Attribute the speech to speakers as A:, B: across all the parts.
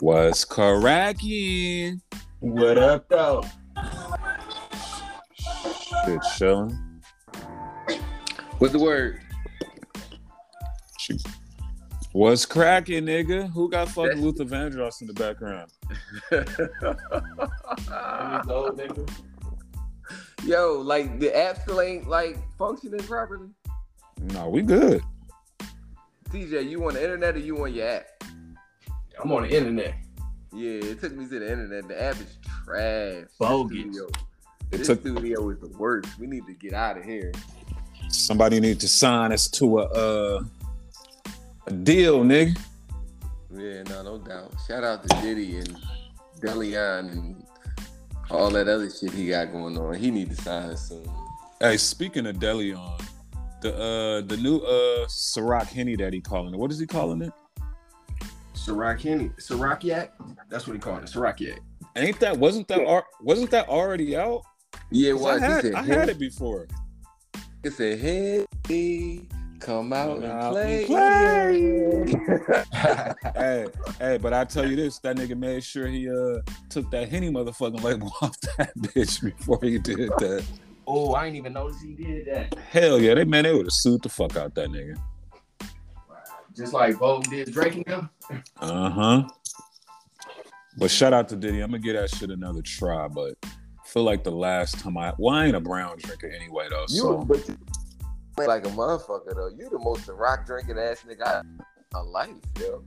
A: What's cracking?
B: What up, though?
A: Shit chilling.
B: What's the word?
A: Shoot. What's cracking, nigga? Who got fucking
B: That's-
A: Luther Vandross in the background?
B: Yo, like the app still ain't like functioning properly.
A: No, we good.
B: TJ, you on the internet or you on your app?
C: I'm on the internet.
B: Yeah, it took me to the internet. The app is trash.
C: Bogus.
B: This studio,
A: It
B: this
A: took-
B: studio is the worst. We need to get out of here.
A: Somebody need to sign us to a uh a deal, nigga.
B: Yeah, no, no doubt. Shout out to Diddy and Delion and all that other shit he got going on. He need to sign us soon.
A: Hey, speaking of Deleon, the uh the new uh Ciroc Henny that he calling it. What is he calling it?
C: Ciroc Henny. Ciroc Yak? That's what he called it. Ciroc Yak.
A: Ain't that wasn't that ar- wasn't that already out?
B: Yeah,
A: 'Cause
B: it was.
A: I had,
B: he said,
A: I had it before.
B: It said, hey, come out
A: Come
B: and
A: out
B: play.
A: and hey, hey, but I tell you this, that nigga made sure he uh took that henny motherfucking label off that bitch before he did that.
C: Oh, I ain't even notice he did that.
A: Hell yeah, they man, they would have sued the fuck out that nigga.
C: Just like Bo did Drake and them.
A: Uh huh. But shout out to Diddy. I'm gonna give that shit another try, but I feel like the last time I well, I ain't a brown drinker anyway though.
B: You
A: so
B: but you play like a motherfucker though. You the most rock drinking ass nigga I my life, yo.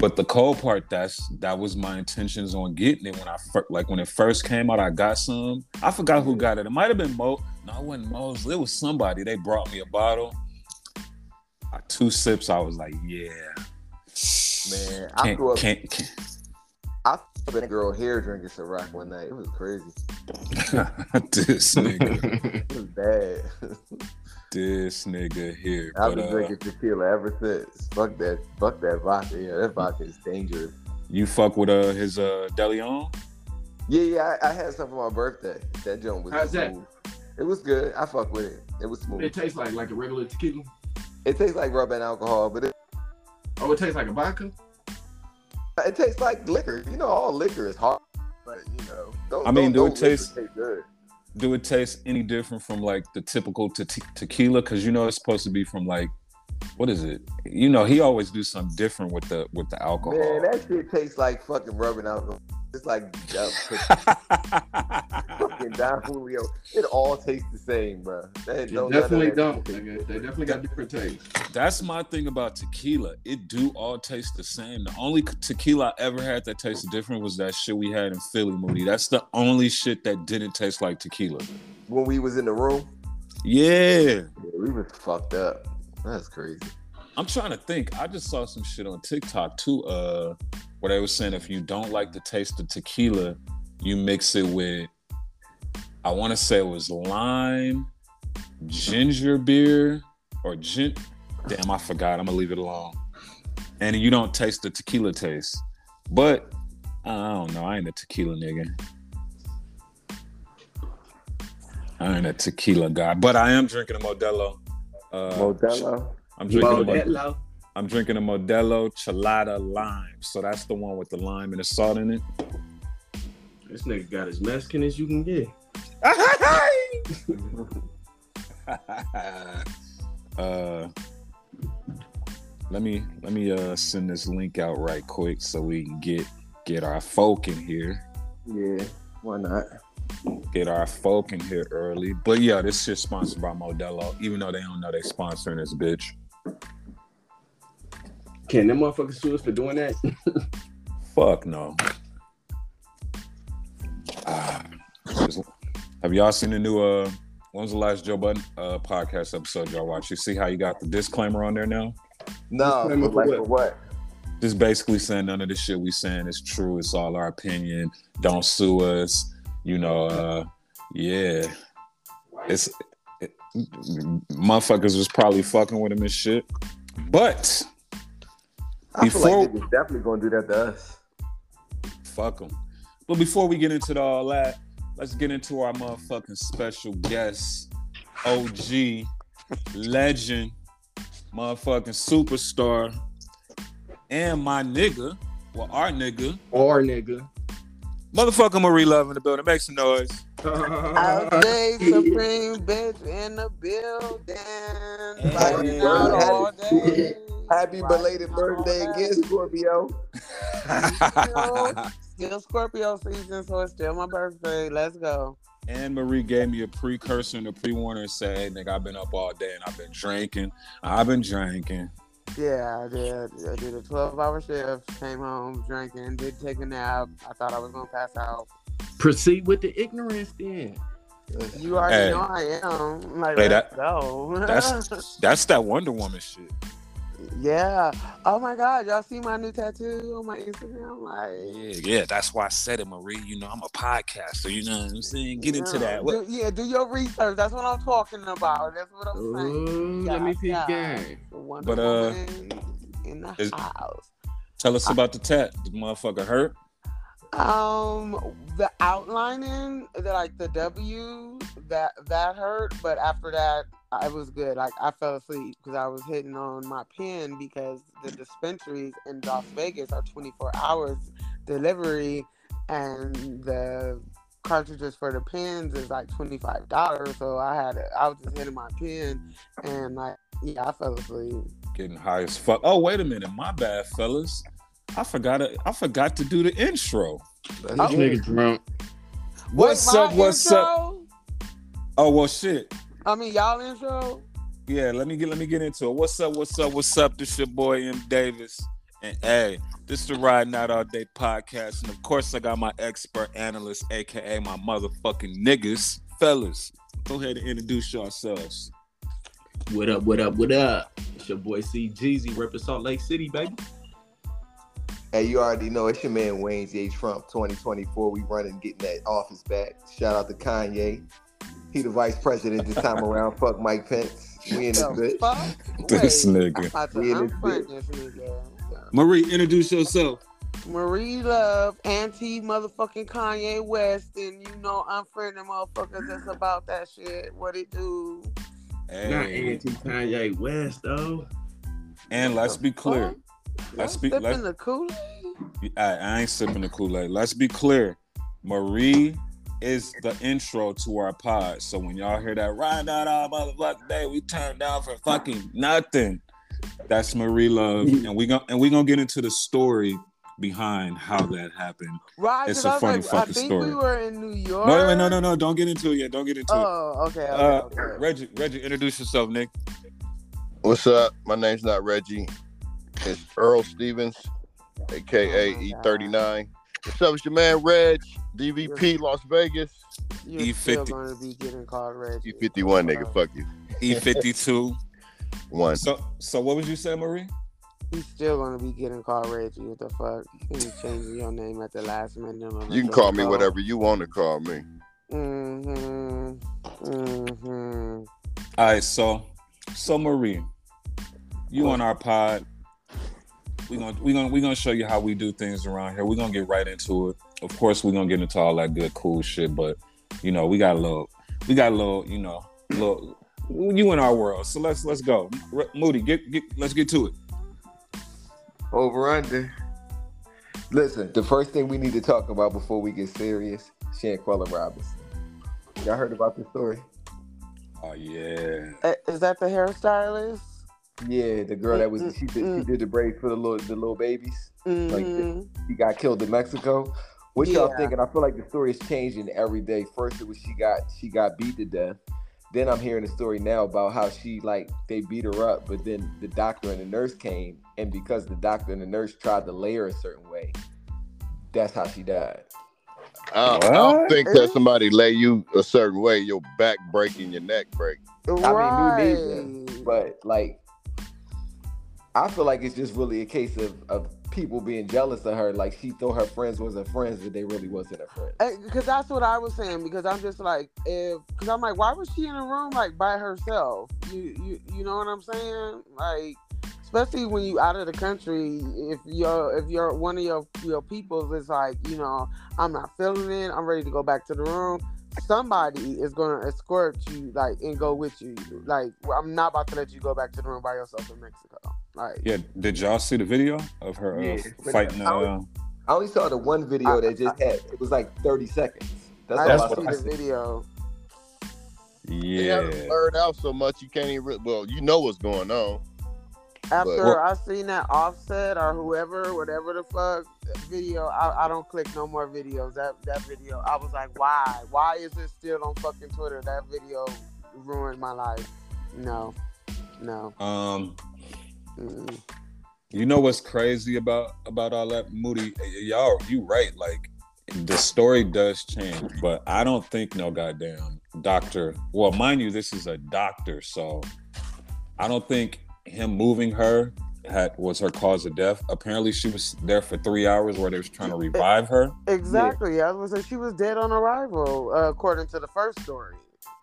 A: but the cold part that's that was my intentions on getting it when I fir- like when it first came out. I got some. I forgot who got it. It might have been Mo. No, it wasn't Mo's. It was somebody. They brought me a bottle. I, two sips. I was like, yeah,
B: Man, I
A: Can't,
B: threw up
A: can't, can't.
B: I threw up a girl hair drinking some rock one night. It was crazy.
A: this nigga,
B: It was bad.
A: this nigga here.
B: I've
A: But,
B: been
A: uh,
B: drinking tequila ever since. Fuck that fuck that vodka. Yeah, that vodka is dangerous.
A: you fuck with uh his uh Deleon.
B: Yeah, yeah, I, I had some for my birthday. That joint was
C: How's that?
B: smooth. It was good. I fuck with it. It was smooth.
C: it tastes like like a regular tequila.
B: It tastes like rub and alcohol, but it,
C: Oh, it tastes like a vodka?
B: it tastes like liquor. You know, all liquor is hard, but you know, don't,
A: I mean,
B: don't,
A: do it
B: don't liquor
A: taste-
B: good?
A: Do it taste any different from like the typical te- te- tequila? Because you know it's supposed to be from like, what is it? You know he always do something different with the with the alcohol.
B: Man, that shit tastes like fucking rubbing alcohol. It's like uh, fucking Don Julio. It all tastes the same, bro.
C: They definitely don't. nigga. They definitely got different tastes.
A: That's my thing about tequila. It do all taste the same. The only tequila I ever had that tasted different was that shit we had in Philly, Moody. That's the only shit that didn't taste like tequila.
B: When we was in the room,
A: Yeah.
B: yeah, we was fucked up. That's crazy.
A: I'm trying to think. I just saw some shit on TikTok too, uh, where they were saying if you don't like the taste of tequila, you mix it with, I want to say it was lime, ginger beer, or gin. Damn, I forgot. I'm gonna leave it alone. And you don't taste the tequila taste, but I don't know. I ain't a tequila nigga. I ain't a tequila guy, but I am drinking a Modelo. Uh,
B: Modelo.
A: I'm drinking a Modelo.
C: low.
A: I'm drinking a Modelo Chelada Lime. So that's the one with the lime and the salt in it.
C: This nigga got as Mexican as you can get.
A: uh, let me let me uh, send this link out right quick so we can get get our folk in here.
B: Yeah, why not?
A: Get our folk in here early. But yeah, this shit's sponsored by Modelo, even though they don't know they sponsoring this bitch.
C: Can them motherfuckers sue us for doing that?
A: Fuck no. Ah, just- have y'all seen the new uh when was the last Joe Budden uh podcast episode y'all watched? You see how you got the disclaimer on there now?
B: No,
C: Disclaimer
B: but like
C: for
B: for what?
A: Just basically saying none of the shit we saying is true. It's all our opinion. Don't sue us. You know, uh yeah. It's it, motherfuckers was probably fucking with him and shit. But
B: I feel
A: Before-
B: like niggas definitely gonna do that to us.
A: Fuck them. But before we get into the- all that, let's get into our motherfucking special guest, OG, legend, motherfucking superstar, and my nigga. Well, our nigga,
C: Or nigga.
A: motherfucker Marie Love in the building, make some noise.
D: Out day supreme bitch in the building. Fighting out
B: birthday.
D: all day.
E: Happy belated birthday again, Scorpio.
D: Still Scorpio season, so it's still my birthday. Let's go.
A: and Marie gave me a precursor and a pre warner and said, "Hey, nigga, I've been up all day and I've been drinking. I've been drinking.
D: Yeah, I did. I did a 12 hour shift, came home drinking, did take a nap. I thought I was going to pass out.
B: Proceed with the ignorance then.
D: You already
A: Hey.
D: know I am. Like,
A: Hey,
D: let's go.
A: that's- That's that Wonder Woman shit.
D: yeah. Oh my God. Y'all see my new tattoo on my Instagram? Like,
A: Yeah, yeah. That's why I said it, Marie. You know, I'm a podcaster. You know what I'm saying? Get into
D: yeah,
A: that. What-
D: do- yeah, do your research. That's what I'm talking about. That's what
C: Oh,
D: I'm saying.
B: Ooh,
D: Yeah,
B: let me see
D: yeah.
B: again.
D: The Wonder
A: But, uh,
D: Woman in the
A: is-
D: house.
A: Tell us about the tat. Did the motherfucker hurt?
D: Um, the outlining, the, like the W, that that hurt. But after that, I was good. Like I fell asleep because I was hitting on my pen because the dispensaries in Las Vegas are 24 hours delivery, and the cartridges for the pens is like $25. So I had, I was just hitting my pen, and like yeah, I fell asleep.
A: Getting high as fuck. Oh, wait a minute. My bad, fellas. I forgot. To, I forgot to do the intro.
B: This
D: Oh.
B: nigga drunk.
A: What's
D: Wait,
A: up?
D: my
A: What's up?
D: intro?
A: Oh well, shit.
D: I mean, y'all intro.
A: Yeah, let me get let me get into it. What's up? What's up? What's up? This your boy M Davis, and hey, this the Ride Not All Day podcast, and of course I got my expert analyst, aka my motherfucking niggas, fellas. Go ahead and introduce yourselves.
E: What up, what up, what up? It's your boy C Jeezy repping Salt Lake City, baby.
F: Hey, you already know it's your man Wayne J. Trump, 2024. We running, getting that office back. Shout out to Kanye. He the vice president this time around. Fuck Mike Pence. We in
D: The
F: the good.
D: fuck?
A: This
D: Wait.
A: nigga,
D: I thought
F: Yeah,
D: I'm
F: this bitch.
D: fighting this nigga.
A: Marie, introduce yourself.
D: Marie Love, anti motherfucking Kanye West, and you know I'm friending motherfuckers that's about that shit. What it do?
A: Hey,
B: Not anti Kanye West though.
A: and let's be clear.
D: Y'all
A: Let's be
D: sipping
A: let,
D: the Kool
A: I, I ain't sipping the Kool Aid. Let's be clear. Marie is the intro to our pod. So when y'all hear that ride out all motherfucking day, we turned down for fucking nothing. That's Marie Love, and we going and we gonna get into the story behind how that happened.
D: Right?
A: It's
D: 'cause
A: a
D: I was
A: funny
D: like, I
A: fucking
D: think
A: story.
D: we were in New York.
A: No, wait, no, no, no, don't get into it yet. Don't get into
D: Oh, okay. okay,
A: Uh,
D: okay.
A: it. Reggie, Reggie, introduce yourself, Nick.
G: What's up? My name's not Reggie. It's Earl Stevens, aka
D: Oh my God.
G: E39. E What's up? It's your man Reg, DVP Las Vegas.
D: You're still
A: E50.
D: gonna be getting Oh, called Reggie.
G: E51, E nigga. Fuck you.
A: E fifty two.
G: One.
A: So so what was you saying, Marie?
D: He's still gonna be getting called Reggie. What the fuck? You changing your name at the last minute.
G: You can call me whatever you want to call me.
D: Mm-hmm. Mm-hmm.
A: All right, so so Marie, you on our pod. We're gonna we're gonna we're gonna show you how we do things around here. We're gonna get right into it. Of course, we're gonna get into all that good cool shit, but you know, we got a little we got a little, you know, little you in our world. So let's let's go. R- Moody, get get let's get to it.
F: Over under. Listen, the first thing we need to talk about before we get serious, Shanquella Robinson. Y'all heard about this story?
A: Oh yeah.
D: Uh, Is that the hairstylist?
F: Yeah, the girl that was she did, she did the braids for the little the little babies. Like
D: Mhm.
F: she got killed in Mexico. What y'all
D: Yeah.
F: thinking? I feel like the story is changing every day. First, it was she got she got beat to death. Then I'm hearing a story now about how she like they beat her up, but then the doctor and the nurse came, and because the doctor and the nurse tried to lay her a certain way, that's how she died.
G: I, I don't
A: What?
G: think that somebody lay you a certain way, your back breaking, your neck break.
F: I
D: right.
F: mean, me neither. But like, I feel like it's just really a case of of people being jealous of her. Like she thought her friends wasn't friends, but they really wasn't her friends.
D: because Eh, that's what I was saying. Because I'm just like, if because I'm like, why was she in a room like by herself? You you you know what I'm saying? Like, especially when you out of the country, if you're if you're one of your your peoples is like, you know, I'm not feeling it. I'm ready to go back to the room. Somebody is gonna escort you, like, and go with you. Like, I'm not about to let you go back to the room by yourself in Mexico. Like,
A: Yeah, did y'all see the video of her uh,
F: Yeah.
A: fighting?
F: I
A: Uh,
F: I only saw the one video that just had. It was like 30 seconds. That's,
D: I
F: all
D: didn't
F: I
D: see
F: saw.
D: the video.
G: They
A: yeah,
G: have it blurred out so much you can't even. Re- well, you know what's going on.
D: After
A: Well-
D: I seen that offset or whoever, whatever the fuck video, I, I don't click no more videos. That that video, I was like, why? Why is it still on fucking Twitter? That video ruined my life. No, no.
A: um,
D: Mm.
A: you know what's crazy about about all that Moody? Y- Y'all, you right. Like the story does change, but I don't think no goddamn doctor. Well, mind you, this is a doctor, so I don't think him moving her had was her cause of death. Apparently, she was there for three hours where they was trying to revive her.
D: Exactly. I was gonna say she was dead on arrival, uh, according to the first story.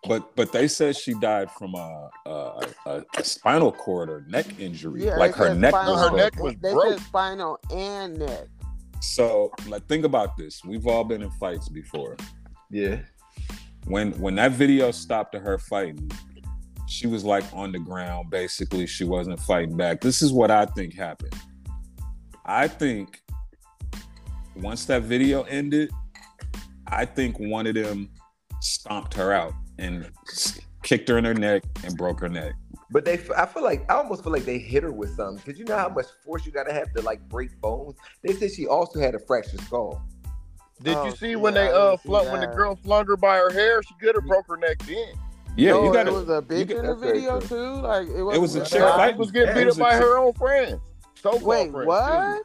A: But but they said she died from a a, a, a spinal cord or neck injury,
D: Yeah,
A: like
D: they
A: her
D: said
A: neck.
D: spinal-
A: Was
G: Her
A: broke.
G: neck was
D: They
G: broke.
D: said spinal and neck.
A: So like, think about this. We've all been in fights before.
F: Yeah.
A: When when that video stopped to her fighting, she was like on the ground. Basically, she wasn't fighting back. This is what I think happened. I think once that video ended, I think one of them stomped her out and s- kicked her in her neck and broke her neck.
F: But they, I feel like I almost feel like they hit her with something because you know how much force you gotta have to like break bones. They said she also had a fractured skull.
G: Did
D: Oh,
G: you see
D: shit,
G: when
D: I
G: they
D: didn't
G: uh
D: see
G: flung, when the
D: that.
G: girl flung her by her hair? She could have broke her neck then.
A: Yeah,
D: no,
A: you got
D: it was a bitch
A: get-
D: in the
F: that's very
D: video
F: true.
D: too. Like it was.
A: It was a chick
G: Nah,
A: fight.
G: She was getting
A: It
G: beat
A: was
G: up
A: a
G: by
A: chick-
G: her own friends. So-called
D: Wait,
G: friends.
D: what?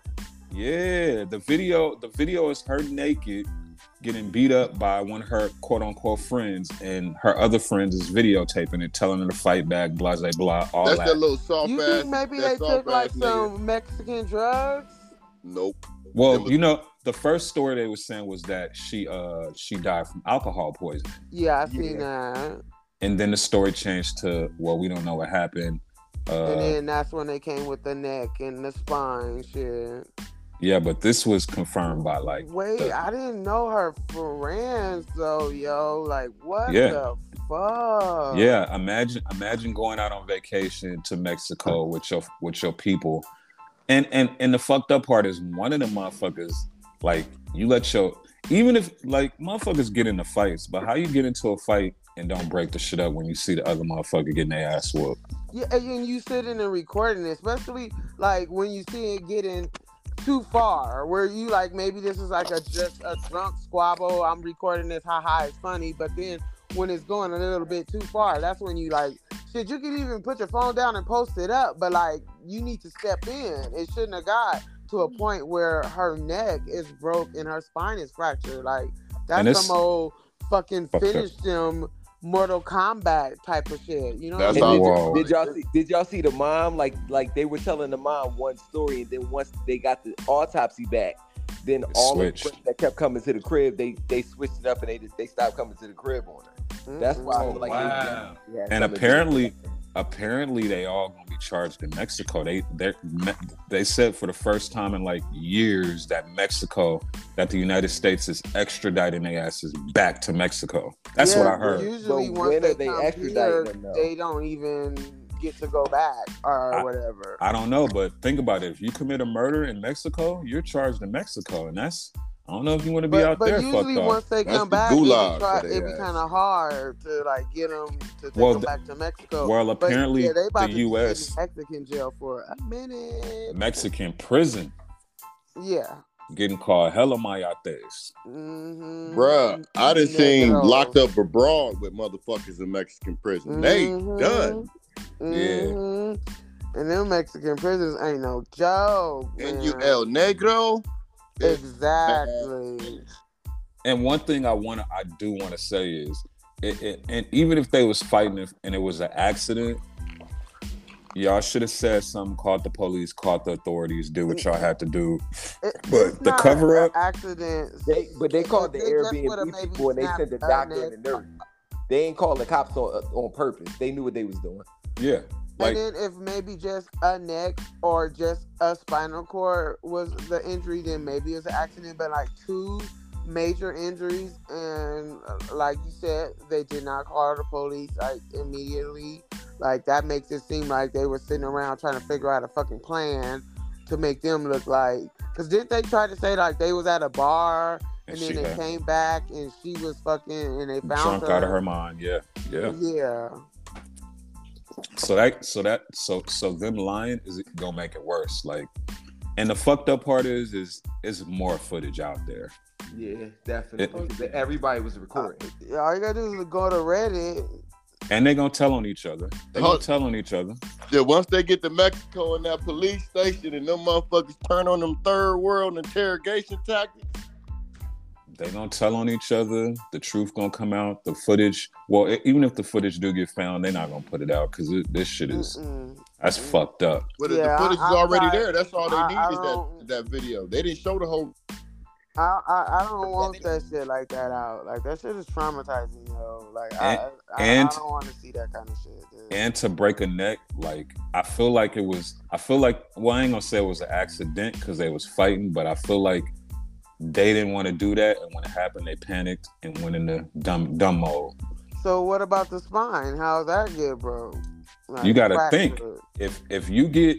A: Yeah, the video the video is her naked getting beat up by one of her quote unquote friends, and her other friends is videotaping it, telling her to fight back, blah blah blah, all
G: That's that
A: that.
G: little soft
D: You
G: ass.
D: think maybe
G: that
D: they
G: soft
D: took like
G: ass nigga.
D: some Mexican drugs?
G: Nope.
A: Well,
G: It was-
A: you know, the first story they were saying was that she uh she died from alcohol poisoning.
D: Yeah, I seen that.
A: And then the story changed to, well, we don't know what happened. Uh,
D: and then that's when they came with the neck and the spine shit.
A: yeah, but this was confirmed by like
D: Wait,
A: the-
D: I didn't know her friends though, yo. Like what
A: Yeah.
D: the fuck?
A: Yeah, imagine imagine going out on vacation to Mexico with your with your people, and and and the fucked up part is one of the motherfuckers like you let your even if like motherfuckers get into fights, but how you get into a fight and don't break the shit up when you see the other motherfucker getting their ass whooped?
D: Yeah, and then you sitting and recording, it, especially like when you see it getting too far, where you like maybe this is like a just a drunk squabble. I'm recording this, ha ha, it's funny. But then when it's going a little bit too far, that's when you like shit. You could even put your phone down and post it up, but like you need to step in. It shouldn't have got to a point where her neck is broke and her spine is fractured. Like
A: And
D: that's
A: it's-
D: some old fucking
A: Fucked up.
D: finish them. Mortal Kombat type of shit, you know.
G: That's
D: what I mean?
G: how-
A: Whoa.
F: Did y'all see? Did y'all see the mom? Like, like they were telling the mom one story, and then once they got the autopsy back, then all the
A: switched.
F: friends that kept coming to the crib, they they switched it up, and they just they stopped coming to the crib on her. That's why I
D: Mm-mm.
F: feel like. they
C: Wow.
F: definitely had
A: Mm-hmm. Oh, And
F: something to do with
A: apparently-
F: it.
A: Apparently, they all gonna be charged in Mexico. They they they said for the first time in like years that Mexico that the United States is extraditing their asses back to Mexico. That's what
D: Yeah,
A: I heard.
D: Usually,
F: But
D: once
F: when
D: they,
F: are they
D: come
F: extraditing
D: here,
F: them, though?
D: they don't even get to go back or
A: I-
D: whatever.
A: I don't know, but think about it. If you commit a murder in Mexico, you're charged in Mexico, and that's I don't know if you want to be
D: but
A: out
D: but
A: there
D: usually,
A: fucked
D: once
A: off.
D: they
G: That's
D: come
G: the
D: back, it'd be,
G: gulag for
D: try,
G: their
D: it'd be
G: ass.
D: kind of hard to like get them to take
A: Well,
D: them
A: the-
D: back to Mexico.
A: Well,
D: But
A: apparently
D: yeah, they about
A: the
D: to be in
A: U.S.
D: Mexican jail for a minute.
A: Mexican prison
D: Yeah.
A: getting called hella mayates.
D: Mm-hmm.
G: Bruh, I done
D: Yeah,
G: seen
D: no.
G: locked up abroad with motherfuckers in Mexican prison. They
D: Mhm.
G: done.
D: Mhm. And them Mexican prisons ain't no joke.
G: And
D: man.
G: you El Negro. is
D: exactly.
A: And one thing I want to, I do want to say is, it, it, and even if they was fighting if- and it was an accident, y'all should have said something. Called the police, called the authorities, did what y'all had to do.
D: It-
A: But
D: it's
A: the
D: not
A: cover-up-
D: a accident.
F: They, but they called the
D: They just would've
F: Airbnb
D: maybe
F: people and they
D: snapped
F: sent the
D: her
F: doctor and
D: neck.
F: the nurse. They ain't called the cops on on purpose. They knew what they was doing.
A: Yeah, like
D: and then if maybe just a neck or just a spinal cord was the injury, then maybe it's an accident. But like two major injuries, and uh, like you said, they did not call the police like immediately. Like that makes it seem like they were sitting around trying to figure out a fucking plan to make them look like. Cause didn't they try to say like they was at a bar
A: And
D: and, then
A: she
D: they
A: had
D: came back and she was fucking and they found
A: drunk
D: her.
A: out of her mind. Yeah,
D: Mm-hmm.
A: yeah.
D: Yeah.
A: So that, so that, so so them lying is gonna make it worse. Like, and the fucked up part is, is is more footage out there.
F: Yeah, definitely. Everybody was recording.
D: Yeah, All you gotta do is go to Reddit.
A: and they're gonna tell on each other. They're gonna
G: Hold-
A: tell on each other.
G: Yeah, once they get to Mexico and that police station and them motherfuckers turn on them third world interrogation tactics.
A: They're gonna tell on each other. The truth gonna come out. The footage. Well, e- even if the footage do get found, they're not gonna put it out because this shit is
D: Mm-mm.
A: that's
D: Mm.
A: fucked up.
G: But if
D: Yeah,
G: the footage
D: I-
G: is
D: I'm
G: already
D: sorry.
G: there. That's all they
D: I-
G: need
D: I
G: is that
D: don't-
G: that video. They didn't show the whole.
D: I, I I don't want that shit like that out. Like that shit is traumatizing, yo. Like I I,
A: and-
D: I, I don't want to see that kind of shit. Dude.
A: And to break a neck, like I feel like it was. I feel like well, I ain't gonna say it was an accident because they was fighting, but I feel like they didn't want to do that, and when it happened, they panicked and went into dumb dumb mode.
D: so what about the spine? How's that get broke? Like,
A: You gotta think.
D: fractured.
A: if if you get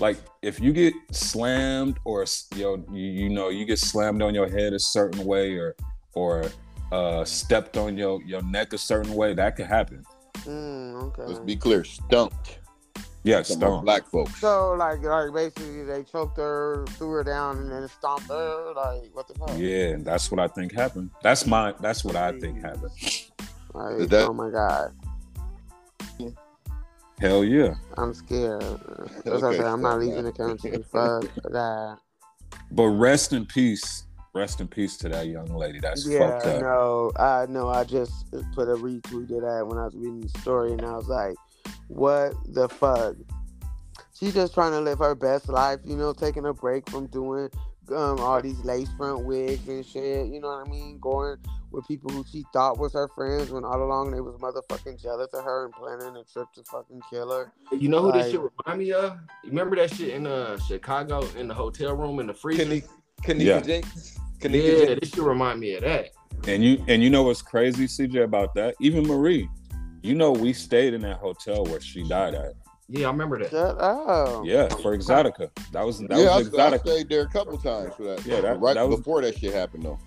A: like if you get slammed or s- yo you, you know you get slammed on your head a certain way or or uh stepped on your your neck a certain way that could happen
D: Mm,
G: Let's
D: okay.
G: be clear, stumped.
A: yeah
G: Some of
A: stomp
G: black folks.
D: so like like basically they choked her, threw her down, and then stomped her. Like what the fuck?
A: yeah that's what i think happened that's my that's what i think happened
D: Like,
G: Is that-
D: oh my god,
A: hell yeah
D: I'm scared. That's what I
G: Okay,
D: said. I'm not
G: fuck
D: leaving the country. fuck that.
A: but rest in peace rest in peace to that young lady that's
D: Yeah,
A: fucked up
D: no, I know. I just put a retweet of that when I was reading the story, and I was like, "What the fuck?" She's just trying to live her best life, you know, taking a break from doing um, all these lace front wigs and shit. You know what I mean? Going with people who she thought was her friends when all along they was motherfucking jealous of her and planning a trip to fucking kill her.
C: You know who
D: Like-
C: this shit remind me of? You remember that shit in uh Chicago in the hotel room in the freezer?
F: Kanika, Kanika
A: Yeah.
F: Jenkins. Kanika
C: yeah,
F: Jenkins.
C: this shit remind me of that.
A: And you and you know what's crazy, CJ, about that? Even Marie, you know we stayed in that hotel where she died at.
C: Yeah, I remember that.
D: Shut up.
A: Yeah, for Exotica. That was that
G: Oh, yeah,
A: was
G: I, I
A: Exotica.
G: stayed there a couple times for that.
A: Yeah, that-
G: right
A: that was-
G: before that shit happened though.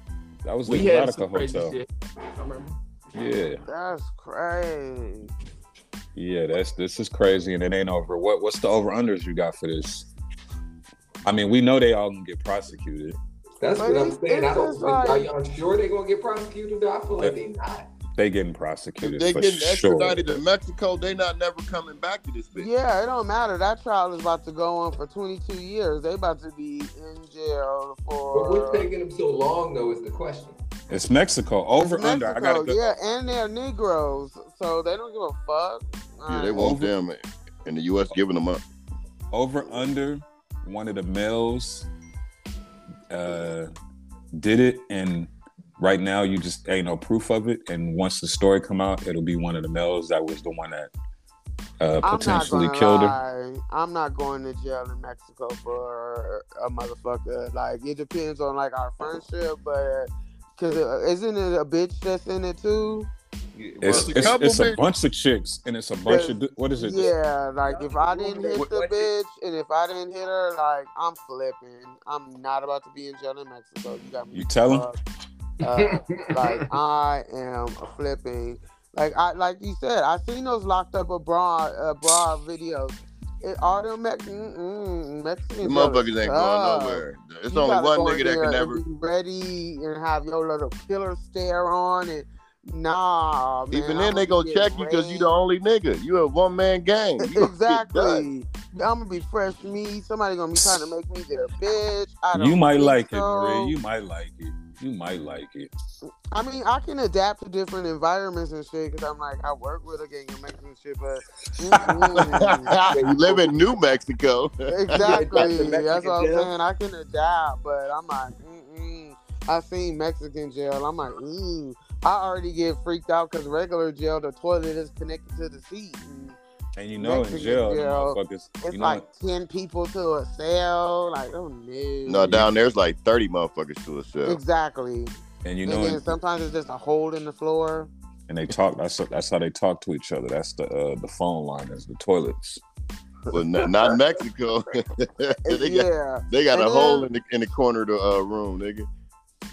A: That was the
C: We had
A: Exotica
C: some crazy
A: hotel.
C: shit. I remember.
A: Yeah,
D: That's crazy.
A: yeah. That's this is crazy, and it ain't over. What what's the over unders you got for this? I mean, we know they all gonna get prosecuted.
H: That's
D: But
H: what I'm
D: it's-
H: saying. I
D: it's
H: don't.
D: just like-
H: are y'all sure they're gonna get prosecuted? I feel like they not.
A: They getting
G: If
A: prosecuted
G: they
A: for
G: getting
A: sure.
G: extradited to Mexico, they not never coming back to this bitch.
D: Yeah, it don't matter. That trial is about to go on for 22 years. They about to be in jail
H: But
D: for.
H: what's taking them so long though is the question.
A: It's Mexico. Over
D: It's
A: under. I gotta
D: Mexico,
A: go.
D: Yeah, and they're Negroes, so they don't give a fuck.
G: Yeah, they
D: Like,
G: want them in the U.S. giving them up.
A: Over under. One of the males uh, did it, and right now you just ain't no proof of it. And once the story come out, it'll be one of the males that was the one that uh,
D: I'm not
A: potentially
D: gonna
A: killed her.
D: lie. I'm not going to jail in Mexico for a motherfucker. Like it depends on like our friendship, but because isn't it a bitch that's in it too?
A: It's,
G: Well,
A: it's,
G: couple
A: it's a
G: bitches-
A: bunch of chicks and it's a bunch of what is it?
D: Yeah, like if I didn't hit
G: What-
D: the bitch and if I didn't hit her, like I'm flipping. I'm not about to be in jail in Mexico. You got me.
A: You tell 'em?
D: fucked up. Uh, like I am flipping. Like I like you said, I seen those locked up abroad abroad videos. It, mm, all them Mex- mm-mm,
G: The
D: Mexicans.
G: motherfuckers ain't
D: suck.
G: going nowhere. It's
D: You
G: only
D: gotta
G: one
D: go in
G: nigga that
D: there
G: can
D: and
G: ever.
D: be ready and have your little killer stare on and nah. Man,
G: Even
D: I'ma
G: then, they
D: be
G: gonna
D: getting
G: check you because you the
D: raped.
G: only nigga. You a one man gang. You gonna get done.
D: Exactly. I'm gonna be fresh meat. Somebody gonna be trying to make me their bitch. I don't
A: You might
D: think
A: like it,
D: so.
A: Marie. You might like it. You might like it.
D: I mean, I can adapt to different environments and shit because I'm like I work with a gang of Mexicans, shit, but Mm-mm.
G: you live in New Mexico.
D: exactly.
F: Mexican
D: That's what I'm
F: jail.
D: saying. I can adapt, but I'm like, mm-mm. I seen Mexican jail. I'm like, mm. I already get freaked out because regular jail, the toilet is connected to the seat. And
A: And you know, in
D: Mexican
A: jail, the
D: jail,
A: motherfuckers.
D: it's
A: you know,
D: like ten people to a cell. Like, oh no.
G: no, down there's like thirty motherfuckers to a cell.
D: Exactly.
A: and you
D: and
A: know,
D: then
A: in-
D: sometimes it's just a hole in the floor.
A: and they talk. That's that's how they talk to each other. That's the uh, the phone line. That's the toilets.
G: But not, not Mexico. they got
D: yeah.
G: they got a
D: And
G: hole
D: then-
G: in the in the corner of the uh, room, nigga.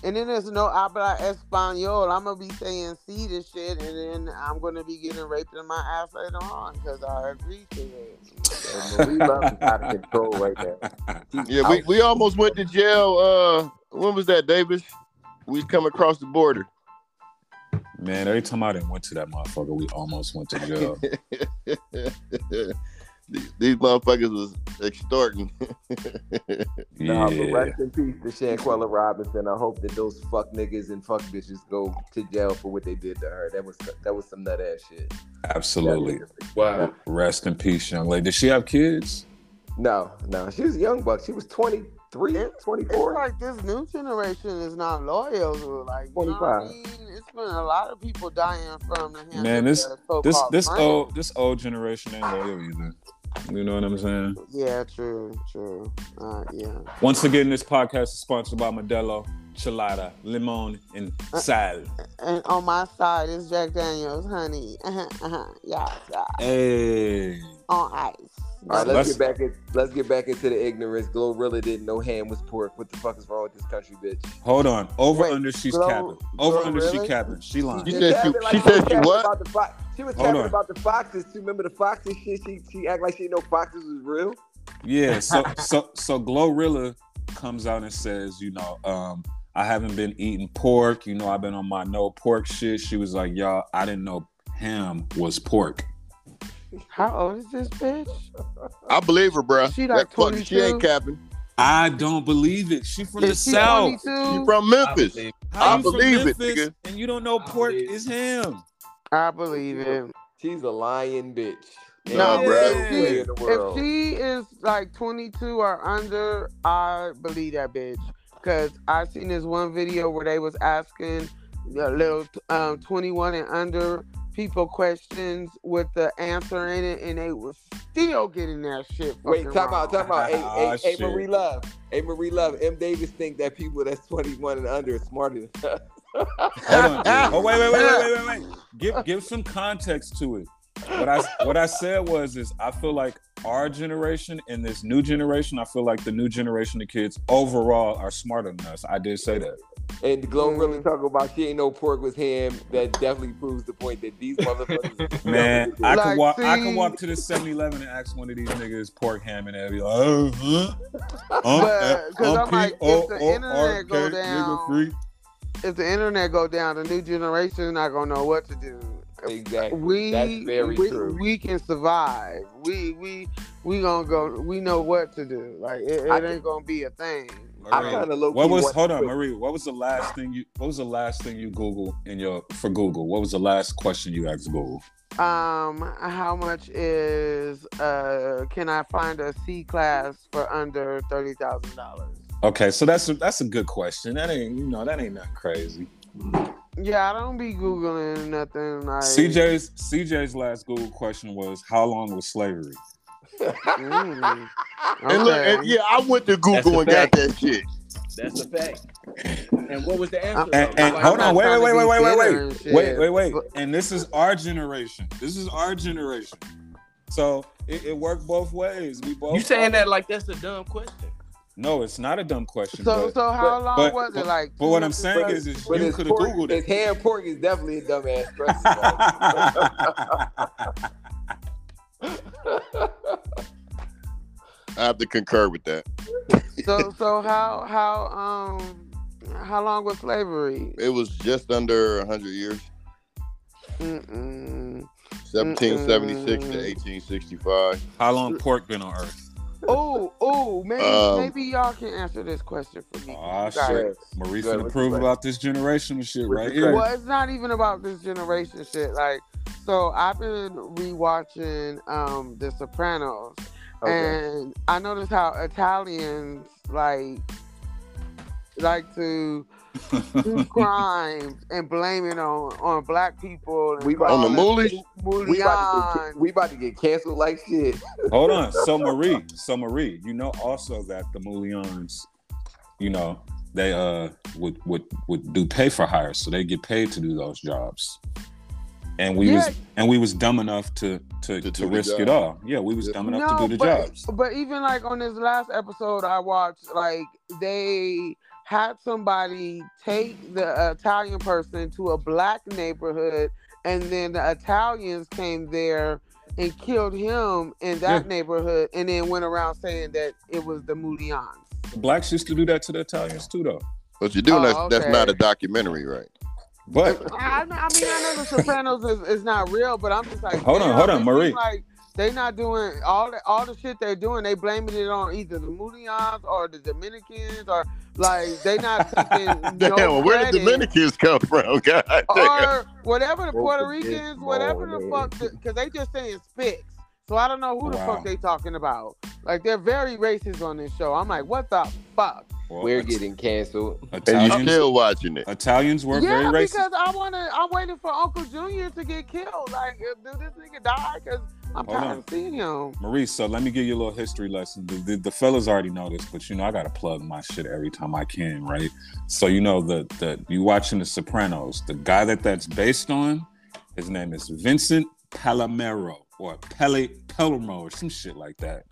D: And then there's no habla espanol. I'm gonna be saying see this shit, and then I'm gonna be getting raped in my ass later on because I agree to it.
F: Yeah, Marie Love is out of control right there.
G: Yeah, we, we almost went to jail. Uh, when was that, Davis? We come across the border.
A: Man, every time I didn't went to that motherfucker, we almost went to jail.
G: these, these motherfuckers was extorting.
F: Nah, but
A: yeah,
F: rest in peace to Shanquella Robinson. I hope that those fuck niggas and fuck bitches go to jail for what they did to her. That was that was some nut ass shit.
A: absolutely.
C: Wow.
A: Rest in peace, young lady. Did she have kids?
F: No, no, she was a young buck. She was 23,
D: It's
F: 24.
D: like this new generation is not loyal. To, like, you know what I
F: 25.
D: mean? It's been a lot of people dying from the hands
A: Man,
D: of
A: this-
D: the so-called
A: This this
D: friends.
A: old this old generation ain't loyal either. You know what I'm saying?
D: Yeah, true, true. Uh, yeah.
A: Once again, this podcast is sponsored by Modelo, Chilada, Limon, and
F: Uh.
A: Sal.
D: And on my side is Jack Daniels, honey. Uh-huh, uh-huh. Yeah, yeah.
A: Hey,
D: On ice.
F: All right,
A: Let's-
F: let's, get back in, let's get back into the ignorance. Glow really didn't know ham was pork. What the fuck is wrong with this country, bitch?
A: hold on. Over
D: Wait,
A: under, she's
D: Glow-
A: capping. Over
D: Glow
A: under, she
D: really?
A: capping. She lying.
G: You
F: She
G: said
F: tapping
G: she-
F: like
G: she
F: was
G: said she
F: tapping
G: what?
F: About the fo- she was
A: Hold
F: talking
A: on.
F: about the foxes. too. remember the foxes shit? She she act like she didn't know foxes was real.
A: Yeah, so so so Glorilla comes out and says, you know, um, I haven't been eating pork, you know, I've been on my no pork shit. She was like, Y'all, I didn't know ham was pork.
D: How old is this bitch?
G: I believe her, bruh.
D: She like
G: That fucking she
D: 22?
G: ain't capping.
A: I don't believe it. She from the
D: Is she
A: South.
D: 22?
G: She from Memphis.
A: How
G: I
A: you from
G: believe it,
A: Memphis
G: nigga.
A: And you don't know
H: I
A: pork
H: believe it.
A: is ham.
D: I believe it.
F: She's a lying bitch.
G: Nah,
F: Ain't
G: bruh.
F: no way in the
D: If
F: world.
D: she is like 22 or under, I believe that bitch. Cause I seen this one video where they was asking the little um, 21 and under people questions with the answer in it, and they was still getting that shit.
F: Wait,
D: fucking
F: time out,
D: wrong.
F: time out. Hey,
A: Ah,
F: hey, hey,
A: shit.
F: Marie Love. Hey, Marie Love. M. Davis think that people that's 21 and under are smarter than us.
A: Hold on. Oh wait, wait, wait, wait, wait, wait, wait. Give give some context to it. What I what I said was is I feel like our generation and this new generation, I feel like the new generation of kids overall are smarter than us. I did say that.
F: And Glow
D: Mhm.
F: really talking about she ain't no pork was ham. That definitely proves the point that these motherfuckers.
A: Man, I
D: Like,
A: can walk I can
D: see-
A: walk to the 7-Eleven and ask one of these niggas pork ham and they'll be like, uh, huh? Um,
D: But,
A: uh,
D: 'cause
A: um,
D: I'm like, if
A: P- O-
D: the
A: O-
D: internet
A: R-
D: go
A: K,
D: down-
A: nigga free.
D: If the internet go down, the new generation not gonna know what to do.
F: exactly.
D: we
F: that's very
D: we,
F: true.
D: we can survive. We we we gonna go. We know what to do. Like it,
F: I
D: it ain't gonna be a thing.
F: I kind of low.
A: What was hold on, Marie? What was the last thing you What was the last thing you Google in your for Google? What was the last question you asked Google?
D: Um, how much is uh? Can I find a C class for under thirty thousand dollars?
A: Okay, so that's a, that's a good question. That ain't you know that ain't nothing crazy.
D: Yeah, I don't be googling nothing. Like
A: CJ's CJ's last Google question was how long was slavery?
D: Mm, okay.
G: And look, and yeah, I went to Google and
E: That's a
G: got that shit.
E: That's a fact. And what was the answer?
A: And,
E: though?
A: and
E: Like,
A: hold on, wait, wait, wait, wait, wait, wait, wait,
D: wait,
A: wait, wait. And this is our generation. This is our generation. So it, it worked both ways. We both
E: You saying that like that's a dumb question?
A: No, it's not a dumb question.
D: So
A: but,
D: so how long
A: but-
D: was
A: but-
D: it? Like,
A: but what
D: two
A: I'm
D: to
A: saying
D: three-
A: is, is
F: But
A: you
F: his
A: could have
F: pork-
A: googled
F: his
A: it.
F: ham pork is definitely a dumbass question.
A: I
G: I have to concur with that.
D: So so how how um how long was slavery?
G: It was just under 100 years,
D: Mm-mm.
G: 1776 to
D: Mm-mm.
G: 1865.
A: How long pork been on Earth?
D: Oh oh maybe
G: Um,
D: maybe y'all can answer this question for me.
A: Aw,
D: Got
A: shit.
D: it.
A: Marie
F: Good,
A: finna
F: what's
A: prove
F: the-
A: about this generational shit
F: what's
A: right
F: the
A: here.
F: question?
D: Well, it's not even about this generation shit. Like so, I've been rewatching um The Sopranos,
F: Okay.
D: and I noticed how Italians like like to do crimes and blame it on on black people. And
F: We about-
G: On the
D: call it
G: Moolies?
F: We about, to
D: Mulian.
F: get, we about to get canceled like shit.
A: Hold on. So Marie, so Marie, you know also that the Moulians, you know, they uh would would would do pay for hire, so they get paid to do those jobs. and we
D: Yeah.
A: was and we was dumb enough to to,
G: To
A: to,
G: do the
A: risk it
G: job.
A: all. Yeah, we was
G: Yeah.
A: dumb enough to do the
D: but,
A: jobs.
D: But even like on this last episode I watched, like they had somebody take the Italian person to a black neighborhood, and then the Italians came there and killed him in that
A: Yeah.
D: neighborhood, and then went around saying that it was the Mulians.
A: Blacks used to do that to the Italians too, though.
G: What you do?
D: Oh,
G: that's that's
D: okay.
G: not a documentary, right?
A: But
D: I, I mean, I know The Sopranos is, is not real, but I'm just like,
A: Hold on,
D: damn,
A: hold on,
D: it seems
A: Marie.
D: Like they not doing all the all the shit they're doing. They blaming it on either the Mulians or the Dominicans or like they not taking
G: Damn,
D: no
G: where
D: credit
G: did Dominicans come from? God damn.
D: or whatever the Puerto Ricans, whatever the
F: Ball,
D: fuck, because they just saying spics. So I don't know who the
A: Wow.
D: fuck they talking about. Like they're very racist on this show. I'm like, what the fuck?
A: well,
F: We're
A: It-
F: getting canceled.
G: And you
A: Italians,
G: still watching it?
A: Italians were
D: yeah,
A: very racist.
D: because I want to. I'm waiting for Uncle Junior to get killed. Like, do this nigga die? Because I'm
A: Hold
D: tired
A: on.
D: of seeing him.
A: Maurice, so let me give you a little history lesson. The, the, the fellas already know this, but you know I gotta plug my shit every time I can, right? So you know the the you watching The Sopranos. The guy that that's based on, his name is Vincent Palomero or Pele Palermo or some shit like that.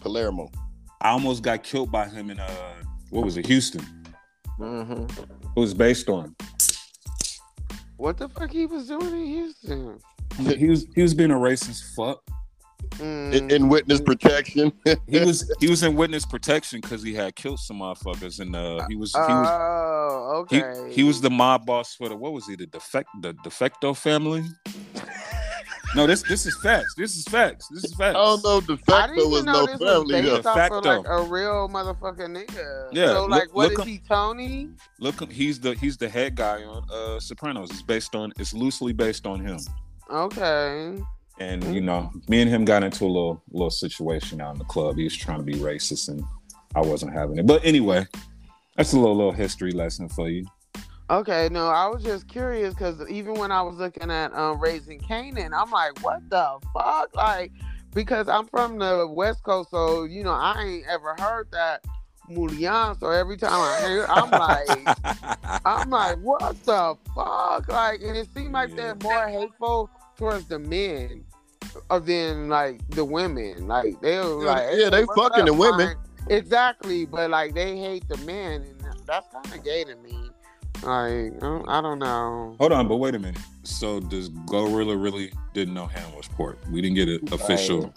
G: Palermo.
A: I almost got killed by him in uh what was it Houston? Mm-hmm.
F: hmm
A: It was based on.
D: What the fuck he was doing in Houston?
A: He was he was being a racist fuck.
D: Mm.
G: In, in witness protection.
A: He was he was in witness protection because he had killed some motherfuckers and uh he was he was
D: Hmm. oh,
A: He,
D: okay.
A: he was the mob boss for the what was he the defect the defecto family? no, this this is facts. This is facts. This is
G: I
A: facts.
G: don't know if the
D: I
G: fact
D: didn't
G: there
D: even
G: was
D: know
G: no
D: this was
G: family.
D: based
G: though.
A: though.
D: off of like
A: Facto.
D: a real motherfucking nigga.
A: Yeah,
D: So like,
A: look-
D: what is
A: look
D: he, Tony?
A: Look, him- he's the he's the head guy on uh Sopranos. It's based on it's loosely based on him.
D: Okay.
A: And you know, me and him got into a little little situation out in the club. He was trying to be racist, and I wasn't having it. But anyway, that's a little little history lesson for you.
D: Okay, no, I was just curious because even when I was looking at um, Raising Canaan, I'm like, what the fuck? Like, because I'm from the West Coast, so, you know, I ain't ever heard that Mulian. So every time I hear it, I'm like, I'm like, what the fuck? Like, and it seemed like
A: Yeah.
D: they're more hateful towards the men uh, than, like, the women. Like, they were
G: Yeah,
D: like,
G: yeah,
D: "Hey,
G: they
D: what's
G: fucking
D: up,
G: the women."
D: Mike?" Exactly, but, like, they hate the men, and that's kind of gay to me. Like, I don't- I don't know.
A: Hold on, but wait a minute. So does Gorilla really didn't know Ham was pork? We didn't get an official.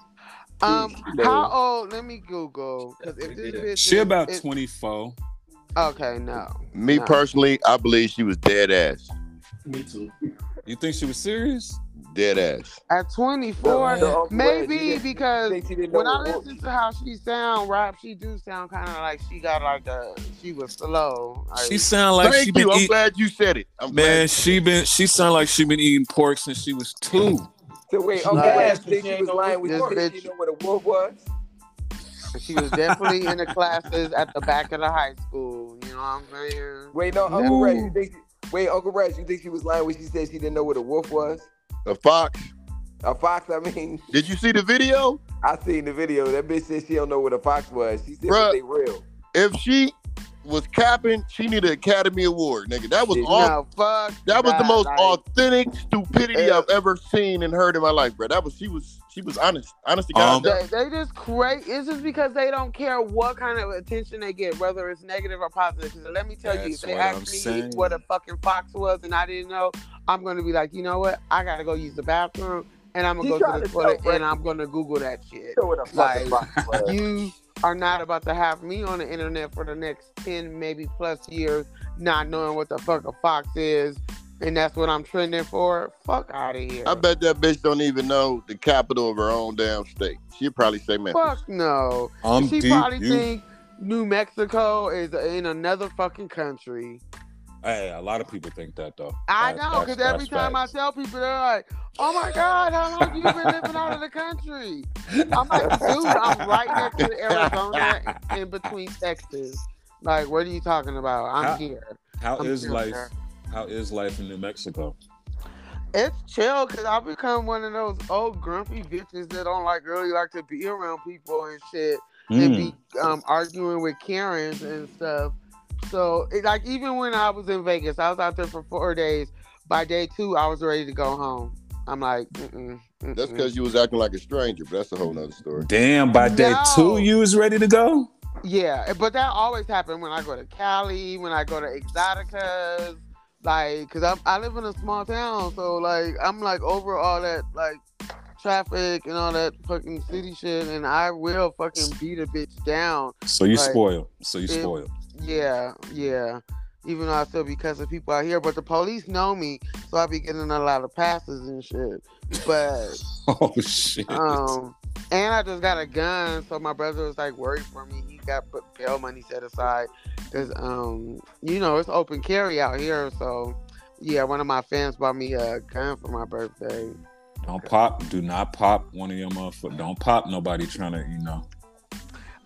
D: Um,
F: No.
D: how old? Let me Google. 'cause if this bitch
A: She
D: is-
A: about
D: it-
A: twenty four.
D: Okay, no.
G: Me
D: no.
G: personally, I believe she was dead ass.
C: Me too.
A: You think she was serious?
G: Dead ass.
D: At twenty four,
F: No, no,
D: Oh, maybe
F: you didn't-
D: because
F: They- she didn't know
D: when I
F: what-
D: listen to how she sound rap, she do sound kind of like she got like a she was slow. Like,
A: She sound like she
G: Thank
A: been
G: you. I'm
A: eat-
G: glad you said it. I'm
A: man.
G: glad.
A: She been she sound like she been eating pork since she was two.
F: So wait,
E: Nah,
F: Uncle Ash
E: she
F: think she
E: ain't
F: was
E: no
F: lying with
D: this
F: you. Did
D: bitch.
F: she know what a wolf was?
D: she was definitely in the classes at the back of the high school. You know what I'm saying?
F: Wait, no, Uncle Reg, you think she, wait, Uncle Reg, you think she was lying when she said she didn't know what a wolf was?
G: A fox.
F: A fox, I mean,
G: Did you see the video?
F: I seen the video. That bitch said she don't know what a fox was. She said
G: Bruh.
F: but they real.
G: If she was capping, she needed an Academy Award, nigga. That was
F: Shit.
A: Oh.
G: all.
D: no, fuck.
G: That was the most
D: like,
G: authentic stupidity
F: Yeah.
G: I've ever seen and heard in my life, bro. That was she was she was honest, honest to
A: Um,
G: God.
D: They, they just create. It's just because they don't care what kind of attention they get, whether it's negative or positive. 'Cause let me tell you,
A: That's
D: if they
A: what I'm
D: asked me
A: saying.
D: what a fucking fox was and I didn't know, I'm gonna be like, you know what? I gotta go use the bathroom, and I'm gonna
F: She
D: go
F: tried
D: to the
F: to
D: toilet,
F: tell
D: and I'm gonna Google that shit.
F: She know what a fucking
D: Like,
F: fox was.
D: You are not about to have me on the internet for the next ten, maybe plus years, not knowing what the fuck a fox is, and that's what I'm trending for. Fuck out of here.
G: I bet that bitch don't even know the capital of her own damn state. She'd probably say Memphis.
D: Fuck no.
A: I'm
D: she
A: deep.
D: probably
A: You,
D: think New Mexico is in another fucking country.
A: hey, a lot of people think that though.
D: I
A: That's-
D: know, because
A: that's-
D: every
A: that's
D: time I
A: facts.
D: tell people, they're like, "Oh my God, how long you been living out of the country?" I'm like, "Dude, I'm right next to Arizona, in between Texas. Like, what are you talking about? I'm
A: How-
D: here.
A: how
D: I'm
A: is
D: sure,
A: life?
D: sir.
A: How is life in New Mexico?
D: It's chill, cause I become one of those old grumpy bitches that don't like really like to be around people and shit. and
A: Mm.
D: be um, arguing with Karens and stuff. So, it, like, even when I was in Vegas, I was out there for four days. By day two, I was ready to go home. I'm like, mm-mm, mm-mm.
G: That's because you was acting like a stranger, but that's a whole nother story.
A: Hmm. Damn, by day
D: No.
A: two, you was ready to go.
D: Yeah, but that always happened when I go to Cali, when I go to Exoticas, like, cause I'm, I live in a small town, so like I'm like over all that like traffic and all that fucking city shit, and I will fucking beat a bitch down.
A: So you
D: Right.
A: spoiled. So you
D: Yeah.
A: spoiled.
D: Yeah, yeah. Even though I still be cussing people out here, but the police know me, so I be getting a lot of passes and shit. But
A: Oh shit.
D: um, and I just got a gun, so my brother was like worried for me. He got put bail money set aside because um, you know, it's open carry out here. So yeah, one of my fans bought me a gun for my birthday.
A: don't pop. Do not pop one of your motherfuckers. Don't pop nobody trying to, you know.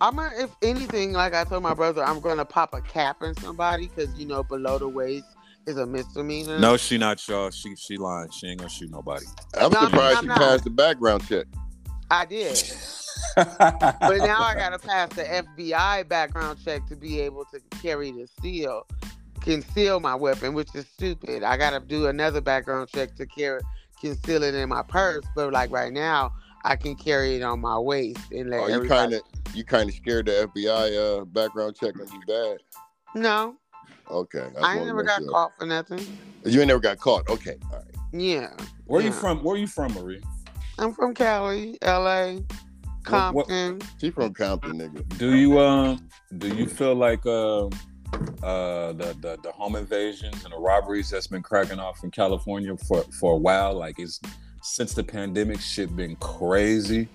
D: I'm gonna, if anything, like I told my brother, I'm gonna pop a cap in somebody because you know below the waist is a misdemeanor.
A: No, she not y'all. She she lying. She ain't gonna shoot nobody.
G: I'm
D: No, I'm
G: surprised
D: not-
G: she
D: no.
G: passed the background check.
D: I did, but now I gotta pass the FBI background check to be able to carry the seal. conceal my weapon, which is stupid. I gotta do another background check to carry conceal it in my purse. But like right now, I can carry it on my waist and let
G: Oh, you
D: everybody.
G: kind of you kind of scared the FBI uh, background check on you bad.
D: No,
G: Okay, just
D: I
G: wanted
D: ain't
G: to
D: never
G: make
D: got
A: uh,
G: sure.
D: caught for nothing.
G: You ain't never got caught. Okay, all right.
D: Yeah,
A: Where you
D: Yeah.
A: from? Where you from, Marie?
D: I'm from Cali, LA,
A: What- what-
D: Compton.
G: She from Compton, nigga.
A: Do you um do you feel like um uh the, the the home invasions and the robberies that's been cracking off in California for for a while? Like it's since the pandemic shit been crazy.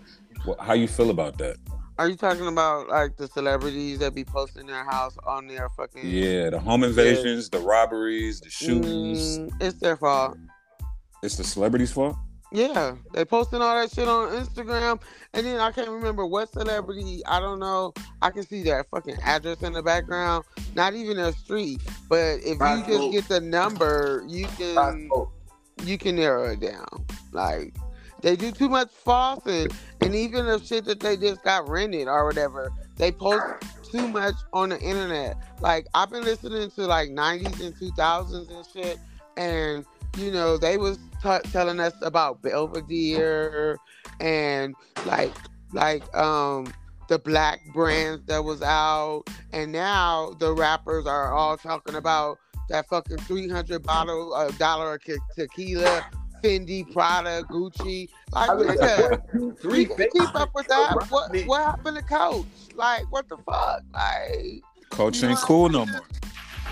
A: Well, how you feel about that?
D: Are you talking about like the celebrities that be posting their house on their fucking?
A: Yeah, the home invasions, the robberies, the shootings.
D: Mm, it's their fault.
A: It's the celebrities' fault.
D: Yeah, they posting all that shit on Instagram, and then I can't remember what celebrity. I don't know. I can see their fucking address in the background, not even their street. But if you just
C: Roscoe.
D: get the number, you can
C: Roscoe.
D: you can narrow it down. Like they do too much falsehood, and even the shit that they just got rented or whatever, they post too much on the internet. Like I've been listening to like '90s and 2000s and shit, and you know they was t- telling us about Belvedere and like like um the black brands that was out, and now the rappers are all talking about that fucking 300 bottle uh, dollar of ke- tequila, Fendi, Prada, Gucci. Like,
C: I was like,
D: nigga,
C: one, two,
D: we
C: three,
D: can
C: bitch.
D: keep up with that.
C: Rock
D: What
C: me.
D: what happened to Coach? Like, what the fuck? Like,
A: Coach
D: You
A: ain't
D: know,
A: cool no more.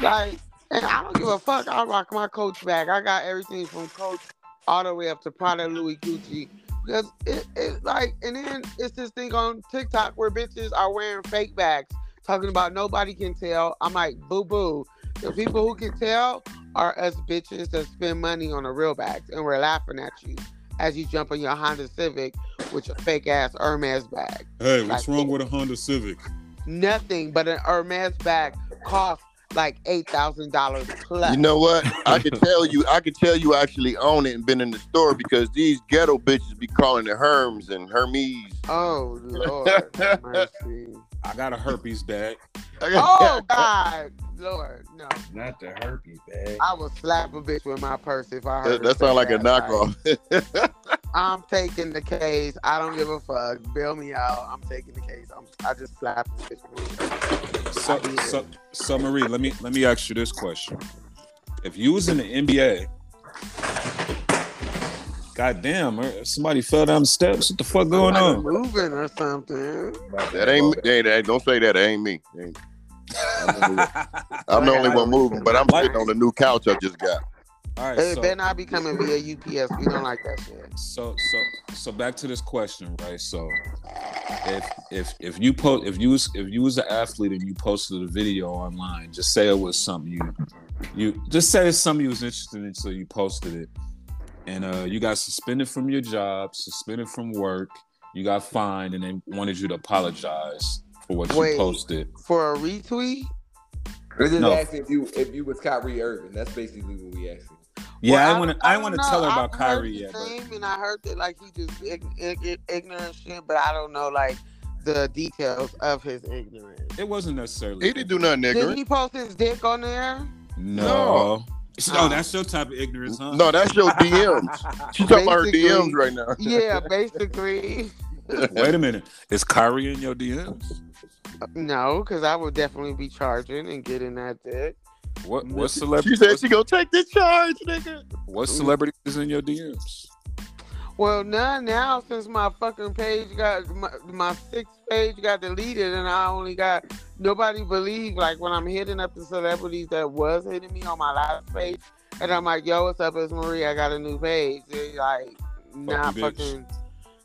D: like, and I don't give a fuck. I rock my Coach bag. I got everything from Coach all the way up to Prada, Louis, Gucci. Because it, it like, and then it's this thing on TikTok where bitches are wearing fake bags, talking about nobody can tell. I'm like, boo boo. The people who can tell are us bitches that spend money on the real bags, and we're laughing at you as you jump in your Honda Civic with your fake ass Hermes bag.
A: Hey,
D: what's wrong
A: with a Honda Civic?
D: nothing but an Hermes bag costs like eight thousand dollars plus.
G: You know what? I could tell you. I could tell you actually own it and been in the store because these ghetto bitches be calling it Herms and Hermes.
D: oh Lord, have mercy.
A: I got a herpes bag.
D: Oh God, Lord, no!
C: Not the herpes bag.
D: I would slap a bitch with my purse if I heard.
G: that, that sound like a knockoff.
D: I'm taking the case. I don't give a fuck. Bill me out. I'm taking the case. I'm, I just slap a bitch. With my purse.
A: So,
D: I did.
A: so, so Marie, let me let me ask you this question: If you was in the NBA, goddamn, Mer- somebody fell down the steps. What the fuck going
D: Like
A: on?
D: moving or something.
G: That ain't me. Hey, that- don't say that. That ain't me. That ain't- I'm the only one moving, but I'm sitting on the new couch I just got.
A: All right,
D: It
A: so,
D: better not be coming via UPS. We don't like that shit.
A: so, so, so back to this question, right? So, if if if you post if you was if you was an athlete and you posted a video online, just say it was something you you just say it's something you was interested in, so you posted it, and uh, you got suspended from your job, suspended from work, you got fined, and they wanted you to apologize for what
D: Wait.
A: you posted.
D: For a retweet,
F: We're just
A: No.
F: asking if you if you was Kyrie Irving. That's basically what we asking.
A: Yeah,
D: Well,
A: I want to
D: don't-
A: I,
D: don't
A: want to
D: know.
A: tell her about
D: I've heard
A: Kyrie
D: the
A: yet, but
D: Same, and I heard that like he just ig- ig- ignorant shit, but I don't know like the details of his ignorance.
A: it wasn't necessarily.
G: He didn't do nothing
D: Did
G: ignorant.
D: he post his dick on there?
A: No. Oh, that's your type of ignorance, huh?
G: No, that's your DMs. She's talking about her
D: Basically,
G: DMs right now.
D: yeah, basically.
A: Wait a minute. Is Kyrie in your DMs?
D: No, because I would definitely be charging and getting that dick.
A: What what
G: She
A: celebrity
G: said she gonna take this charge, nigga.
A: what celebrity is in your DMs?
D: Well, none now since my fucking page got my, my sixth page got deleted, and I only got nobody believe like when I'm hitting up the celebrities that was hitting me on my last page, and I'm like, "Yo, what's up? It's Marie. I got a new page." They like not
A: bitch.
D: fucking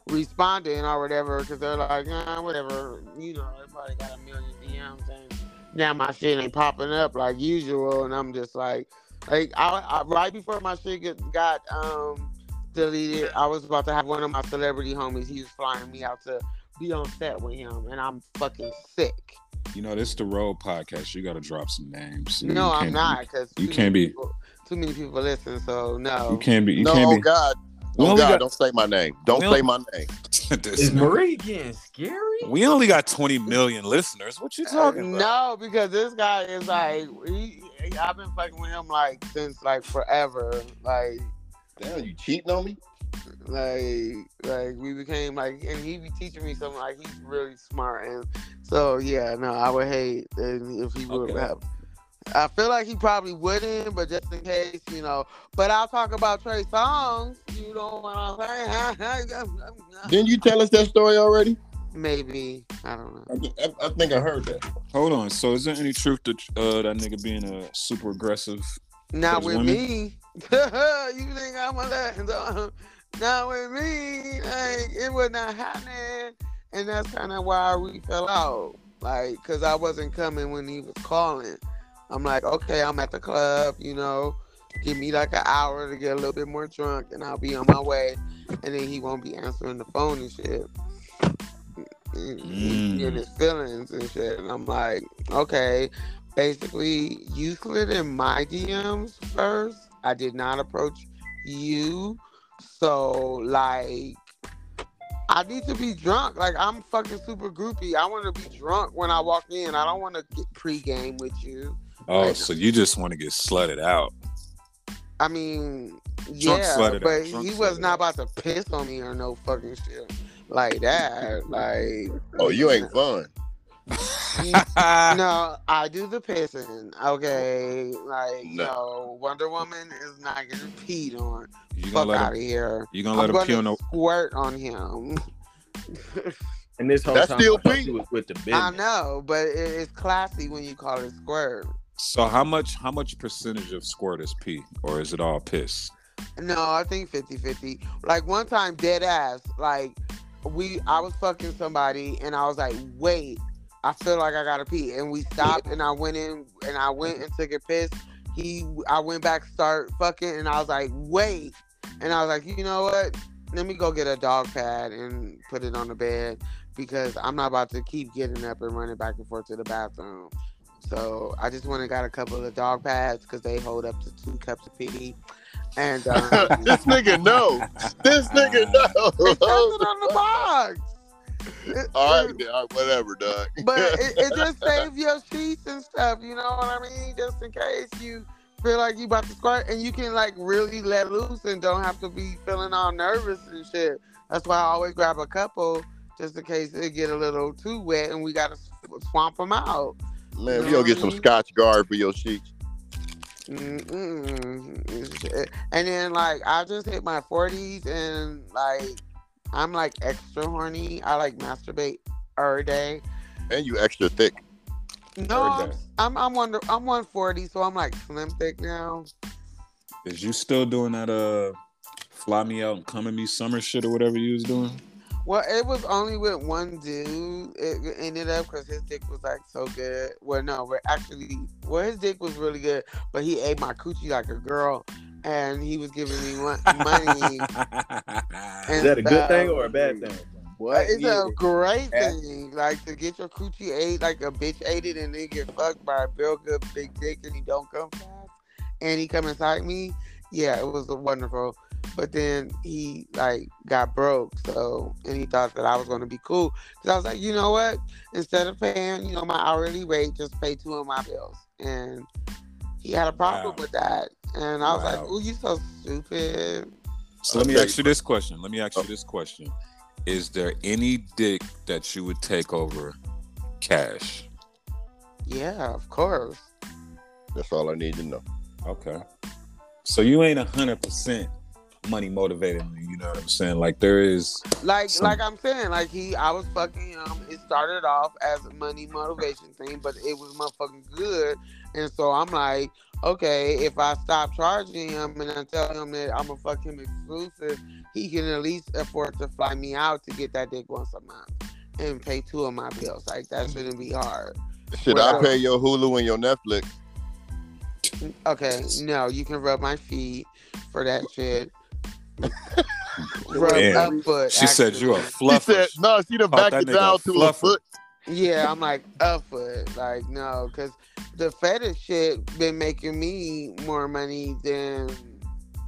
D: responding or whatever because they're like, nah, whatever. You know, they probably got a million DMs and now my shit ain't popping up like usual, and I'm just like, like I, I right before my shit get, got um deleted, I was about to have one of my celebrity homies. He was flying me out to be on set with him, and I'm fucking sick.
A: You know, this the road podcast. You gotta drop some names. You
D: No, I'm
A: can't-
D: not because
A: you can't be-
D: Too many people listen, so no.
A: You can't be you
G: no, oh
A: can't be
G: God.
A: We
G: Oh
A: only
G: God,
A: got-
G: don't say my name. Don't
A: We
G: say
A: only-
G: my name.
A: This
E: Is
A: nigga.
E: Marie getting scary?
A: We only got 20 million listeners. What
D: Uh,
A: you talking about?
D: No, because this guy is like, he, I've been fucking with him like since like forever. Like,
G: Damn, you cheating on me?
D: like, like we became like, and he be teaching me something. Like, he's really smart, and so yeah, no, I would hate and if he would
A: Okay.
D: have. I feel like he probably wouldn't, but just in case, you know. But I'll talk about Trey Songs. You know what I'm saying?
G: Didn't you tell us that story already?
D: Maybe I don't know.
G: I, I- I think I heard that.
A: Hold on. So is there any truth to uh, that nigga being a super aggressive?
D: Not with
A: There's women?
D: me. you think I'm gonna Not with me. Like it was not happening, and that's kind of why we fell out. Like, cause I wasn't coming when he was calling. I'm like, okay, I'm at the club. You know, give me like an hour to get a little bit more drunk, and I'll be on my way. And then he won't be answering the phone and shit. He's
A: Mm.
D: getting his feelings and shit. And I'm like, okay, basically you slid in my DMs first. I did not approach you. So like I need to be drunk. Like I'm fucking super groupie. I want to be drunk when I walk in. I don't want to get pregame with you.
A: Oh, so you just want to get slutted out?
D: I mean,
A: Drunk
D: yeah,
A: slutted out.
D: but
A: Drunk
D: he was
A: slutted
D: not about to piss on me or no fucking shit like that. Like,
G: Oh, you ain't fun.
D: no, I do the pissing. Okay, like
G: No.
D: no, Wonder Woman is not getting peed on.
A: You gonna
D: Fuck
A: let
D: out
A: him?
D: of here.
A: You gonna let
D: I'm
A: him pee on the?
D: squirt on him.
E: And this whole
G: That's
E: time
G: still
E: I thought
G: pink.
E: you was with the business.
D: I know, but it, it's classy when you call it squirt.
A: So how much? How much percentage of squirt is pee, or is it all piss?
D: No, I think 50 50. Like one time, dead ass, like we, I was fucking somebody and I was like, wait, I feel like I gotta pee. And we stopped and I went in and I went and took a piss. He, I went back, start fucking, and I was like, wait. And I was like, you know what? Let me go get a dog pad and put it on the bed because I'm not about to keep getting up and running back and forth to the bathroom. So I just went and got a couple of dog pads because they hold up to two cups of pee. And um,
G: this nigga no. This nigga
D: It says
G: no.
D: it on the box. It-
G: all right,
D: it-
G: then, all right, whatever, dog.
D: but it, it just saves your sheets and stuff. You know what I mean? Just in case you feel like you about to squirt, and you can like really let loose and don't have to be feeling all nervous and shit. That's why I always grab a couple just in case it get a little too wet and we gotta sw- swamp them out.
G: Man, if you don't get some Scotch guard for your sheets.
D: Mm-mm. Mm-hmm. And then like I just hit my forties and like I'm like extra horny. I like masturbate every day.
G: And you extra thick.
D: No,
A: Every
D: I'm,
A: day.
D: I'm I'm under I'm 140, so I'm like slim thick now.
A: Is you still doing that? Uh, fly me out and come at me summer shit or whatever you was doing?
D: Well, it was only with one dude. It ended up because his dick was like so good. Well, no, but actually, well, his dick was really good, but he ate my coochie like a girl, and he was giving me mon- money.
E: Is
D: and uh,
E: that a good
D: stuff.
E: thing or a bad thing?
F: What?
D: It's
F: Yeah.
D: a great
F: Yeah.
D: thing, like to get your coochie ate like a bitch ate it, and then get fucked by a real good big dick, and he don't come fast, and he come inside me. Yeah, it was wonderful. But then he like got broke, so and he thought that I was gonna be cool because I was like, you know what? Instead of paying, you know, my hourly rate, just pay two of my bills, and He had a problem
A: Wow.
D: with that, and I was like,
A: Wow.
D: "Ooh, you so stupid."
A: So let me
G: Okay.
A: ask you this question. Let me ask you this question. Is there any dick that you would take over cash?
D: Yeah, of course.
G: That's all I need to know.
A: Okay. So you ain't a hundred percent money motivated, you know what I'm saying? Like there is
D: Like,
A: Some-
D: like I'm saying, like he, I was fucking him. It started off as a money motivation thing, but it was motherfucking good, and so I'm like, okay, if I stop charging him and I tell him that I'm gonna fuck him exclusive, he can at least afford to fly me out to get that dick once a month and pay two of my bills. Like that
A: Mm-hmm.
D: shouldn't be hard.
G: Should I pay your Hulu and your Netflix?
D: Okay, no, you can rub my feet for that shit. rub
A: Damn.
D: a foot.
A: she said you a
D: actually.
G: She said,
A: fluffer.
G: no, she done
A: Caught
G: backed
A: that
G: it
A: nigga
G: down
A: a
G: to a
A: fluffer.
G: foot.
D: Yeah, I'm like a foot. Like no, because the fetish shit been making me more money than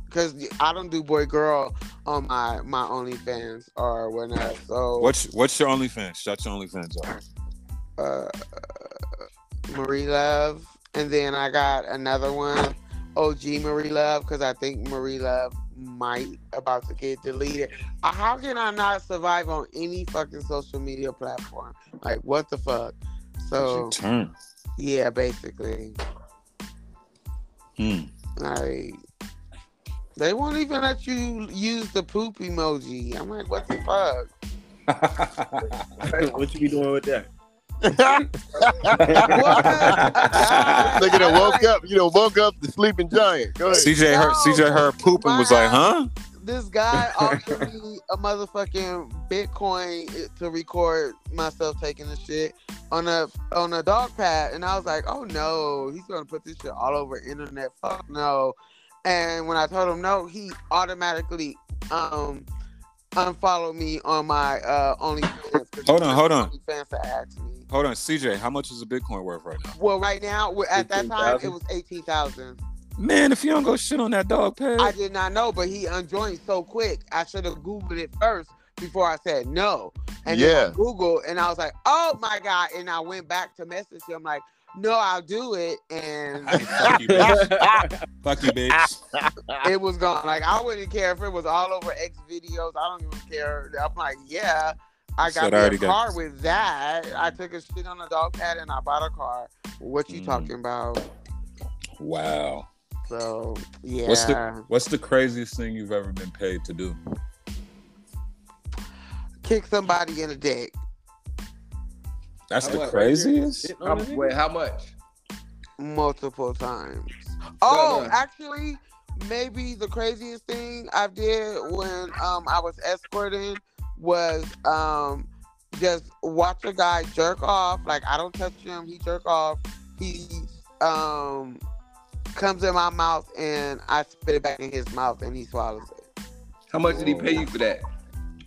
D: because I don't do boy girl on my my OnlyFans or whatnot. So
A: What's what's your OnlyFans? Shut your OnlyFans up.
D: uh, Marie Love, and then I got another one, OG Marie Love, because I think Marie Love might about to get deleted. Uh, How can I not survive on any fucking social media platform? Like what the fuck? So
A: Your turn.
D: yeah, basically,
A: Hmm.
D: like they won't even let you use the poop emoji. I'm like, what the fuck?
E: what you be doing with that?
G: Look
D: Nigga
G: at woke up. You know, woke up the sleeping giant. Go ahead.
A: CJ heard CJ heard poop and was like, huh?
D: this guy offered me a motherfucking Bitcoin to record myself taking the shit on a on a dog pad, and I was like, oh no, he's gonna put this shit all over internet. Fuck no. And when I told him no, he automatically um unfollowed me on my uh OnlyFans. 'cause
A: Hold on,
D: he
A: hold on.
D: OnlyFans to ask me.
A: Hold on, CJ, how much is a Bitcoin worth right now?
D: Well, right now, we're- at that time,
E: 18,000?
D: it was eighteen thousand.
A: Man, if you don't go shit on that dog pad.
D: I did not know, but he unjoined so quick. I should have Googled it first before I said no. And then I
G: Yeah.
D: Googled and I was like, oh my God. And I went back to message him like, no, I'll do it. And
A: Fuck you, bitch. Fuck you, bitch.
D: it was gone. Like I wouldn't care if it was all over X videos. I don't even care. I'm like, yeah. I
A: Said I
D: got me
A: already
D: a
A: got
D: car
A: this.
D: with that. I took a shit on a dog pad and I bought a car. What you
A: Mm.
D: talking about?
A: Wow.
D: So yeah.
A: What's the what's the craziest thing you've ever been paid to do?
D: Kick somebody in the dick.
A: That's the
H: What?
A: craziest?
E: Shit
H: How,
E: on the
H: wait,
E: nigga?
H: how much?
D: multiple times. Oh,
H: no.
D: actually, maybe the craziest thing I did when um I was escorting was um just watch a guy jerk off. Like I don't touch him, he jerk off. He um comes in my mouth and I spit it back in his mouth and he swallows it.
B: How much did he pay you for that?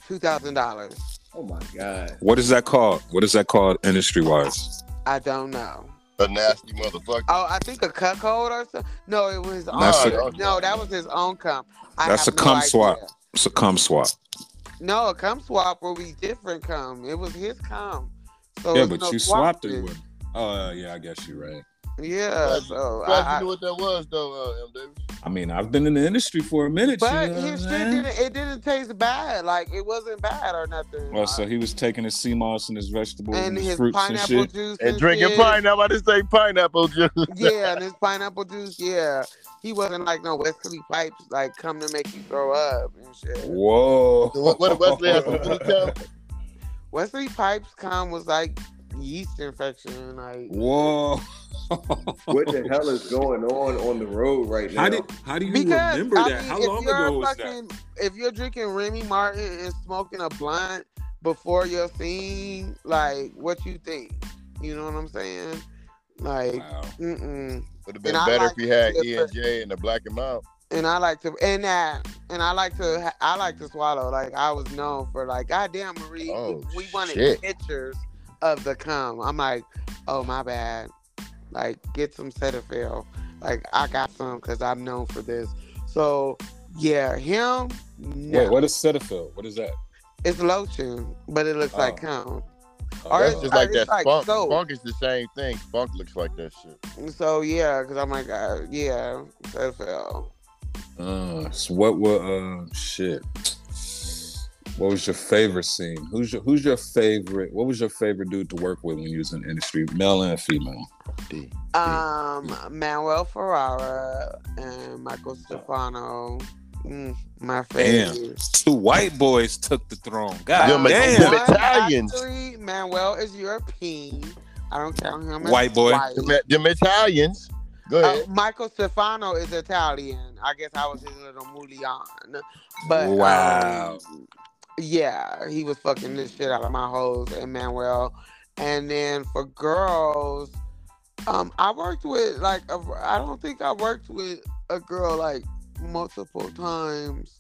D: Two thousand dollars.
B: Oh my god.
A: What is that called? What is that called industry wise?
D: I don't know.
G: A nasty motherfucker.
D: Oh, I think a cuckold or something. No, it was his own.
A: That's
G: a-
D: no, that was his own cum. I
A: That's
D: have
A: a cum
D: no
A: swap.
D: idea.
A: It's a cum swap.
D: No, a cum swap will be different cum. It was his cum. So
A: Yeah,
D: it's
A: but
D: no
A: you swapped it
D: swapping.
A: with. Oh yeah, I guess you're right.
D: Yeah, so
G: Glad
D: I,
G: you knew
D: I,
G: what that was, though, uh, M. Davis.
A: I mean, I've been in the industry for a minute.
D: but
A: you know
D: his
A: what I'm
D: shit
A: saying?
D: didn't. It didn't taste bad. Like it wasn't bad or nothing.
A: Well, Oh, so he was taking his sea moss and his vegetables and,
D: and
A: his,
D: his
A: fruits and
D: pineapple
A: shit.
D: juice
G: And drinking
D: shit.
G: pineapple. I just say pineapple juice.
D: Yeah, and his pineapple juice. Yeah, he wasn't like no Wesley Pipes. Like come to make you throw up and shit.
A: Whoa!
G: what what Wesley has to tell?
D: Wesley Pipes cum was like yeast infection. Like
A: Whoa!
B: What the hell is going on on the road right now?
E: How did how do you
D: Because
E: remember
D: I
E: that?
D: mean,
E: How
D: if
E: long
D: you're
E: ago was that?
D: fucking, If you're drinking Remy Martin and smoking a blunt before your scene, like what you think? You know what I'm saying? Like,
A: Wow.
D: mm-mm.
G: Would have been
D: And I
G: better
D: like
G: if he had
D: the-
G: E and J and the black and mild.
D: And I like to, and that, and I like to, I like to swallow. Like I was known for, like, goddamn Marie,
G: Oh,
D: we wanted
G: shit.
D: pictures of the cum. I'm like, oh my bad. Like get some Cetaphil. Like I got some because I'm known for this. So yeah, him. No.
A: Wait, what is Cetaphil? What is that?
D: It's lotion, but it looks like
A: Oh.
D: cum. Or
G: That's
D: it's-
G: just
D: or
G: like
D: it's
G: that.
D: like
G: Funk,
D: soap.
G: funk is the same thing. Funk looks like that shit.
D: So yeah, because I'm like, uh, yeah, that fell.
A: Uh, so what were um shit? What was your favorite scene? Who's your Who's your favorite? What was your favorite dude to work with when you was in the industry, male and female?
D: Um, Manuel Ferrara and Michael Stefano. Mm, my
A: Damn.
D: favorite. Um,
A: Two white boys took the throne. God
G: You're making
A: damn,
G: them Italians.
D: Actually, Manuel is European. I don't count him as
A: White boy.
D: white.
G: Them, them Italians. Go
D: Uh,
G: ahead.
D: Michael Stefano is Italian. I guess I was his little Mulian. But
A: Wow.
D: um, yeah, he was fucking this shit out of my hoes and Manuel. And then for girls, um, I worked with like a, I don't think I worked with a girl like multiple times.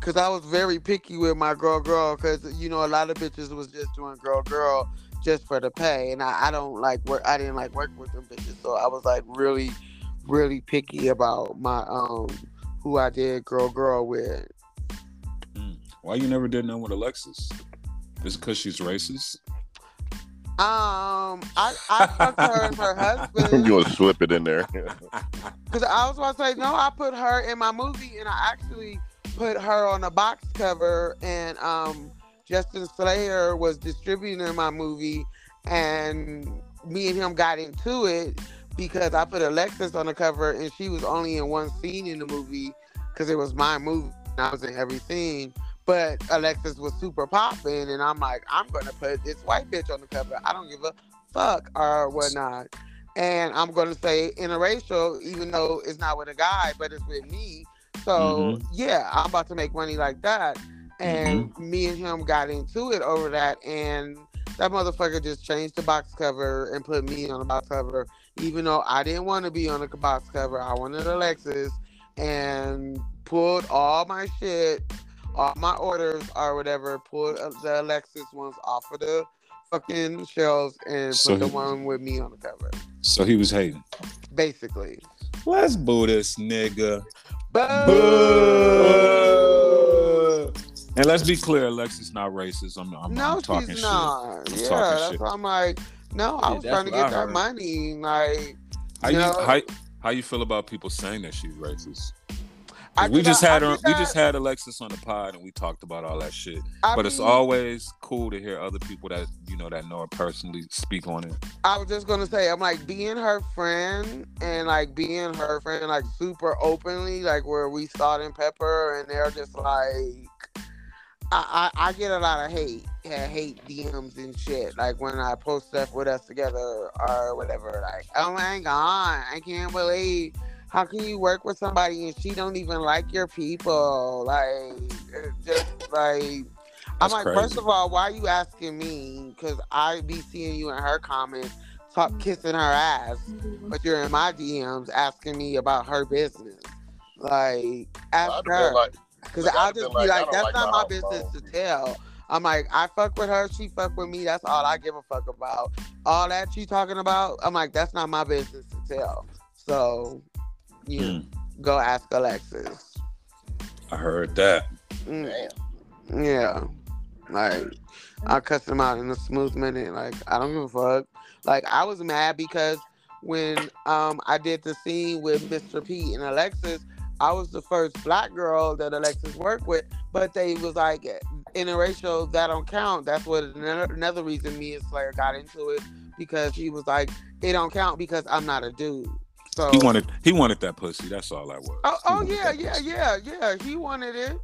D: Cause I was very picky with my girl, girl. Cause you know a lot of bitches was just doing girl, girl, just for the pay, and I, I don't like work. I didn't like work with them bitches, so I was like really, really picky about my um who I did girl, girl with.
A: Why you never did nothing with Alexis? Just because she's racist?
D: Um, I I fucked her and her husband.
G: you gonna slip it in there?
D: Because I was about to say, no, I put her in my movie, and I actually put her on a box cover, and um, Justin Slayer was distributing my movie, and me and him got into it because I put Alexis on the cover, and she was only in one scene in the movie because it was my movie, and I was in every scene. But Alexis was super popping, and I'm like, I'm gonna put this white bitch on the cover. I don't give a fuck or whatnot and I'm gonna say interracial, even though it's not with a guy, but it's with me. So yeah, I'm about to make money like that. And me and him got into it over that, and that motherfucker just changed the box cover and put me on the box cover, even though I didn't want to be on the box cover. I wanted Alexis, and pulled all my shit, all my orders or whatever, pulled the Alexis ones off of the fucking shelves and
A: So
D: put the
A: he-
D: one with me on the cover
A: So he was hating.
D: basically.
A: Let's boo this nigga. And let's be clear, Alexis not racist. I'm, I'm,
D: no,
A: I'm talking
D: she's
A: shit.
D: not.
A: I'm talking
D: yeah, that's
A: shit.
D: why I'm like, no, I
E: Yeah,
D: was
E: that's
D: trying to
E: what I
D: get that
E: heard.
D: money. Like,
A: How
D: you
A: you
D: know,
A: how, how you feel about people saying that she's racist? 'Cause
D: I
A: we
D: did
A: just
D: not- I
A: had her,
D: did
A: we
D: not-
A: just had Alexis on the pod and we talked about all that shit.
D: I
A: but it's
D: mean,
A: always cool to hear other people that you know that know her personally speak on it.
D: I was just gonna say, I'm like being her friend and like being her friend, like super openly, like where we salt and pepper, and they're just like, I, I, I get a lot of hate, yeah, hate DMs and shit, like when I post stuff with us together or whatever. Like, oh my god, I can't believe. How can you work with somebody and she don't even like your people? Like, it's just like I'm
A: That's
D: like,
A: crazy.
D: first of all, why you asking me? Because I be seeing you in her comments, talk, kissing her ass, but you're in my DMs asking me about her business. Like, ask
G: I'd have
D: her.
G: been like,
D: Because
G: like, I'd
D: I'll
G: have
D: just
G: been
D: be
G: like, I
D: like,
G: don't
D: that's
G: like
D: not
G: my
D: my
G: house,
D: business
G: bro."
D: to tell. I'm like, I fuck with her, she fuck with me. That's all I give a fuck about. All that you talking about, I'm like, that's not my business to tell. So, you know,
G: Hmm.
D: go ask Alexis.
A: I heard that.
D: Mm. Yeah. Like I cussed him out in a smooth minute. Like I don't give a fuck. Like I was mad because when um I did the scene with Mr. P and Alexis, I was the first black girl that Alexis worked with, but they was like interracial. That don't count. That's what another, another reason me and Slayer got into it because he was like, it don't count because I'm not a dude. So
A: He wanted he wanted that pussy. That's all I was.
D: Oh,
A: He
D: oh
A: wanted
D: yeah,
A: that
D: yeah,
A: pussy.
D: yeah, yeah. He wanted it.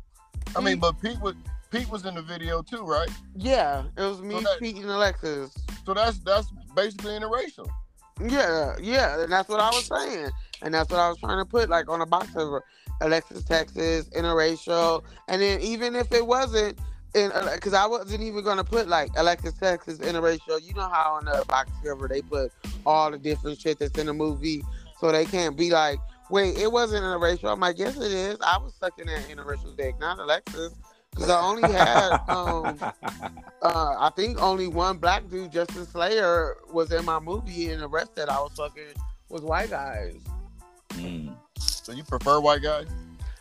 G: I mean, but Pete was Pete was in the video too, right?
D: Yeah, it was me,
G: So that-
D: Pete, and Alexis.
G: So that's that's basically interracial.
D: Yeah, yeah, and that's what I was saying, and that's what I was trying to put like on a box cover, Alexis Texas interracial, and then even if it wasn't, and because I wasn't even gonna put like Alexis Texas interracial, you know how on the box cover they put all the different shit that's in the movie, so they can't be like, wait, it wasn't interracial. I'm like, yes, it is. I was sucking that interracial dick, not Alexis, because I only had um uh, I think only one black dude, Justin Slayer, was in my movie, and the rest that I was fucking was white guys.
A: Mm.
G: So you prefer white guys?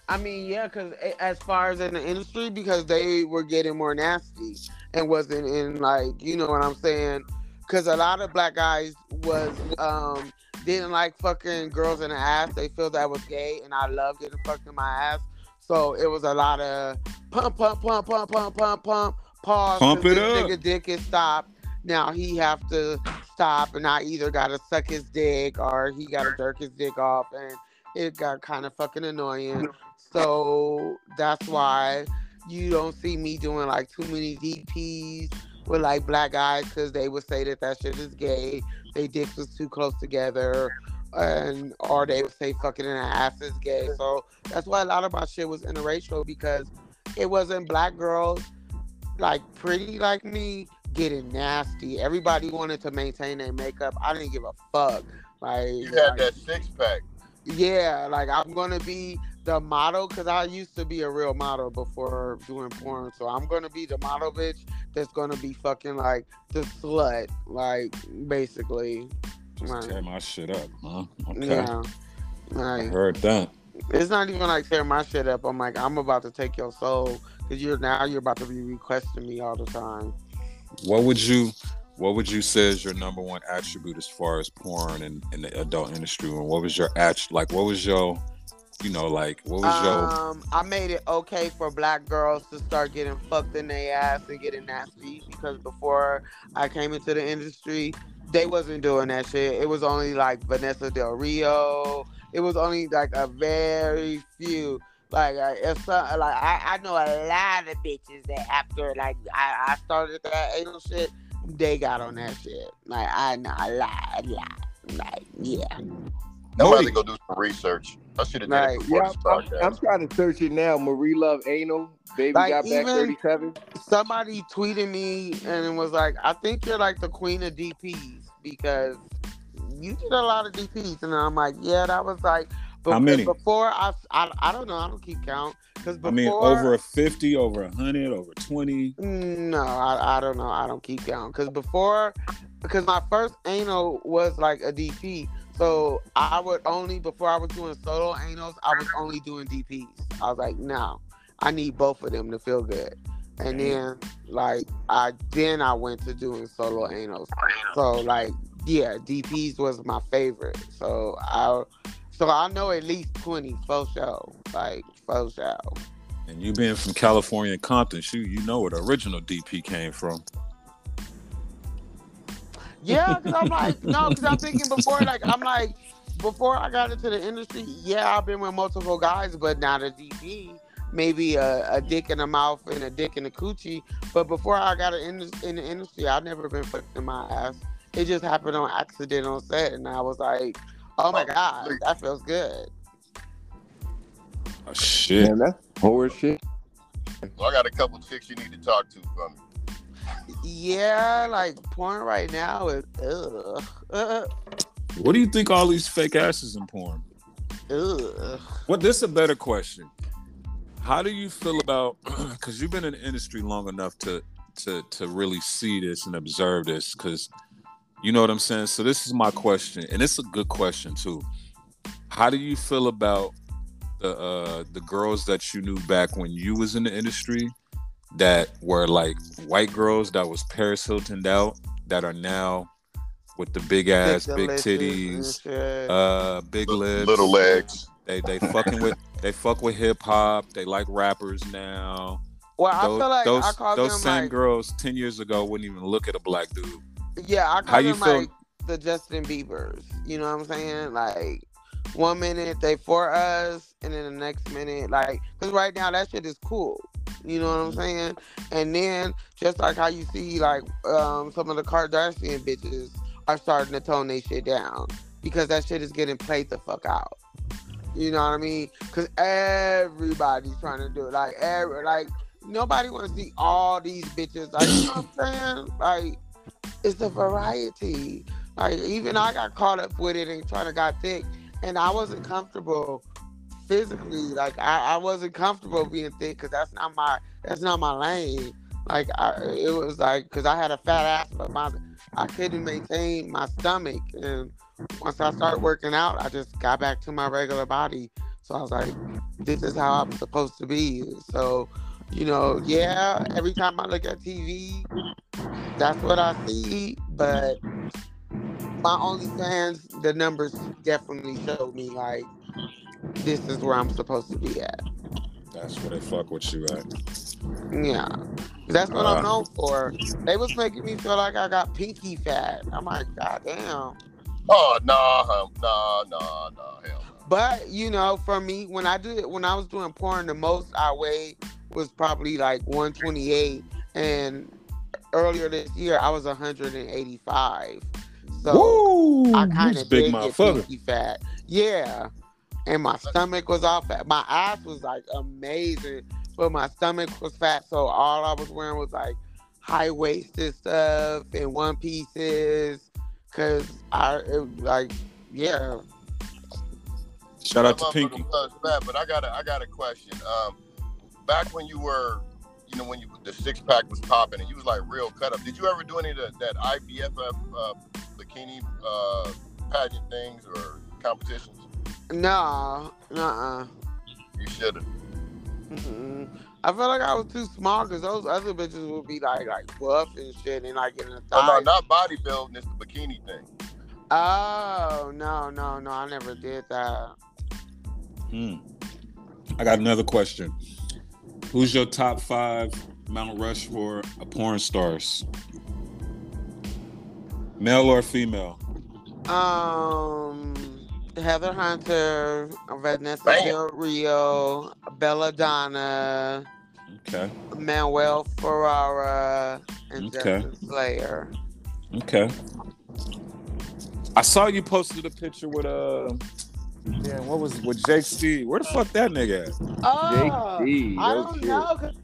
D: I mean, yeah, because as far as in the industry, because they were getting more nasty, and wasn't in like you know what I'm saying? Because a lot of black guys was um didn't like fucking girls in the ass. They feel that was gay, and I loved getting fucked in my ass. So it was a lot of pump, pump, pump, pump, pump, pump, pump, pause.
A: Pump
D: 'cause
A: it
D: this
A: up.
D: Nigga dick is stopped. Now he have to stop, and I either gotta suck his dick or he gotta jerk his dick off, and it got kind of fucking annoying. So that's why you don't see me doing like too many DPs with like black guys because they would say that that shit is gay. They dicks was too close together, and or they would say fucking in the ass is gay. So that's why a lot of my shit was interracial because it wasn't black girls like pretty like me getting nasty. Everybody wanted to maintain their makeup. I didn't give a fuck. Like
G: You had
D: like-
G: that six pack.
D: yeah, like I'm gonna be the model because I used to be a real model before doing porn. So I'm gonna be the model bitch that's gonna be fucking like the slut, like basically.
A: Just
D: Right.
A: tear my shit up, huh? Okay.
D: Yeah.
A: I
D: Like
A: heard that.
D: it's not even like tear my shit up. I'm like I'm about to take your soul because you're now you're about to be requesting me all the time.
A: What would you what would you say is your number one attribute as far as porn and in the adult industry? And what was your at like what was your you know, like what was your
D: Um, I made it okay for black girls to start getting fucked in their ass and getting nasty because before I came into the industry, they wasn't doing that shit. It was only like Vanessa Del Rio. It was only like a very few. Like uh, if some, like I, I know a lot of bitches that after like I, I started that anal shit, they got on that shit. Like I know a lot, a lot. Like yeah,
G: I'm about
A: Moody.
G: to go do some research. I should have done
D: Right.
G: it before
F: Yeah,
G: this
F: I'm,
G: podcast.
F: I'm trying to search it now. Marie Love Anal, baby
D: Like,
F: got back
D: even-
F: 37.
D: somebody tweeted me and was like, I think you're like the queen of DPs because you did a lot of DPs. And I'm like, yeah, that was like, but
A: How many?
D: before I, I, I don't know, I don't keep count. Because before,
A: I mean over a fifty, over a hundred, over twenty.
D: no, I, I don't know, I don't keep count. Because before, because my first anal was like a DP. So I would only, before I was doing solo anals, I was only doing DPs. I was like, no, I need both of them to feel good. And then like I then I went to doing solo anals. So like yeah, DPs was my favorite. So I so I know at least twenty for show. Like for show.
A: And you being from California and Compton, shoot, you know where the original DP came from.
D: Yeah, because I'm like, no, because I'm thinking before, like, I'm like, before I got into the industry, yeah, I've been with multiple guys, but not a DP. Maybe a, a dick in the mouth and a dick in the coochie. But before I got in, in the industry, I've never been fucked in my ass. It just happened on accident on set, and I was like, oh my God, that feels good.
A: Oh, shit.
F: that's horror shit.
G: Well, I got a couple chicks you need to talk to um, from me.
D: Yeah, like, porn right now is, ugh, ugh,
A: What do you think all these fake asses in porn?
D: ugh.
A: Well, this is a better question. How do you feel about because you've been in the industry long enough to to to really see this and observe this? Because you know what I'm saying. So this is my question, and it's a good question too. How do you feel about the uh, the girls that you knew back when you was in the industry that were like white girls that was Paris Hilton out that are now with the big ass, big
D: Dick-delicious and
A: titties,
D: shit.
A: uh, big lips,
G: Little legs.
A: they they fucking with they fuck with hip hop. They like rappers now.
D: well, I
A: Those
D: feel like
A: those,
D: I call
A: those
D: them
A: same
D: like,
A: girls ten years ago wouldn't even look at a black dude.
D: Yeah, I call
A: How you
D: them
A: feel-
D: like the Justin Bieber's. You know what I'm saying? Like one minute they for us, and then the next minute, like, cause right now that shit is cool. You know what
A: Mm-hmm.
D: I'm saying? And then just like how you see like um, some of the Kardashian bitches are starting to tone their shit down because that shit is getting played the fuck out. You know what I mean? Cause everybody's trying to do it. Like every like nobody wants to see all these bitches. Like you know what I'm saying? Like it's the variety. Like even I got caught up with it and trying to got thick, and I wasn't comfortable physically. Like I, I wasn't comfortable being thick because that's not my that's not my lane. Like I, it was like because I had a fat ass, but my I couldn't maintain my stomach. And once I started working out, I just got back to my regular body. So I was like, this is how I'm supposed to be. So you know, yeah, every time I look at TV, that's what I see. But my OnlyFans, the numbers definitely show me like this is where I'm supposed to be at.
A: That's where they fuck with you at.
D: Yeah, that's what
A: Uh.
D: I'm known for. They was making me feel like I got pinky fat. I'm like, god damn.
G: Oh nah, hum, nah, nah, nah, hell.
D: But you know, for me, when I did when I was doing porn, the most I weighed was probably like 128, and earlier this year I was 185. So
A: Woo!
D: I
A: You
D: kind
A: was
D: of
A: big
D: did get
A: motherfucker.
D: pinky fat. Yeah, and my stomach was all fat. My ass was like amazing, but my stomach was fat. So all I was wearing was like high waisted stuff and one pieces, cause I it, like yeah.
A: Shout out to
G: That motherfucker
A: Pinky.
G: was Fat, but I got a, I got a question. Um, back when you were, you know, when you the six pack was popping and you was like real cut up. Did you ever do any of the, that IBFF uh, bikini uh, pageant things or competitions?
D: No, uh
G: You should have.
D: Mm-mm. I feel like I was too small because those other bitches would be like like buff and shit and like in the
G: Oh, no,
D: thigh.
G: not bodybuilding. It's the bikini thing.
D: Oh no no no! I never did that.
A: Hmm. I got another question. Who's your top five Mount Rushmore of porn stars? Male or female?
D: Um, Heather Hunter, Vanessa
G: Bam.
D: Del Rio, Belladonna,
A: Okay.
D: Manuel Ferrara, and
A: Okay.
D: Justin Slayer.
A: Okay. I saw you posted a picture with uh damn, what was with Jake Steve? Where the fuck that nigga at?
D: Oh,
F: D,
D: I
F: no
D: don't
F: shit.
D: know. 'cause-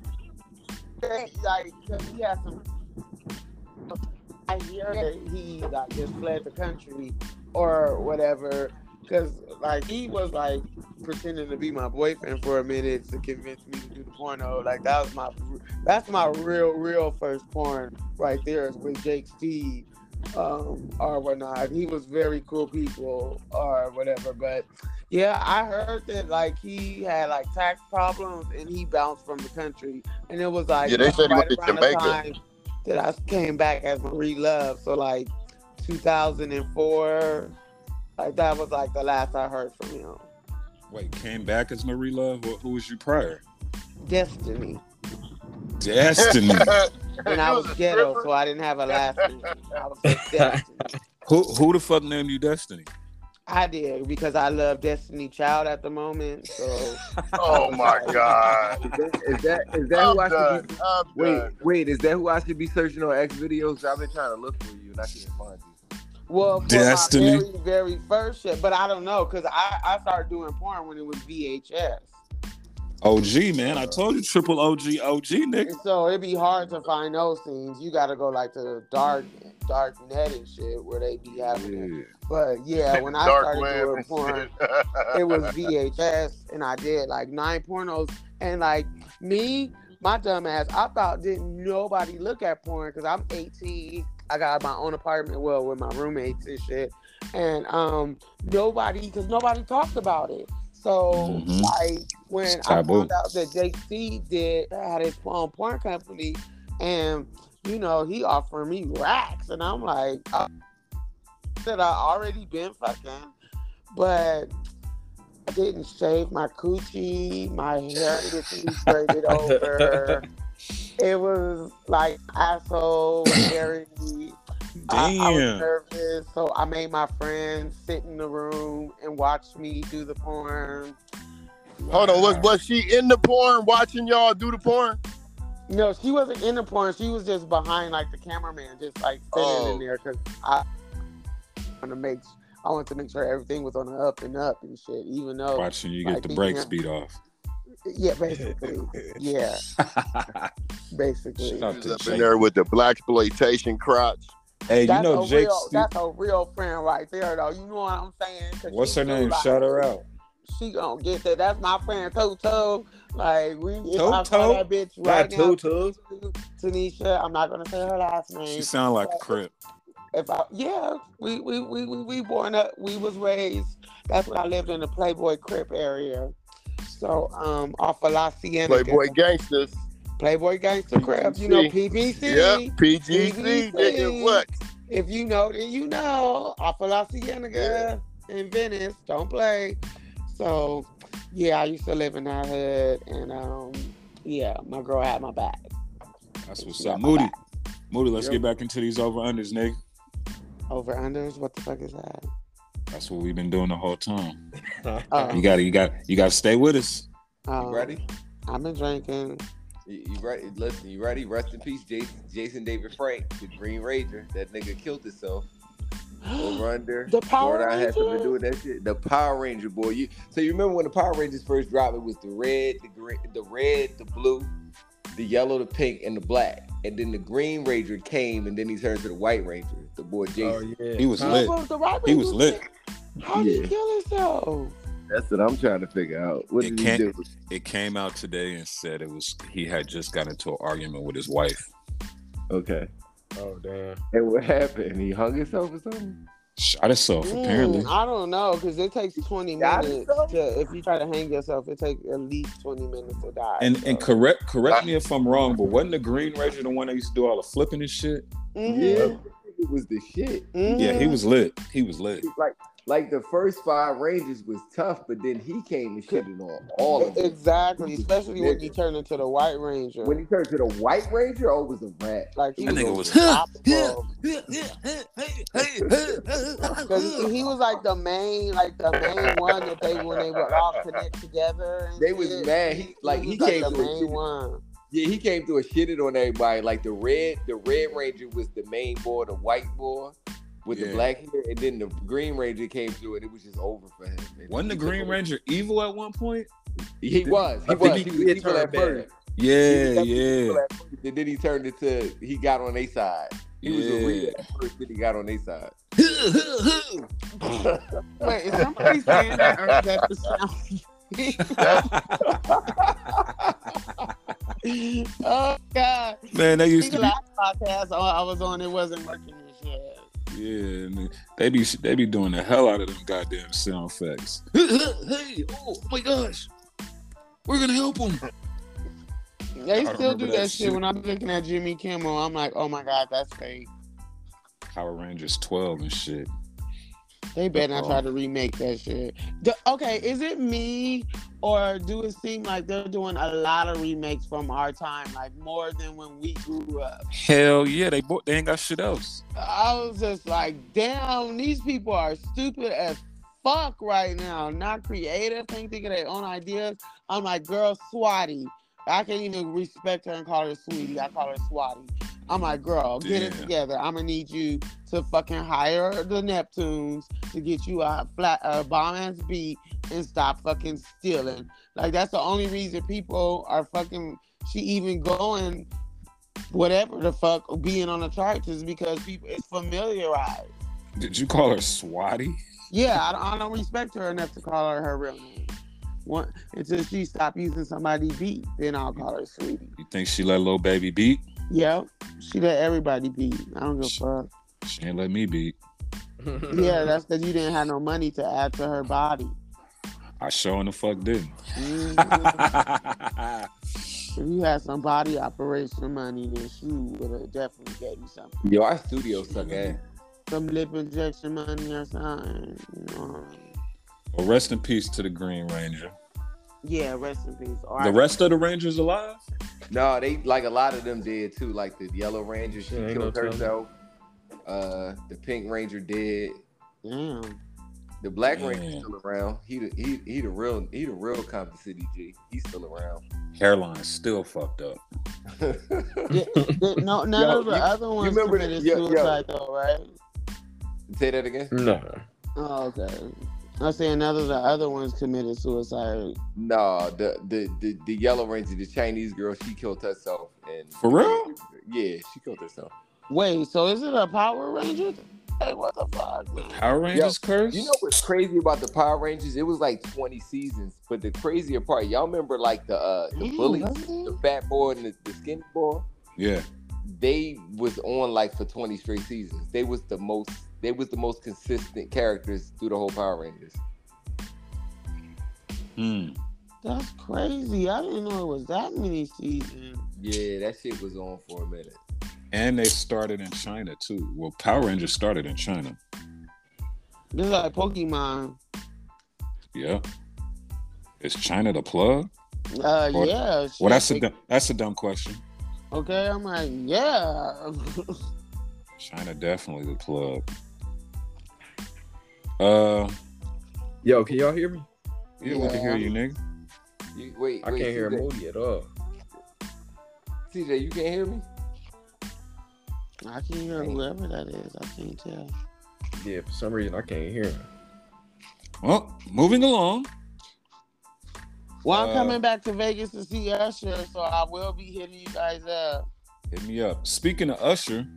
D: Like, 'cause he has some. I hear that he like just fled the country or whatever, because like he was like pretending to be my boyfriend for a minute to convince me to do the porno. Like that was my, that's my real, real first porn right there is with Jake Steve, um, or whatnot. He was very cool people or whatever, but yeah, I heard that like he had like tax problems and he bounced from the country, and it was like
G: Yeah, they said he went to
D: around the
G: Jamaica.
D: time That I came back as Marie Love, so like 2004, like that was like the last I heard from him.
A: Wait, came back as Marie Love or who was you prior?
D: Destiny,
A: Destiny.
D: and I was ghetto, so I didn't have a last name. I was just Destiny.
A: who who the fuck named you Destiny?
D: I did because I love Destiny Child at the moment, so
G: oh my god.
F: Is that is that, is that
G: I'm
F: who I should
G: done.
F: be?
G: I'm
F: Wait,
G: done.
F: wait, is that who I should be searching on X videos? I've been trying to look for you and I can't find you.
D: Well, for
A: Destiny.
D: my very, very first shit, but I don't know because I, I started doing porn when it was VHS,
A: OG, man. I told you triple OG OG nigga.
D: and so it'd be hard to find those scenes. You got to go like to the dark, dark net and shit where they be having it. But yeah, uh, when I
G: Dark
D: started
G: web
D: doing
G: and
D: porn,
G: shit.
D: it was VHS, and I did like nine pornos, and like me, my dumb ass, I thought didn't nobody look at porn because I'm 18. I got my own apartment, well, with my roommates and shit, and um, nobody, because nobody talked about it. So
A: Mhm.
D: like when
A: It's
D: I
A: taboo.
D: found out that JC did had his own porn company, and you know he offered me racks, and I'm like, I said I already been fucking, but I didn't shave my coochie, my hair didn't braided over. It was like asshole, hairy. I, I was
A: Damn.
D: nervous, so I made my friends sit in the room and watch me do the porn.
G: Hold on, was was she in the porn watching y'all do the porn?
D: No, she wasn't in the porn. She was just behind like the cameraman, just like sitting
G: Oh.
D: in there because I want to make I want to make sure everything was on the up and up and shit. Even though,
A: Watching you get the brakes beat off.
D: yeah, basically, yeah, basically.
A: Shout out
G: She was
A: to
G: up
A: Jake.
G: in there with the black exploitation crotch.
A: Hey, you
D: That's
A: know
D: a
A: Jake
D: real,
A: Steve,
D: that's a real friend right there, though. You know what I'm saying? 'Cause
A: what's
D: she
A: her
D: knew,
A: name?
D: like,
A: Shout her out.
D: She gonna get that. That's my friend Toto. Like we, if
A: Toto?
D: I saw that bitch
E: Got
D: right
E: two
D: now,
E: tubs.
D: Tanisha. I'm not gonna say her last name.
A: She sound like a crip.
D: if I yeah, we we we we, we born up, we was raised. That's when I lived in the Playboy Crip area. So um, off of La Cienega.
G: Playboy gangsters.
D: Playboy Gangster Crap. You know, PBC.
G: Yep, PGC, nigga, what?
D: If you know, then you know. Off of La Cienega in Venice. Don't play. So, yeah, I used to live in that hood. And, um, yeah, my girl had my back.
A: That's what's
D: Yeah,
A: up.
D: my
A: Moody.
D: bad.
A: Moody, let's
B: Yep.
A: get back into these over unders, nigga.
D: Over unders. What the fuck is that?
A: That's what we've been doing the whole time.
D: Oh,
A: You gotta you got you gotta stay with us.
D: um,
F: You ready?
D: I've been drinking.
F: You, you ready? Listen, you ready? Rest in peace, Jason, Jason David Frank, the Green Ranger. That nigga killed himself. Over under.
D: The Power
F: Lord, I had something
D: Rangers?
F: to do with that shit. The Power Ranger boy. You so you remember when the Power Rangers first dropped? It was the red, the green, the red, the blue, the yellow, the pink, and the black. And then the Green Ranger came, and then he turned to the White Ranger, the boy
H: Oh,
F: Jason.
A: He was
D: He
A: lit.
D: was the rapper
A: He was
D: who-
A: lit.
D: How did
F: Yeah.
D: he kill himself?
F: That's what I'm trying to figure out. What
A: It
F: did he
A: can't-
F: do?
A: It came out today and said it was he had just got into an argument with his wife.
F: Okay.
I: Oh damn.
F: And what happened? He hung himself or something?
A: Shot himself
D: Mm,
A: apparently.
D: I don't know because it takes 20
F: Got
D: minutes
F: yourself?
D: to, if you try to hang yourself, it takes at least 20 minutes to die.
A: And and
D: so.
A: correct
F: Ah.
A: correct me if I'm wrong, but wasn't the Green Ranger the one that used to do all the flipping and shit?
D: Mhm,
F: It was the shit.
D: mhm.
A: Yeah,
F: Mm.
A: he was lit. He was lit.
F: Like, like the first five Rangers was tough, but then he came and shitted on all of them.
D: Exactly, especially when
F: Nigga.
D: he turned into the White Ranger.
F: When he turned to the White Ranger, oh, it was a rat.
D: like he
A: That nigga was, huh, yeah,
D: unstoppable.
A: yeah, yeah, hey, hey, hey, hey,
D: Cause he was like the main, like the main one that they when they would all connect together. And
F: They was
D: shit.
F: mad. He like
D: was
F: he came
D: the
F: to a
D: main
F: shit.
D: one.
F: Yeah, he came through and shitted on everybody. Like the red, the red ranger was the main boy, the white boy with
A: Yeah.
F: the black hair, and then the green ranger came through, and it was just over for him. man.
A: Wasn't the
F: He took
A: Green
F: over.
A: Ranger evil at one point?
F: He was.
A: I think
F: He was.
A: he-
F: He, was
I: he
F: evil
I: turned
F: at
I: bad.
F: first.
A: Yeah,
F: He was
A: yeah,
F: evil at first, And then he turned into he got on their side. He was a
A: yeah.
F: reader at first, then he got on their side.
D: Wait, is somebody saying that or is that the sound? oh God!
A: Man, they used to
D: The
A: be.
D: last podcast oh, I I was on, it wasn't working. and shit.
A: Yeah, man. they be they be doing the hell out of them goddamn sound effects.
E: hey, oh my gosh.
A: We're gonna help them.
D: They
A: I
D: still
A: remember
D: do that,
A: that
D: shit.
A: shit.
D: When I'm looking at Jimmy Kimmel, I'm like, oh my god, that's fake.
A: Power Rangers twelve and shit.
D: They better not
A: Uh-oh.
D: try to remake that shit. Do- okay, is it me or do it seem like they're doing a lot of remakes from our time, like more than when we grew up?
A: Hell yeah, they bought, they ain't got shit else.
D: I was just like, damn, these people are stupid as fuck right now. Not creative, think thinking their own ideas. I'm like, girl, swatty. I can't even respect her and call her sweetie. I call her swatty. I'm like, girl, get it
A: Damn.
D: together. I'm gonna need you to fucking hire the Neptunes to get you a flat, a bomb ass beat and stop fucking stealing. Like that's the only reason people are fucking. She even going, whatever the fuck, being on the charts is because people it's familiarized.
A: Did you call her Swatty?
D: Yeah, I, I don't respect her enough to call her her real name. One, until she stop using somebody beat, then I'll call her sweetie.
A: You think she let little baby beat?
D: Yep, she let everybody beat. I don't give a fuck.
A: She ain't let me beat.
D: Yeah, that's because you didn't have no money to add to her body.
A: I sure in the fuck didn't.
D: Mhm. if you had some body operation money, then she would have definitely gave you something.
I: Oh.
F: Yo, our studio suck ass.
D: Some lip injection money or something. Um, You know.
A: well, rest in peace to the Green Ranger.
D: Yeah, rest in peace. All
A: The
D: right.
A: rest of the Rangers alive?
F: No, they like a lot of them did too. Like the Yellow Ranger, she
I: Yeah, ain't
F: killed
I: no telling.
F: herself. Uh, the Pink Ranger did.
D: Damn.
F: The Black
A: Yeah.
F: Ranger's still around. He the he he the real he the real Compton City G. He's still around.
A: Hairline still fucked up.
D: Th- No, none
F: Yo,
D: of the
F: you-
D: other ones
F: remember
D: committed
F: the- yo, yo.
D: suicide though, right?
F: Say that again.
I: no.
D: Oh, okay. I'm saying none of the other ones committed suicide.
F: No, the the the, the Yellow Ranger, the Chinese girl, she killed herself. And
A: For real?
F: Yeah, she killed herself.
D: Wait, so is it a Power Ranger? Hey, what the fuck?
A: Power Rangers curse?
F: You know what's crazy about the Power Rangers? It was like 20 seasons, but the crazier part, y'all remember like the uh the
D: Damn,
F: bullies,
D: was it?
F: the fat boy and the, the skinny boy?
A: yeah.
F: They was on like for 20 straight seasons. They was the most they was the most consistent characters through the whole Power Rangers.
A: Hmm.
D: That's crazy. I didn't know it was that many seasons.
F: Yeah, that shit was on for a minute.
A: And they started in China too. Well, Power Rangers started in China.
D: This is like Pokemon.
A: Yeah. Is China the plug?
D: Uh,
A: Well- Well,
D: yeah. shit,
A: that's a
D: they-
A: dumb, that's a dumb question.
D: Okay, I'm like, yeah.
A: China definitely the plug. Uh,
F: Yo, can y'all hear me?
A: yeah, we can hear you, nigga.
F: You, wait,
H: I can't hear
F: Moody at all. CJ, you can't hear me?
D: I can hear whoever that is. I can't tell.
H: Yeah, for some reason I can't hear him.
A: Well, moving along.
D: Well, I'm
A: Uh,
D: coming back to Vegas to see Usher, so I will be hitting you guys up.
A: Hit me up. Speaking of Usher,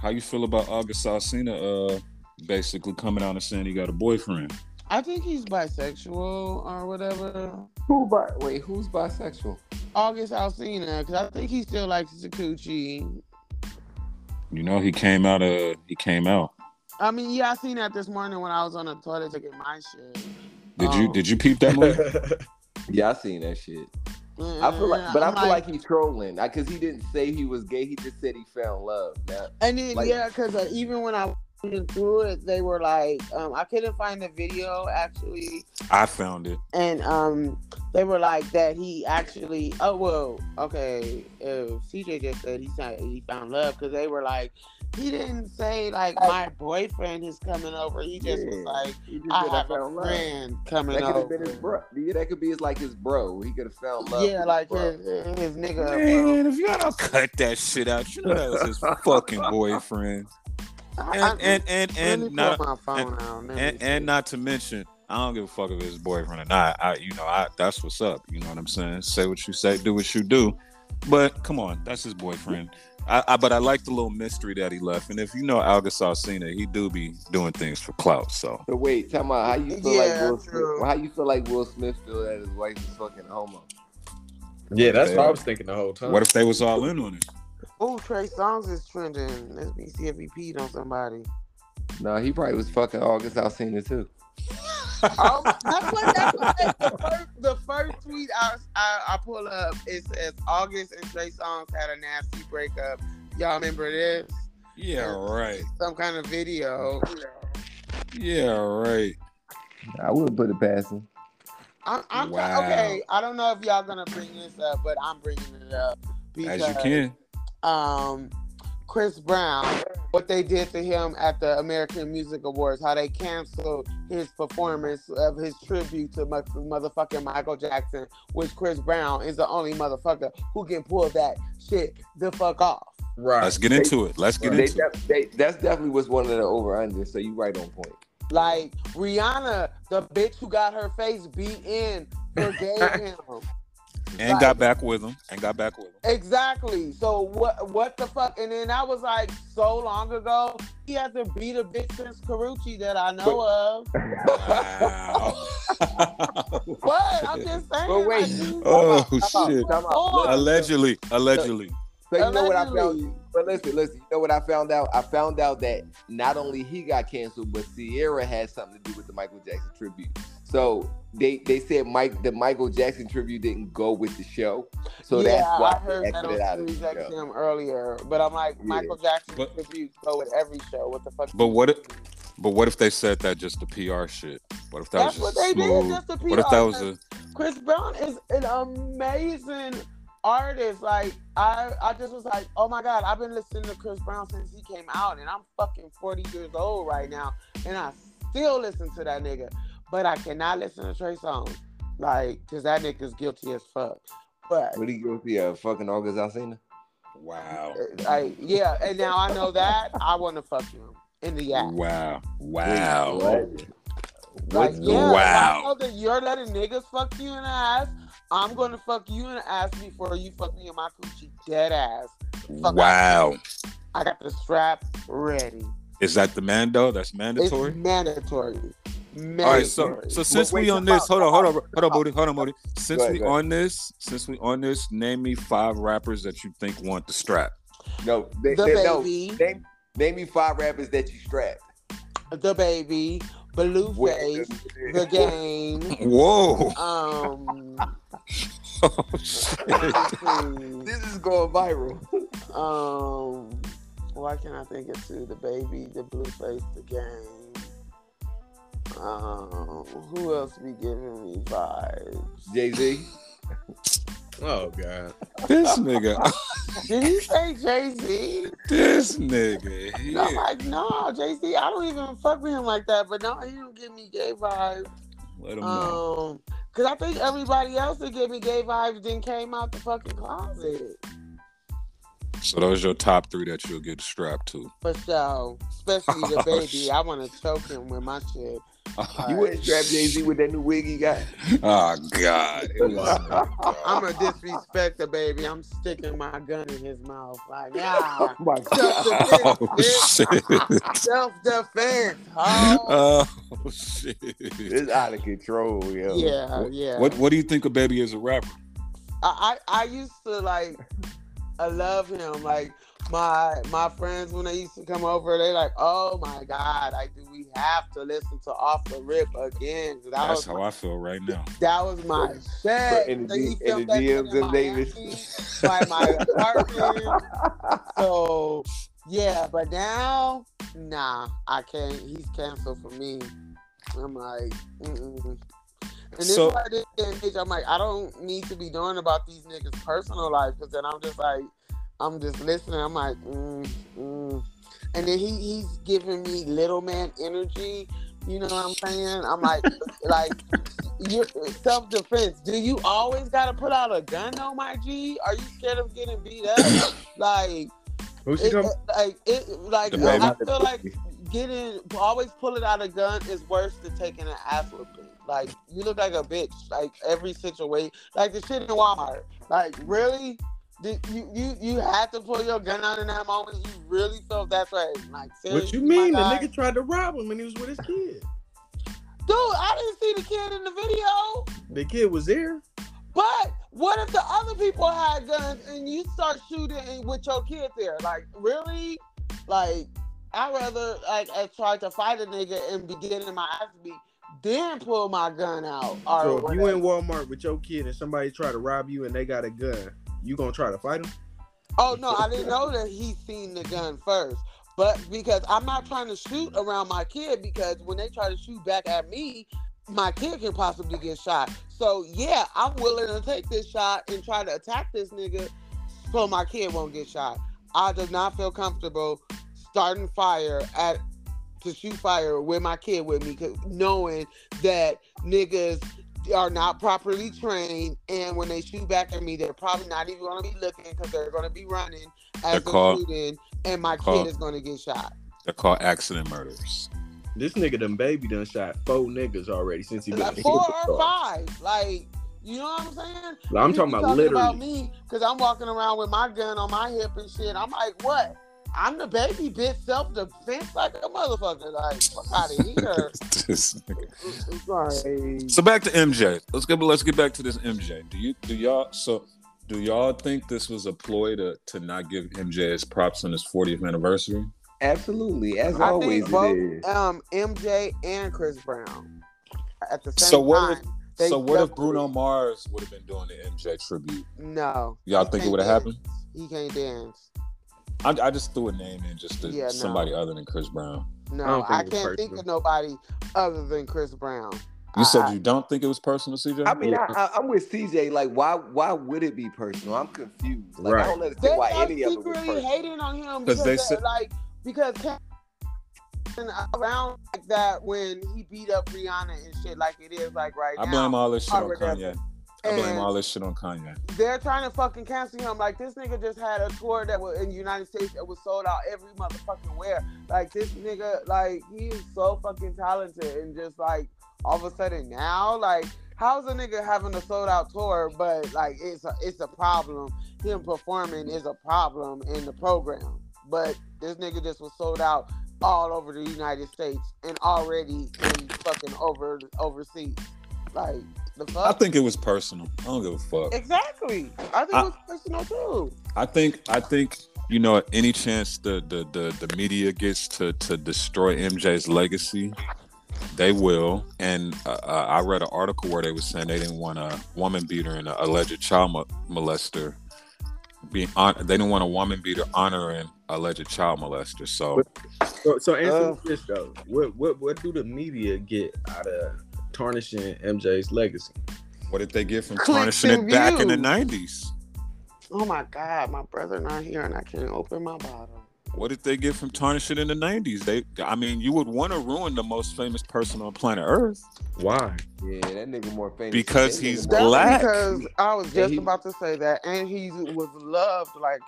A: how you feel about August Alsina? Uh, basically coming out and saying he got a boyfriend.
D: I think he's bisexual or whatever.
F: Who bi- wait, who's bisexual?
D: August Alsina, because I think he still likes his coochie.
A: You know, he came out. Uh, he came out.
D: I mean, yeah, I seen that this morning when I was on the toilet taking my shit.
A: Did you
D: Oh.
A: Did you peep that movie?
F: Yeah, I seen that shit. I feel like, but I
D: Uh, I'm
F: feel like he's trolling. I, Cause he didn't say he was gay. He just said he found love. Now,
D: And then
F: Like-
D: yeah, because uh, even when I went through it, they were like, um, I couldn't find the video actually,
A: I found it.
D: and um, they were like that he actually. Oh well, okay. Uh, CJ just said he said he found love because they were like, he didn't say like my boyfriend is coming over. He just was
F: Yeah.
D: like,
F: he just
D: I
F: said,
D: have a
F: found love."
D: friend coming
F: That could have
D: over.
F: been his bro. Yeah, that could be his like his bro. He could have found love. with
D: yeah,
F: his
D: like
F: bro.
D: his, his nigga. bro.
A: Man, if y'all don't cut that shit out, you know that was his fucking boyfriend.
D: I- I-
A: And and and
D: let me
A: and
D: pull
A: not
D: my phone out. Let me
A: and,
D: see.
A: and not to mention, I don't give a fuck if it's his boyfriend or not. I, you know, I that's what's up. You know what I'm saying? Say what you say, do what you do. But come on, that's his boyfriend. I, I but I like the little mystery that he left. And if you know Al Salsina, he do be doing things for clout. So
F: So wait, tell me how you feel like
D: Yeah,
F: Will
D: true.
F: Smith, how you feel like Will Smith feel that his wife is fucking homo.
H: Yeah, that's
A: Yeah.
H: what I was thinking the whole time.
A: what if they was all in on it?
D: Oh, Trey Songz is trending. Let me see if he peed on somebody.
F: No, he probably was fucking August Alsina too.
D: Oh, that's what that's what that- the, first, the first tweet I, I I pull up. It says August and Trey Songz had a nasty breakup. Y'all remember this?
A: Yeah, right.
D: Some kind of video.
A: Yeah, right.
F: I wouldn't put it past him.
D: I'm, I'm try-
A: Wow.
D: okay. I don't know if y'all gonna bring this up, but I'm bringing it up because
A: As you can.
D: um Chris Brown, what they did to him at the American Music Awards, how they canceled his performance of his tribute to mu- motherfucking Michael Jackson, which Chris Brown is the only motherfucker who can pull that shit the fuck off.
H: Right.
A: Let's get into it. Let's get
F: They,
A: into it.
F: def- they, that's definitely was one of the over under. So you right on point.
D: Like Rihanna, the bitch who got her face beat in, forgave him.
A: And got back with him. And got back with him.
D: Exactly. So what? What the fuck? And then that was like so long ago. He hasn't beat a bitch since Carucci that I know of.
A: Wow.
D: What? I'm just saying.
F: But wait.
D: like, you-
A: Oh
F: Time out,
A: shit.
F: time out.
D: Oh.
A: Allegedly. Allegedly.
F: So you know what I found?
D: Allegedly.
F: But listen, listen. You know what I found out? I found out that not only he got canceled, but Sierra had something to do with the Michael Jackson tribute. So they they said Mike the Michael Jackson tribute didn't go with the show. So
D: yeah,
F: that's why
D: I heard
F: they
D: that
F: exited out
D: on
F: of
D: Series
F: the show.
D: XM earlier, but I'm like
F: Yeah.
D: Michael Jackson
A: But-
D: tributes go with every show. What the fuck?
A: But what if- But what if they said that just the PR shit? What if that
D: That's
A: was
D: what
A: just a
D: they
A: smooth?
D: did. Just the PR.
A: what if that was a
D: Chris Brown is an amazing artist. Like I, I just was like, oh my god, I've been listening to Chris Brown since he came out, and I'm fucking 40 years old right now, and I still listen to that nigga. But I cannot listen to Trey Songz, like, cause that nigga's guilty as fuck. But
F: What he go with the uh, fucking August Alsina?
A: wow,
D: like, yeah, and now I know that I want to fuck you in the ass.
A: wow, wow,
F: What?
D: Like,
F: What's
D: yeah,
F: going-
A: Wow.
D: I know that you're letting niggas fuck you in the ass. I'm gonna fuck you in the ass before you fuck me in my coochie, dead ass. Fuck.
A: wow?
D: I got the strap ready.
A: Is that the Mando? That's
D: It's
A: mandatory.
D: mandatory. Mandatory.
A: All right, so so since
F: wait,
A: we on
F: time
A: this,
F: out,
A: hold on,
F: time
A: hold on, hold on, Moody, hold on, Moody. Since
F: ahead,
A: we
F: go ahead.
A: on this, since we on this, name me five rappers that you think want the strap.
F: No, they,
D: the
F: they, no.
D: baby,
F: Name, name me five rappers that you strapped.
D: the baby, Blueface, the game.
A: Whoa,
D: Um,
I: Oh, shit.
D: this
F: is going viral.
D: Um, why can't I think of two? The baby, the blue face, the game. Um, who else be giving me vibes?
F: Jay Z.
H: Oh god.
A: This nigga,
D: Did he say Jay Z?
A: this nigga.
D: And I'm
A: Here.
D: like, no, Jay Z. I don't even fuck with him like that. But no, he don't give me gay vibes.
A: Let him know.
D: Um, cause I think everybody else that gave me gay vibes then came out the fucking closet.
A: So those your top three that you'll get strapped to.
D: For sure, especially the
A: Oh,
D: baby.
A: shit.
D: I want to choke him with my shit.
F: You wouldn't strap Jay Z with that new wig he got.
A: Oh God. It was-
D: I'm gonna disrespect the baby. I'm sticking my gun in his mouth. Like, ah. yeah,
F: my
D: self defense,
A: oh
D: bitch.
A: shit.
D: self defense.
A: Oh shit.
F: It's out of control, yo.
D: yeah, yeah.
A: What What do you think of Baby as a rapper?
D: I, I I used to like I love him. Like my my friends when they used to come over, they like, oh my god, like do we have to listen to Off the Rip again? That
A: That's
D: was
A: how I feel right now.
D: that was my shit.
F: in the
D: Like, he
F: D- in
D: felt
F: the
D: that shit
F: DMs of
D: my
F: Davis.
D: attic, by my apartment. so yeah, but now nah, I can't. He's canceled for me. I'm like, mm-mm. And this
A: So-
D: is why this day and age, I'm like, I don't need to be knowing about these niggas' personal life because then I'm just like, I'm just listening. I'm like, mm, mm. and then he he's giving me little man energy. You know what I'm saying? I'm like, like you self defense. Do you always gotta put out a gun on my G? Are you scared of getting beat up? like,
H: Who's she
D: it,
H: talking?
D: like it, like
A: The
D: I, I
F: baby.
D: feel like getting always pulling out a gun is worse than taking an ass whooping. Like you look like a bitch. Like every situation, like the shit in Walmart. Like really. Did you, you you had to pull your gun out in that moment? You really felt that way? Like seriously,
H: What you
D: my
H: mean? The
D: guy?
H: nigga tried to rob him and he was with his kid.
D: Dude, I didn't see the kid in the video.
H: The kid was there.
D: But what if the other people had guns and you start shooting and with your kid there? Like, really? Like, I'd rather like I try to fight a nigga and be getting my ass beat, then pull my gun out. Or
H: So if you
D: whatever.
H: in Walmart with your kid and somebody try to rob you and they got a gun, you gonna try to fight him?
D: Oh no, I didn't know that he seen the gun first. But because I'm not trying to shoot around my kid because when they try to shoot back at me, my kid can possibly get shot. So yeah, I'm willing to take this shot and try to attack this nigga so my kid won't get shot. I do not feel comfortable starting fire at to shoot fire with my kid with me 'cause- knowing that niggas are not properly trained, and when they shoot back at me, they're probably not even going to be looking because they're going to be running
A: They're
D: as they're
A: called-
D: shooting, and my
A: called-
D: kid is going to get shot.
A: They're called accident murders.
H: This nigga done baby done shot four niggas already since he been
D: Like
H: in
D: four
H: the car.
D: or five, like you know what I'm saying?
H: I'm talking
D: You be
H: about
D: about
H: literally.
D: me because I'm walking around with my gun on my hip and shit. I'm like, what? I'm the baby bitch, self defense like a motherfucker. Like, fuck out of here.
A: This nigga.
D: Like,
A: So back to MJ. Let's get let's get back to this MJ. Do you do y'all so do y'all think this was a ploy to to not give MJ his props on his 40th anniversary?
F: Absolutely, as
D: I
F: always
D: think both
F: it is.
D: um, MJ and Chris Brown at the same
A: So what if-
D: time. They
A: so what if
D: definitely-
A: Bruno Mars would have been doing the MJ tribute?
D: No.
A: Y'all
D: He
A: think it
D: can't
A: would have
D: dance.
A: happened?
D: He can't dance.
A: I, I just threw a name in just to
D: Yeah, no.
A: somebody other than Chris Brown.
D: No,
H: don't think
D: I,
H: it was
D: can't think of nobody other than Chris Brown.
A: You said
D: I-
A: you don't think it was personal, CJ?
F: I mean, I, I, I'm with CJ. Like, why? Why would it be personal? I'm confused. Like,
H: Right.
F: I don't
D: They
F: understand why
D: are
F: any of it was
D: secretly
F: personal.
D: hating on him
A: 'Cause
D: because
A: they
D: they
A: said-
D: like because Cam- around like that when he beat up Rihanna and shit like it is like right
A: I
D: now.
A: blame all this shit on
D: Robert
A: Kanye. I blame
D: And-
A: all this shit on Kanye.
D: they're trying to fucking cancel him. Like this nigga just had a tour that was in the United States that was sold out every motherfucking where. Like this nigga, like he is so fucking talented and just like all of a sudden now, like how's a nigga having a sold out tour, but like it's a it's a problem. Him performing is a problem in the program. But this nigga just was sold out all over the United States and already in fucking over overseas. Like the fuck.
A: I think it was personal. I don't give a fuck.
D: Exactly. I think it was personal too.
A: I think I think you know any chance the the the, the media gets to to destroy MJ's legacy, They will. And uh, uh, I read an article where they were saying they didn't want a woman beater and an alleged child mo- molester. Being on, they didn't want a woman beater honoring alleged child molester. So
H: So, so answer this though. What what what do the media get out of tarnishing MJ's legacy?
A: what did they get from
D: Clicks
A: tarnishing
D: and
A: it back in the
D: views.
A: nineties?
D: Oh my God, my brother not here, and I can't open my bottle.
A: What did they get from tarnishing in the nineties? They, I mean, you would want to ruin the most famous person on planet Earth.
H: Why?
F: Yeah, that nigga more famous.
A: Because
F: That nigga
A: he's
F: more-
D: That's
A: Black.
D: because I was
F: Yeah,
D: just
F: he-
D: about to say that, and he was loved like,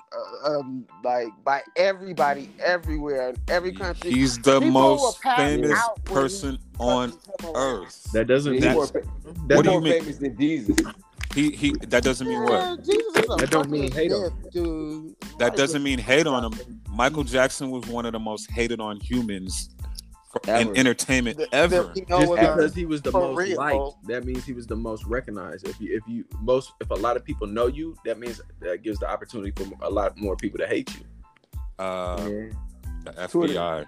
D: uh, um, like by everybody, everywhere, in every country.
A: He's the
D: People
A: most
D: were passing
A: famous
D: out when he
A: person on Earth.
H: That doesn't
F: He's
H: mean
F: more,
A: That's-
F: fa-
H: that
A: What do
F: more
A: you
H: don't,
A: mean?
F: famous than Jesus.
A: He he. That doesn't mean what.
D: Yeah, Jesus is a
H: That don't mean
D: fucking
H: hate on
D: myth, dude.
A: That
D: Like,
A: doesn't mean hate on
D: look,
A: him. Michael Jackson was one of the most hated on humans for,
F: Ever.
A: in entertainment
D: that-
A: ever.
D: that we know
H: just
D: about.
H: because he was the
D: For
H: most
D: real.
H: liked, that means he was the most recognized. If you if you most if a lot of people know you, that means that gives the opportunity for a lot more people to hate you.
A: uh,
F: Yeah.
A: the FBI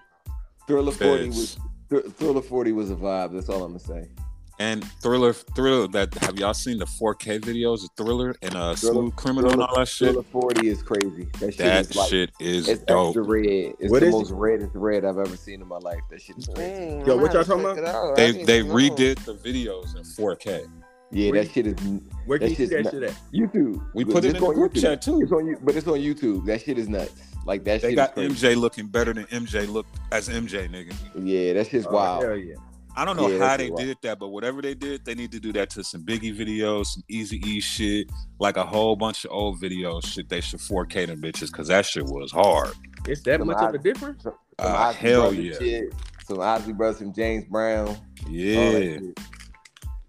F: Thriller forty was
A: feds.
F: Thr- Thriller forty was a vibe. That's all I'm gonna say.
A: and Thriller. Thriller. That have y'all seen the 4K videos of Thriller and uh, Smooth Criminal and all that shit?
F: Thriller forty is crazy. That shit
A: That
F: is like
A: shit is
F: it's
A: dope.
F: extra red. It's
H: What
F: the
H: is
F: most reddest red I've ever seen in my life. That shit is crazy.
D: Dang,
H: Yo,
D: I'm
H: what y'all
D: gonna
H: talking
D: check it out. I
A: They
D: didn't
A: they
D: know.
A: redid the videos in 4K.
F: Yeah,
H: Where
F: that shit is n-
H: Where
F: That
H: can you see
F: shit's
H: that
F: nut-
H: shit at?
F: YouTube.
A: We
F: But
A: put it
F: it's
A: in the
F: on
A: group
F: YouTube.
A: chat
F: It's
A: too.
F: on you, but it's on YouTube. That shit is nuts. Like that
A: They
F: shit
A: got
F: is crazy.
A: MJ looking better than MJ looked as MJ nigga.
F: Yeah, that shit's
H: Oh,
F: wild.
H: hell yeah.
A: I don't know
F: Yeah,
A: how
F: that's
A: they
F: a lot.
A: did that, but whatever they did, they need to do that to some Biggie videos, some Easy E shit, like a whole bunch of old videos. Shit, they should 4K them bitches because that shit was hard.
H: It's that
F: Some
H: much
F: odd-
H: of a difference?
F: Some
A: Ah,
F: Ozzy
A: hell
F: Brothers
A: yeah.
F: shit, Some Ozzy Brothers, some James Brown. all that
A: Yeah,
F: shit.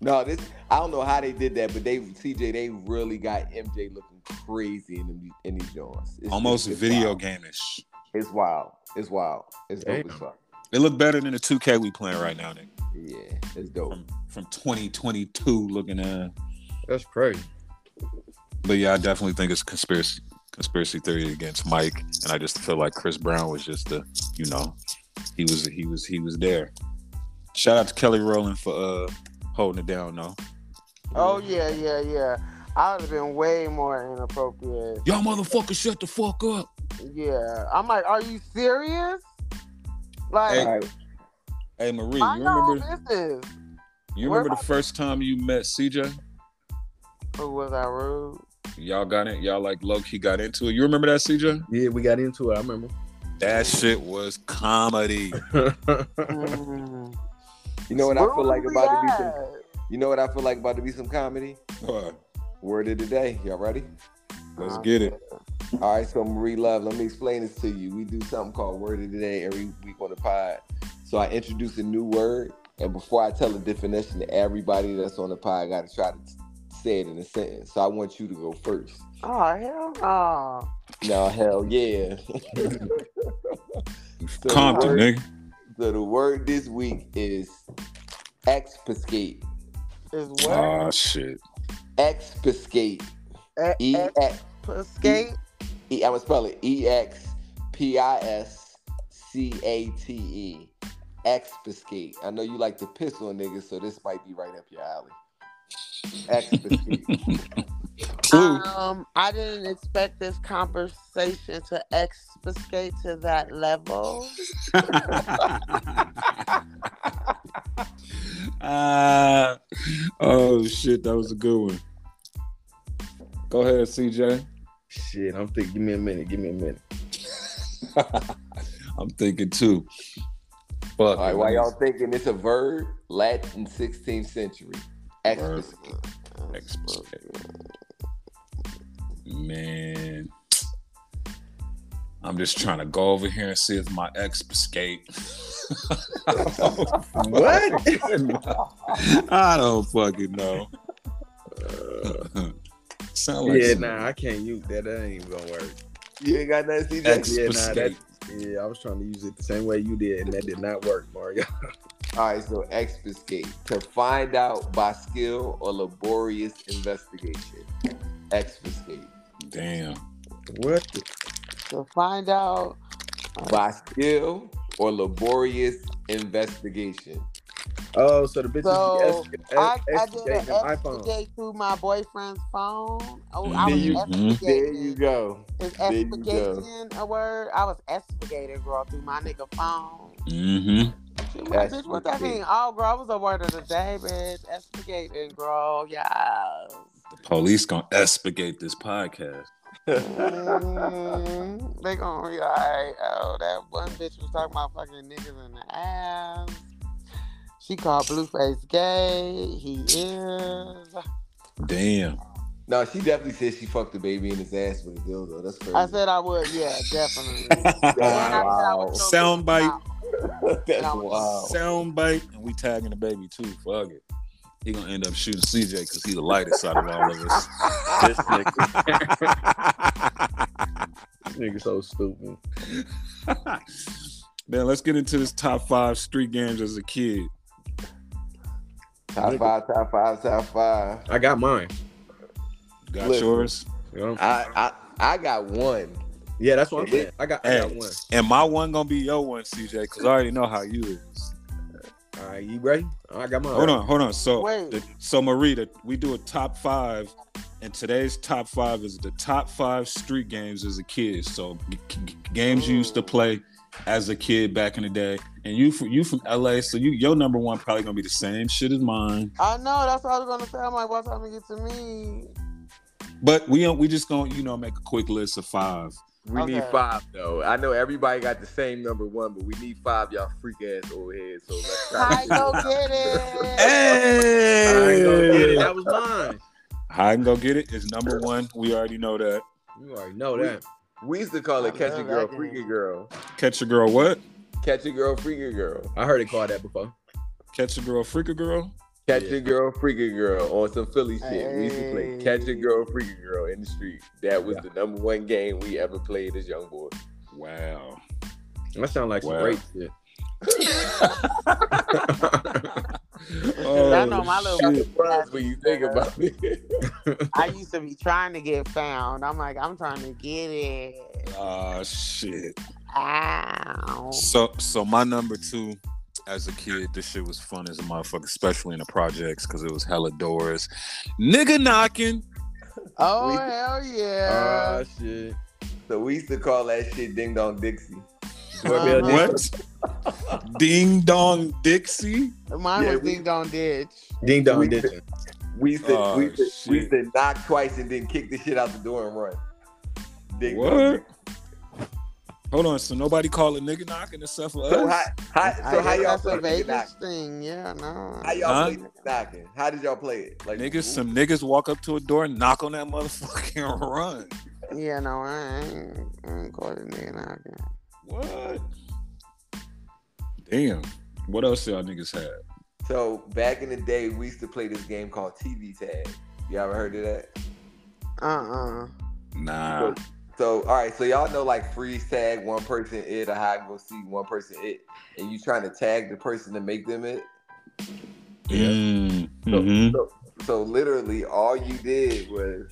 F: No, this I don't know how they did that, but they CJ they really got MJ looking crazy in them in these joints. It's-
A: almost
F: it's- it's
A: video
F: wild.
A: game-ish.
F: It's wild. It's wild. It's dope
H: Damn.
F: as fuck.
A: It looked better than the 2K we playing right now, nigga.
F: Yeah, it's dope.
A: From from 2022 looking at.
H: That's crazy.
A: But yeah, I definitely think it's conspiracy conspiracy theory against Mike, and I just feel like Chris Brown was just the, you know, he was he was he was there. Shout out to Kelly Rowland for uh holding it down though.
D: Oh yeah, yeah, yeah. I would have been way more inappropriate.
A: Y'all motherfuckers shut the fuck up.
D: Yeah, I'm like, are you serious? Like,
A: Hey,
F: All right.
A: Hey Marie, you
D: mind your own
A: remember
D: business.
A: you
D: Where
A: remember the first time you met CJ?
D: Who Oh, was I rude?
A: Y'all got it, y'all like low key got into it. You remember that CJ?
H: Yeah, we got into it. I remember.
A: That shit was comedy.
D: Mm.
F: You know what I
D: Where
F: feel like
D: was
F: about to
D: we
F: be some
D: at?
F: you know what I feel like about to be some comedy?
A: What?
F: Word of the day. Y'all ready?
A: Let's get it.
F: All right, so Marie Love, let me explain this to you. We do something called Word of the Day every week on the pod. So I introduce a new word, and before I tell the definition to everybody that's on the pod, got to try to say it in a sentence. So I want you to go first.
D: Oh hell no!
F: Now, hell yeah. So the
A: Compton,
F: word-
A: nigga.
F: So the word this week is expuscate.
D: Is what?
A: Oh shit.
F: Expuscate.
D: Uh,
F: E X.
D: skate?
F: E, I'm gonna spell it E X P I S C A T E. Expuscate. I know you like to piss on niggas, so this might be right up your alley. Expuscate.
A: Clue.
D: Um, I didn't expect this conversation to explicate to that level.
A: Uh, Ah, oh shit, that was a good one. Go ahead, CJ.
H: Shit, I'm thinking. Give me a minute. Give me a minute.
A: I'm thinking too. Fuck.
F: All right, while y'all thinking it's a verb, Latin 16th century.
A: Verb.
F: Expuscate.
A: Man, I'm just trying to go over here and see if my ex escape.
H: What?
A: I don't fucking know. Uh, Sound like
H: yeah,
A: some
H: nah, I can't use that. That ain't even gonna work.
F: You ain't got nothing to
A: ex
H: Yeah, nah,
A: escape.
H: Yeah, I was trying to use it the same way you did, and that did not work, Mario.
F: All right, so expuscate. To find out by skill or laborious investigation. Expuscate.
A: Damn.
H: What? The,
D: To find out,
F: By skill or laborious investigation.
H: Oh, so the bitches
D: So
H: be
D: I,
H: ex-
D: I
H: ex-
D: did
H: extricating
D: an
H: them iPhones.
D: expedite through my boyfriend's phone. Oh, I
A: There
D: was
A: you-
D: extricating.
F: mm-hmm. There you go.
D: Is
F: There you go.
D: expurgation a word? I was expurgating, girl, through my nigga phone.
A: Mm-hmm.
D: She was like,
F: That's
D: bitch, what that
F: wicked.
D: mean? Oh, girl, it was a word of the day, bitch. Expurgating, girl. Yeah.
A: The police gonna expurgate this podcast.
D: Mhm. they gonna be like, oh, that one bitch was talking about fucking niggas in the ass. She called Blueface gay. He is.
A: Damn.
F: No, she definitely said she fucked the baby in his ass with a dildo. That's crazy.
D: I said I would, yeah, definitely. And I said I would
F: Wow.
D: choke
A: Sound
D: his
A: bite.
D: mouth.
F: That's wild.
A: Sound bite, and we tagging the baby too. Fuck it. He gonna end up shooting CJ because he the lightest out of all of us.
H: This nigga. this nigga so stupid.
A: Man, let's get into this top five street games as a kid.
F: Top five, top five, top five.
H: I got mine.
A: Got
F: Listen.
A: yours?
H: You know?
F: I I I got one.
H: Yeah, that's what I'm saying. I got, I got
A: Hey,
H: one.
A: And my one gonna be your one, CJ, because I already know how you is.
H: All right, you ready? I got mine.
A: Hold on, hold on. So,
D: Wait.
A: the, so Marita, we do a top five, and today's top five is the top five street games as a kid. So, g- g- games you used to play as a kid back in the day. And you, from, you from LA, so you your number one probably gonna be the same shit as mine.
D: I know, that's what I was gonna say. I'm like, by the time it get to me,
A: But we don't- we just gonna you know make a quick list of five.
F: We need
D: Okay.
F: five though. I know everybody got the same number one, but we need five. Y'all freak ass old heads. So let's try.
D: I go get it.
A: Hey,
H: I ain't gonna get it. That was mine.
A: I can go get it. It's number one. We already know that.
H: You already know that.
F: We used to call it
D: I
F: catch a
D: love
F: girl,
D: that
F: freaky
D: game.
F: girl.
A: Catch a girl, what?
F: Catch a girl, freaky girl.
H: I heard it called that before.
A: Catch a girl, freak a girl.
F: Catch a girl, freaky girl on some Philly shit. We used to play
D: Hey.
F: catch a girl, freaky girl in the street. That was the number one game we ever played as young boys.
A: Wow.
H: That sound like
A: Wow.
H: some rape shit.
A: Oh,
D: I know my little
A: shit.
F: Surprised when you think about it.
D: I used to be trying to get found. I'm like, I'm trying to get it.
A: Ah, shit.
D: Ow.
A: So, so my number two, as a kid, this shit was fun as a motherfucker, especially in the projects because it was hella doors, nigga knocking.
D: Oh
F: We- Uh,
H: Oh
D: hell yeah.
H: shit.
F: so we used to call that shit Ding Dong Dixie.
D: Uh-huh.
A: What? Ding dong Dixie.
D: Mine
F: Yeah,
D: was
F: we-
D: Ding Dong Ditch.
H: Ding
F: We-
H: dong ditching.
F: We used to,
A: Oh,
F: we, used to, we
A: shit.
F: used to knock twice and then kick the shit out the door and run. Ding dong.
A: What? Hold on. So nobody call it nigga knocking except for
F: So how,
A: us.
F: how, so
D: I
F: how
D: guess
F: y'all
D: that's
F: play
D: a
F: nigga
D: Vegas
F: knocking?
D: thing. Yeah, no.
F: How
A: Huh?
F: y'all play nigga knocking? How did y'all play it? Like
A: Niggas, some niggas walk up to a door, knock on that motherfucker, and run.
D: Yeah, no, I ain't, I ain't called it Nigga Knocking.
A: What? Damn. What else y'all niggas had?
F: So back in the day, we used to play this game called TV tag. Y'all ever heard of that?
D: Uh-uh.
A: Nah.
F: So all right, so y'all know like freeze tag, one person it, a hide and go seek, one person it, and you trying to tag the person to make them it.
A: Mm,
F: So,
A: mhm.
F: so, so literally, all you did was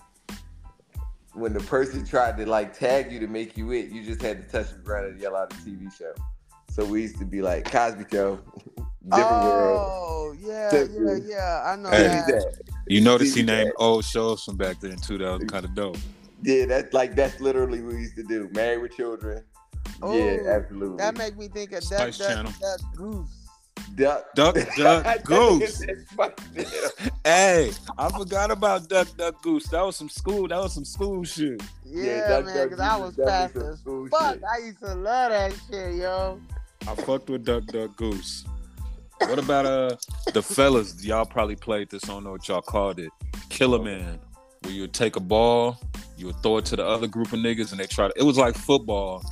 F: when the person tried to like tag you to make you it, you just had to touch the ground and yell out a TV show. So we used to be like Cosby Show, Different World.
D: Oh, yeah,
F: Different
D: yeah,
F: world.
D: yeah. I know
A: Hey.
D: that.
A: You notice he
F: see
A: named old shows from back then too. That was kind of dope.
F: Yeah, that's like that's literally what we used to do. Married with children. yeah,
D: Ooh,
F: absolutely.
D: That make me think of Duck,
A: Spice
D: Duck,
A: Channel.
D: Duck, Goose.
F: duck,
A: Duck, duck, goose.
F: That's fucked up.
A: Hey, I forgot about Duck, Duck, Goose. That was some school. That was some school shit.
D: Yeah,
F: Duck,
D: man,
F: Duck,
D: because I
F: Goose
D: was
F: is definitely
D: fast
F: some
D: as
F: cool
D: fuck.
F: shit.
D: I used to love that shit, yo.
A: I fucked with Duck, Duck, Goose. What about uh the fellas? Y'all probably played this. I don't know what y'all called it. Killer Man, where you would take a ball, you would throw it to the other group of niggas, and they try to. It was like football,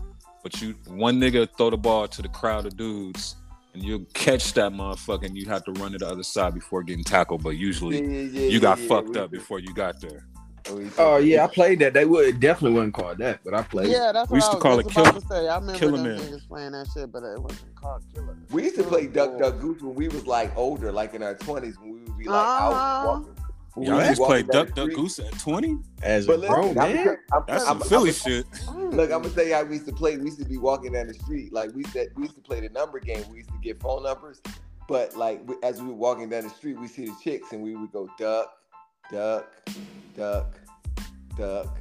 A: but you one nigga would throw the ball to the crowd of dudes, and you catch that motherfucker, and you have to run to the other side before getting tackled. But
F: Yeah,
A: usually,
F: yeah, yeah,
A: you got
F: yeah, yeah,
A: fucked
F: we
A: up
F: did.
A: before you got there.
F: We did.
H: Oh yeah, I played that. They would it definitely wasn't called that, but I played. it.
D: Yeah, that's
A: We
D: what
A: used
D: I
A: to
D: was
A: call
D: just
A: it
D: about to say. I remember
A: Killer
D: them
A: Man.
D: niggas playing that shit, but it wasn't called Killer.
F: We used to
D: Oh,
F: play Duck Duck Goose when we was like older, like in our twenties, when we would be like
D: Uh-huh.
F: out walking. when we
A: Y'all
F: would be
A: just
F: walking
A: played
F: down
A: Duck,
F: the
A: Duck,
F: street.
A: Goose at twenty.
H: As
F: But
H: a
F: listen,
H: grown
F: I'm,
H: man.
F: I'm,
A: That's
F: I'm,
A: some Philly
F: I'm,
A: shit.
D: Mm.
F: Look, I'm gonna tell you how we used to play. We used to be walking down the street, like we said, we used to play the number game. We used to get phone numbers, But like we- as we were walking down the street, we see the chicks and we would go duck, duck, duck, duck,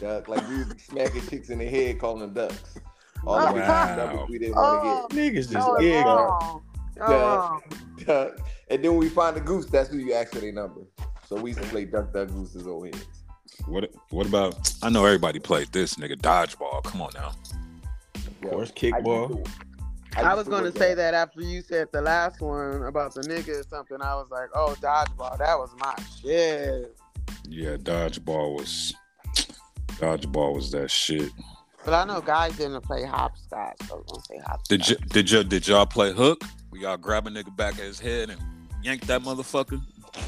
F: duck. Like we would be smacking chicks in the head, calling them ducks. All the way to the numbers we didn't
D: Oh,
F: want to
H: Niggas
D: Y'all
H: just
D: are
H: egg.
D: wrong. Y'all
F: Yeah.
D: wrong.
F: get duck. And then when we find the goose, that's who you ask for their number. So we used to play duck, duck, gooses or heads.
A: What what about I know everybody played this nigga dodgeball. Come on now.
F: Of
H: course, kickball.
D: I was gonna say that after you said the last one about the nigga or something. I was like, oh, dodgeball, that was my shit.
A: Yeah, dodgeball was dodgeball was that shit.
D: But I know guys didn't play hopscotch, so I was gonna say hopscotch.
A: Did you did you did y'all play hook? We y'all grab a nigga back at his head and yank that motherfucker.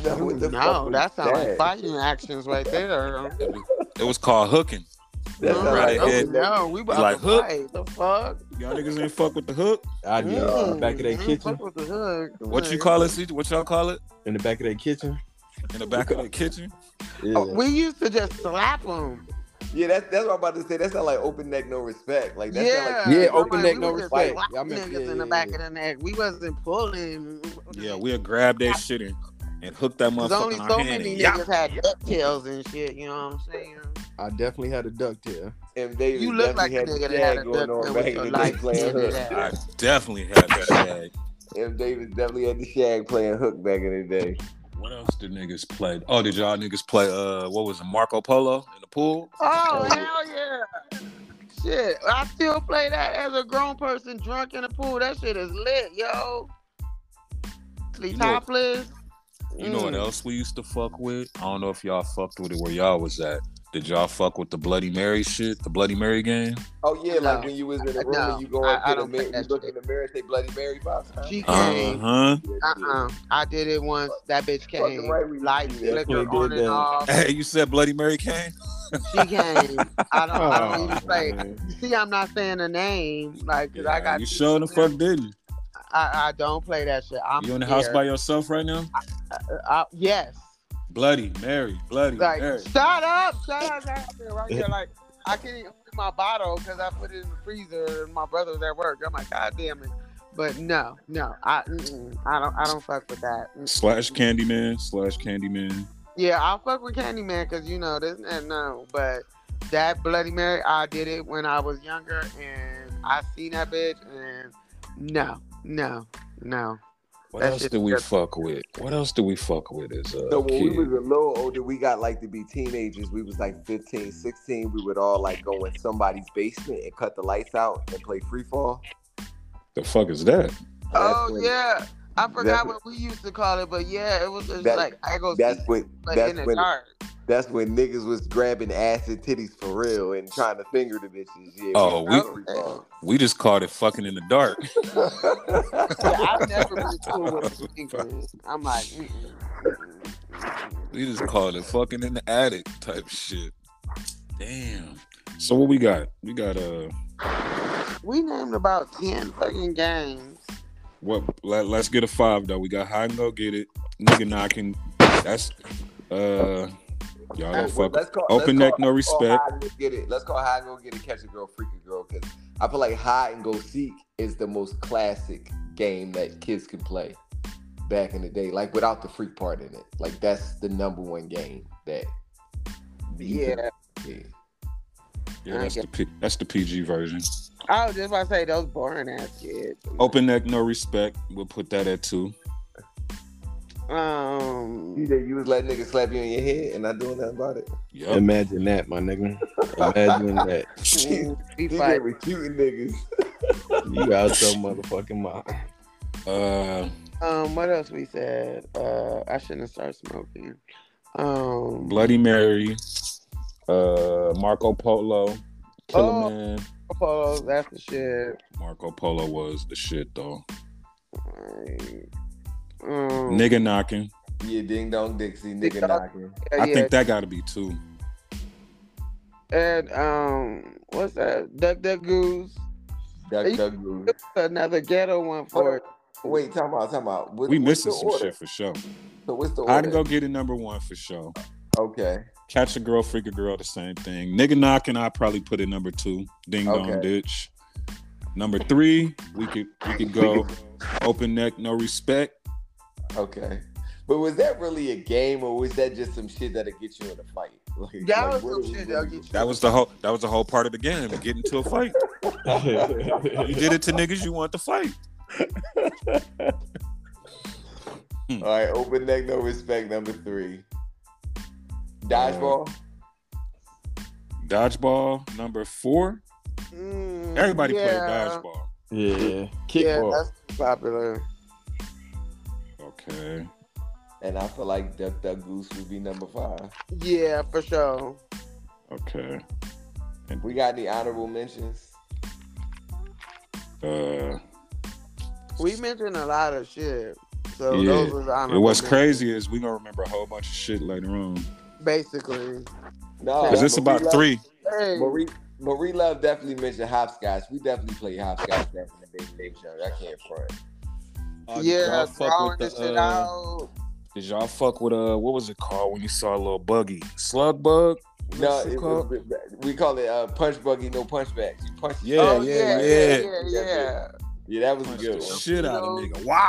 F: No, what the fuck
D: No,
F: was
D: that sounds like
F: that?
D: fighting actions right there.
A: It was called hooking.
D: Mhm.
F: That sound
A: Right,
F: like-
A: yeah.
D: Oh, no, we about
A: Like
D: to
A: hook?
D: fight. The fuck?
A: Y'all niggas ain't fuck with the hook.
H: I get in the
D: Mm,
H: back of that
D: mm,
H: kitchen.
D: fuck with the hook.
A: What you call it? CJ? What y'all call it?
H: In the back of that kitchen.
A: In the back of the kitchen?
H: Yeah.
D: Oh, we used to just slap them.
F: Yeah, that's that's what I'm about to say. That sound like open neck, no respect. Like that sound
D: Yeah,
F: like
H: Yeah,
D: I'm
H: open
D: like,
H: neck,
D: we
H: no
D: was just
H: respect.
D: slapping
H: Yeah, I mean,
D: niggas
H: yeah,
D: in
H: yeah,
D: the back
H: yeah.
D: of the neck. We wasn't pulling.
A: Yeah, we'll grab that shit and, and hook that
D: Cause
A: motherfucker
D: only
A: in our
D: so
A: hand.
D: many
A: and yap.
D: niggas had ducktails and shit. You know what I'm saying?
H: I definitely had a duck there.
F: and they
D: You look like a
F: definitely
D: nigga that had
F: shag
D: a
F: going on
D: ducktail with
F: back
D: your
F: in the day
D: life
F: playing
D: in it.
F: hook.
D: out.
A: I definitely had that shag.
F: M. Davis definitely had the shag playing hook back in the day.
A: What else did niggas play? Oh, did y'all niggas play uh what was it, Marco Polo in the pool?
D: Oh hell yeah! Shit, I still play that as a grown person drunk in the pool. That shit is lit, yo. Sleep
A: You know-
D: topless.
A: You know what
D: Mm.
A: else we used to fuck with? I don't know if y'all fucked with it where y'all was at. Did y'all fuck with the Bloody Mary shit, the Bloody Mary game?
F: Oh yeah,
D: No.
F: like when you was in the room
D: No,
F: and you go
D: I-
F: up
D: I
F: to the
D: don't
F: mirror,
D: think
F: you
D: that
F: look
D: shit.
F: in the mirror and say Bloody Mary box. Huh?
D: She
A: Uh
D: came.
A: huh.
D: Uh uh I did it once. That bitch came.
F: Fucking right we
D: Light
F: did.
D: flicker
H: Definitely
D: on
H: did
D: and
H: that.
D: off.
A: Hey, you said Bloody Mary came?
D: She came. I don't. I don't even
H: Oh,
D: play.
H: man.
D: See, I'm not saying the name, like, cause I
A: Yeah,
D: got.
A: you sure the fuck didn't. you?
D: I, I don't play that shit. I'm
A: you in the house
D: scared.
A: by yourself right now?
D: I, yes.
A: Bloody Mary, Bloody
D: like
A: Mary.
D: shut up, shut up, shut up right here. Like I can't even open my bottle because I put it in the freezer and my brother was at work. I'm like, God damn it. But no, no, I, mm-mm, I don't, I don't fuck with that. Mm.
A: Slash Candyman, slash Candyman.
D: Yeah, I'll fuck with Candyman because you know this and no, but that Bloody Mary, I did it when I was younger and I seen that bitch and no, no, no.
A: What
D: That
A: else
D: shit
A: did we
D: good.
A: fuck with? What else did we fuck with as a
F: So when
A: kid?
F: we was a little older, we got like to be teenagers. We was like 15, 16. We would all like go in somebody's basement and cut the lights out and play free fall.
A: The fuck is that?
D: oh
F: when-
D: yeah, I forgot
F: that's-
D: what we used to call it, but yeah, it was just
F: That-
D: like I go
F: That's
D: see,
F: what.
D: like
F: that's
D: in the
F: when.
D: dark.
F: That's when niggas was grabbing ass and titties for real and trying to finger the bitches. Yeah.
A: Oh,
F: was
D: we-
F: free fall.
A: We just called it fucking in the dark.
D: eh, Yeah, I've never been cool with a finger. I'm like, mm-mm, mm-mm, mm-mm.
A: We just called it fucking in the attic type shit. Damn. So what we got? We got uh
D: we named about ten fucking games.
A: what let, let's get a five though. We got high and go get it. Nigga knocking. That's uh y'all
F: Well,
A: don't fuck.
F: let's call-
A: Open neck,
F: let's call-
A: no
F: let's call
A: respect.
F: High and Go Get it. Let's call high and go get it. Catch a girl, freak a girl. Because I feel like high and go seek is the most classic game that kids can play back in the day, like without the freak part in it. Like that's the number one game that. you can
D: Yeah,
F: play.
A: Yeah, that's the P, that's the PG version.
D: I was just about to say those boring ass kids.
A: Open neck, no respect. We'll put that at two.
D: Um,
F: DJ, you was letting niggas slap you on your head and not doing nothing about it.
A: Yup.
H: Imagine that, my nigga. Imagine that.
D: we
F: DJ
D: fight.
F: was shooting niggas.
H: You out your motherfucking mind.
A: Uh,
D: Um, what else we said? Uh, I shouldn't have started smoking. Um,
A: Bloody Mary. Uh, Marco Polo.
F: Oh.
A: Killer Man.
D: Polo, that's the shit.
A: Marco Polo was the shit though.
D: Like, Um,
A: Nigga knocking.
F: Yeah, ding dong Dixie,
D: Ding
F: nigga
D: dong.
F: knocking.
D: yeah,
A: I
D: yeah.
A: think that got to be two.
D: and um, what's that? Duck, duck, goose.
F: Duck, duck, goose.
D: Another ghetto one for it.
F: Wait, talking about, talking about. What,
A: We
F: what's
A: missing
F: the
A: some
F: order?
A: shit for sure.
F: So what's the
A: I'd
F: order?
A: go get it number one for sure.
F: Okay.
A: Catch a girl, freak a girl, the same thing. Nigga knocking, I probably put it number two. Ding dong
F: Okay.
A: ditch. Number three, we could we could go Open neck, no respect.
F: Okay. But was that really a game or was that just some shit that'll get you in a fight? Like,
D: That
F: like,
D: was
F: what
D: some
F: we
D: shit
F: really-
D: that'll get you-
A: That was the whole. That was the whole part of the game. Get into a fight. You did it to niggas you want to fight.
F: All right, open neck, no respect, number three. Dodgeball?
A: Dodgeball number four.
D: Mm,
A: Everybody played
D: yeah.
A: dodgeball.
E: Yeah.
D: Yeah,
E: Kickball.
D: that's too popular.
A: Okay.
F: and I feel like Duck Duck Goose would be number five.
D: Yeah, for sure.
A: Okay.
F: We got any honorable mentions?
A: Uh,
D: We mentioned a lot of shit. So
A: Yeah.
D: those was honorable.
A: what's
D: mentions,
A: crazy is we gonna remember a whole bunch of shit later on.
D: Basically.
F: No.
A: Cause it's
F: Marie
A: about
F: Love-
A: three.
D: Hey,
F: Marie, Marie Love definitely mentioned hopscotch. We definitely played hopscotch back in the day. when they was young. I can't front.
A: Uh,
D: yeah, throwing this
H: uh,
D: shit out.
A: Did y'all fuck with uh what was it called when you saw a little buggy? Slug bug? What's
F: No,
A: it
F: it
A: called?
F: was, we call it uh, punch buggy, no punchbacks. You punch.
A: Yeah,
D: oh,
A: yeah,
D: yeah,
A: yeah.
D: yeah, yeah, yeah.
F: Yeah, that was a
A: Punched
F: good
A: the
F: one.
A: shit out of
D: You
A: nigga. Wow.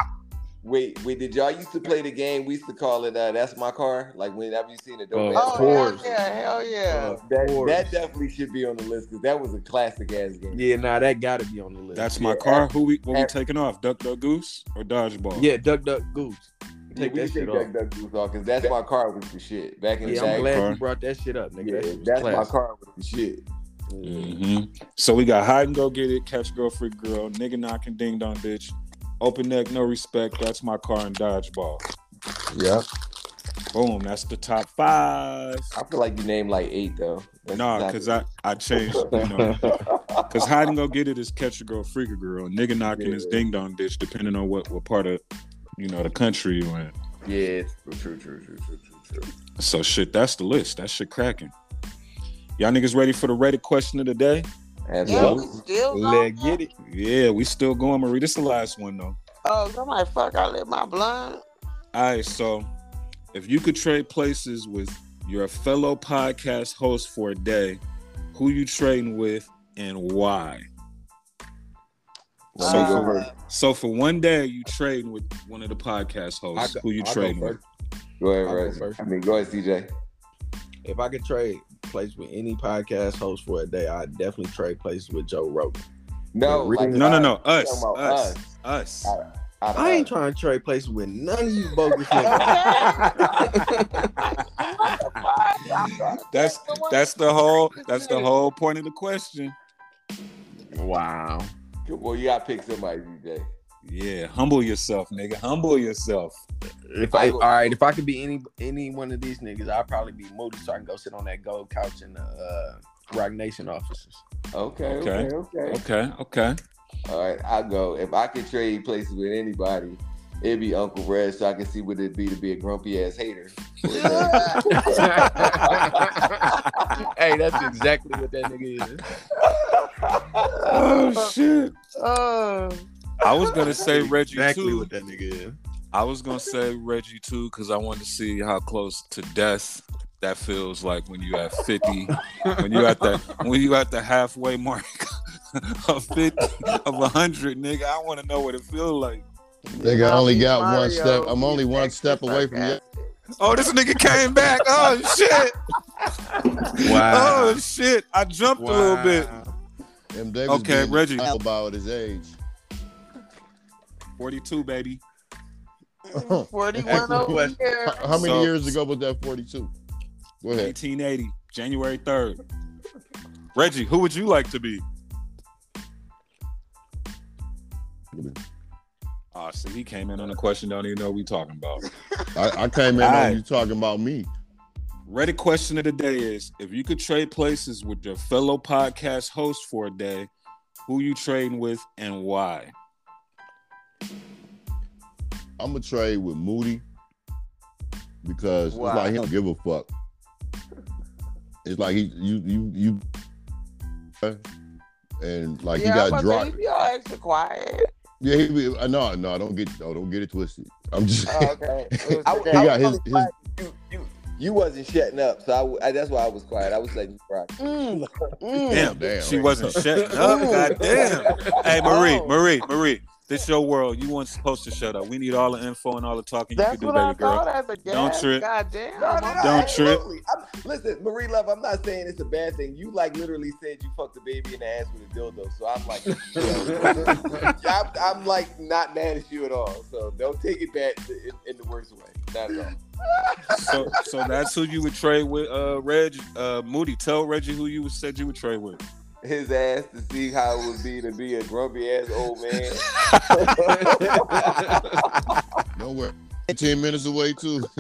F: Wait, wait, did y'all used to play the game? We used to call it uh, "That's my car." Like whenever you seen it,
E: Oh,
F: don't
D: Oh,
E: Of course.
D: hell yeah, hell yeah.
F: that, that definitely should be on the list because that was a classic ass game.
H: Yeah, nah, that gotta be on the list.
A: That's my
F: Yeah.
A: car. Who we what we
F: Yeah.
A: taking off? Duck duck goose or dodgeball?
H: yeah, Duck Duck Goose.
F: Yeah,
H: Take
F: we
H: that
F: should
H: shit
F: take
H: off.
F: Duck Duck Goose off because that's my car was the shit back in
H: Yeah,
F: the
H: I'm
F: day.
H: glad
A: car.
H: you brought that shit up, nigga.
F: Yeah,
H: that shit was
F: that's my
H: classic. Mm.
F: car was the shit.
A: Mhm. So we got hide and go get it, catch girl, freak girl, nigga knocking, ding dong bitch, open neck, no respect. That's my car and dodgeball.
F: Yeah,
A: Boom, that's the top five.
F: I feel like you named like eight though. That's
A: Nah,
F: not-
A: because I I changed. You know, because hide and go get it is catch a girl, freak a girl, nigga knocking is
F: Yeah.
A: ding dong bitch, depending on what what part of you know the country you in.
F: yeah, true, true, true, true, true, true, true.
A: So shit, that's the list. That shit cracking. Y'all niggas ready for the rated question of the day?
D: Yeah,
F: Absolutely.
D: we still
H: Let
D: going?
H: get it.
A: Yeah, we still going, Marie. This is the last one though.
D: Oh, somebody fuck, I lit my blunt.
A: All right, so if you could trade places with your fellow podcast host for a day, who you trading with and why?
F: Let me
A: So
F: go
A: for,
F: first.
A: so for one day, you trading with one of the podcast hosts.
H: I go-
A: who you
H: I go
A: trading with?
H: first.
F: Go
H: I'll go
F: ahead, Reg.
H: first.
F: I mean, go ahead, CJ.
H: If I could trade place with any podcast host for a day, I'd definitely trade places with Joe Rogan.
F: No,
H: Really?
F: like,
A: No, no, no.
F: I'm
A: Us,
F: talking about
A: us, us.
F: All Out
D: Uh,
F: of
H: I ain't
F: us.
H: trying to trade places with none of you bogus niggas.
A: That's that's the whole that's the whole point of the question.
H: Wow.
F: Well, you gotta pick somebody, CJ.
A: Yeah, humble yourself, nigga. Humble yourself.
H: If I, all right, if I could be any any one of these niggas, I'd probably be Moody, so I can go sit on that gold couch in the uh, Rock Nation offices.
F: Okay,
A: Okay.
F: okay, okay,
A: Okay, okay.
F: All right, I'll go. If I could trade places with anybody, it'd be Uncle Reg, so I can see what it'd be to be a grumpy ass hater.
D: Yeah.
H: hey, that's exactly what that nigga is.
A: Oh shit.
D: Oh,
A: I was gonna say Reggie
H: Exactly
A: too.
H: what that nigga is.
A: I was gonna say Reggie too because I wanted to see how close to death that feels like when you at fifty, when you at the when you at the halfway mark of fifty of hundred, nigga. I want to know what it feels like.
J: Nigga, I only got one
D: Mario,
J: step. I'm only
D: he's
J: one
D: extra
J: step away from you.
D: sarcastic.
A: Oh, this nigga came back. Oh shit.
H: Wow.
A: Oh shit. I jumped a little bit.
J: M. Davis
A: Okay,
J: being
A: Reggie.
J: about his age.
A: Forty-two, baby.
D: Forty-one over
J: Excellent.
D: here.
J: How, how many
A: So-
J: years ago was that? 42. Go ahead.
A: Eighteen eighty, January third. Reggie, who would you like to be? Oh, see, he came in on a question. Don't even know what we talking about.
J: I, I came in
A: Alright.
J: on you talking about me.
A: Reddit question of the day is: If you could trade places with your fellow podcast host for a day, who you trading with and why?
J: I'm gonna trade with Moody because
F: Wow.
J: it's like he don't give a fuck. It's like he you you you and like
D: yeah,
J: he got
D: I'm about to
J: dropped.
D: say, Y'all extra quiet.
J: Yeah, he be, uh, no no don't get no don't get it twisted. I'm just
D: Oh, okay. It was the
F: I, Uh, was-
J: He
F: I
D: day.
J: got
F: was
J: his-
F: his, quiet. You, you, you wasn't shutting up, so I w I that's why I was quiet. I was letting you rock.
D: Mm, mm.
A: Damn,
J: Damn.
A: she wasn't shutting up. God damn. Hey, Marie,
D: Oh.
A: Marie, Marie. This your world. You weren't supposed to shut up. We need all the info and all the talking
D: That's
A: you can do,
D: what
A: baby
D: I
A: girl.
D: thought as a guest.
A: Don't trip.
D: God damn.
F: No, no, no,
A: Don't trip.
F: absolutely. I'm, listen, Marie Love, I'm not saying it's a bad thing. You like literally said you fucked the baby in the ass with a dildo, so I'm like, I'm, I'm like not mad at you at all. So don't take it bad in, in the worst way, not at all.
A: So, so that's who you would trade with, uh, Reg, uh, Moody. Tell Reggie who you said you would trade with.
F: His ass to see how it would be to be a grumpy ass old man.
J: Nowhere. 10 minutes away, too.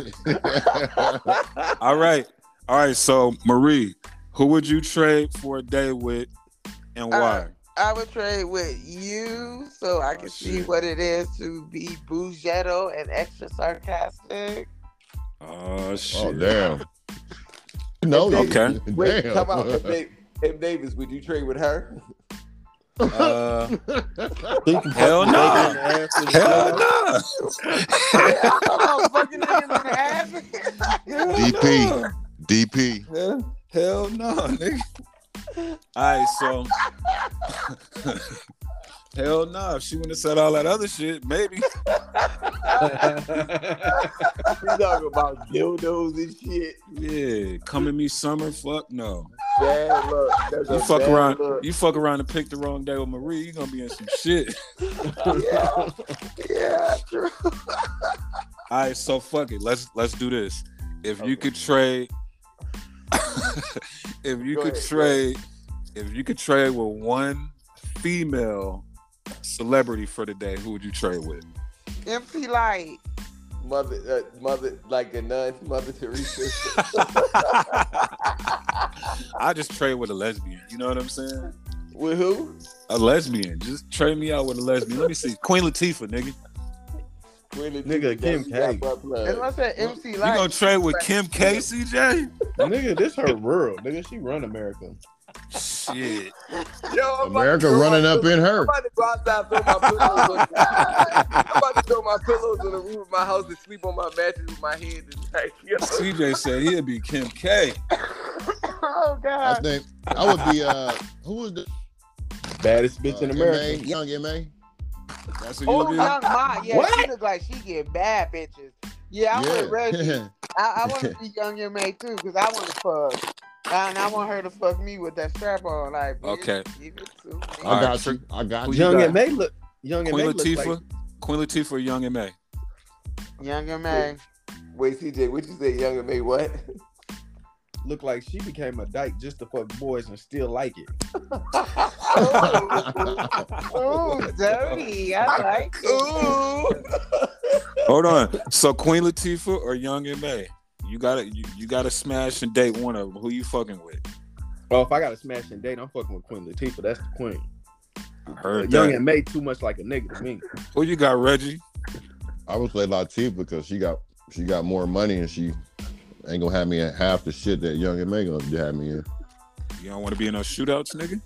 J: Oh,
A: All right, all right. So Marie, who would you trade for a day with, and why?
D: I would trade with you so I can
A: Oh,
D: see
A: shit.
D: what it is to be bougetto and extra sarcastic.
A: oh shit!
J: oh, damn. No,
F: If
A: Okay.
F: Wait,
J: damn.
F: come out, Em, Da- Em Davis. Would you trade with her?
A: Uh, hell no! Hell no!
D: Oh, fucking niggas in the ass.
J: DP. DP.
A: Hell, hell no, nigga. All right, so hell no. If she wouldn't have said all that other shit, maybe.
F: We talking about dildos and shit.
A: Yeah, come at me summer. Fuck no.
F: Bad look. That's
A: You
F: a
A: fuck
F: bad
A: around.
F: look.
A: You fuck around and pick the wrong day with Marie. You gonna be in some shit.
D: yeah. yeah, true.
A: All right, so fuck it. Let's let's do this. If you could trade, if you
F: Go
A: could
F: ahead, go
A: trade, if you could trade with one female celebrity for the day, who would you trade with?
D: MC Light.
F: Mother, uh, mother, like a nun, Mother Teresa.
A: I just trade with a lesbian. You know what I'm saying?
F: With who?
A: A lesbian. Just trade me out with a lesbian. Let me see. Queen Latifah, nigga.
F: Queen of
H: Nigga,
F: Duty.
H: Kim
F: You got
H: K.
F: butt plug.
D: That's what I said. MC
A: You gonna
D: Light.
A: trade with Kim K, CJ?
H: nigga, this her world. Nigga, she run America.
A: Shit.
F: Yo, I'm about
J: America
F: to throw
J: running
F: my
J: up
F: pillow-
J: in
F: I'm
J: her.
F: about to go outside, throw my pillows. on- I'm about to throw my pillows on the roof of my house and sleep on my mattress with my head. And like, yo.
A: CJ said he'd be Kim K.
D: Oh
J: I
D: God.
J: think I would be uh who was the
H: Baddest bitch
J: uh,
H: in America.
J: MA, young MA?
A: That's what
D: Oh,
A: you
D: young
A: would
D: Ma. Yeah,
H: What?
D: she look like she get bad bitches. Yeah, I'm with Reggie. I, I want to be young and May too, cause I want to fuck, and I want her to fuck me with that strap on. Like, bitch,
A: Okay.
D: give it to me.
A: All
J: I
A: right,
J: got
A: so
J: you. I got
A: who
J: you.
A: you
H: Young
A: got?
H: and May look. Young and
A: Queen
H: May looks
A: Latifah,
H: like
A: Queen Latifah, or Young and May.
D: Young and May.
F: Wait, CJ, what you say, younger me? What?
H: look like she became a dyke just to fuck boys and still like it.
D: Ooh, dirty. I like it.
A: Hold on. So Queen Latifah or Young and May? You gotta you, you gotta smash and date one of them. Who you fucking with?
H: Oh, if I got a smashing date, I'm fucking with Queen Latifah. That's the queen.
A: I heard
H: Young
A: that.
H: and May too much like a nigga to me.
A: Who you got, Reggie?
J: I would say Latifah because she got she got more money and she ain't gonna have me at half the shit that Young and May gonna have me in.
A: You don't want to be in no shootouts, nigga.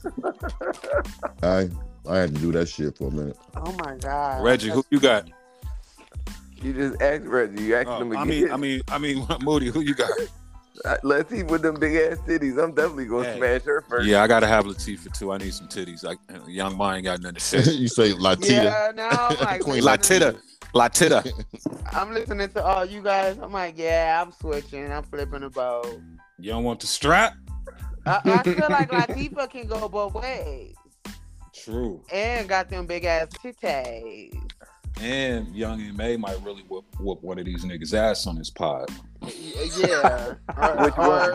J: I I had to do that shit for a minute.
D: Oh my
F: Uh,
D: God.
A: Reggie, who you got?
F: You just asked Reggie. You asked
A: Oh,
F: him
A: I
F: again.
A: mean, I mean, I mean, Moody, who you got?
F: Uh, Let's see with them big ass titties. I'm definitely gonna
A: Hey.
F: smash her first.
A: Yeah, I gotta have Latifah too. I need some titties. Like Young Ma ain't got nothing to say.
J: you say Latifah.
D: Yeah, now I'm like,
J: Queen
A: Latita, Latita.
D: I'm listening to all you guys. I'm like, yeah, I'm switching. I'm flipping about.
A: You don't want the strap?
D: I, I feel like Latifah can go both ways,
A: True.
D: and got them big ass titties.
A: And Young and May might really whoop, whoop one of these niggas' ass on this pod.
D: Yeah.
F: Which one?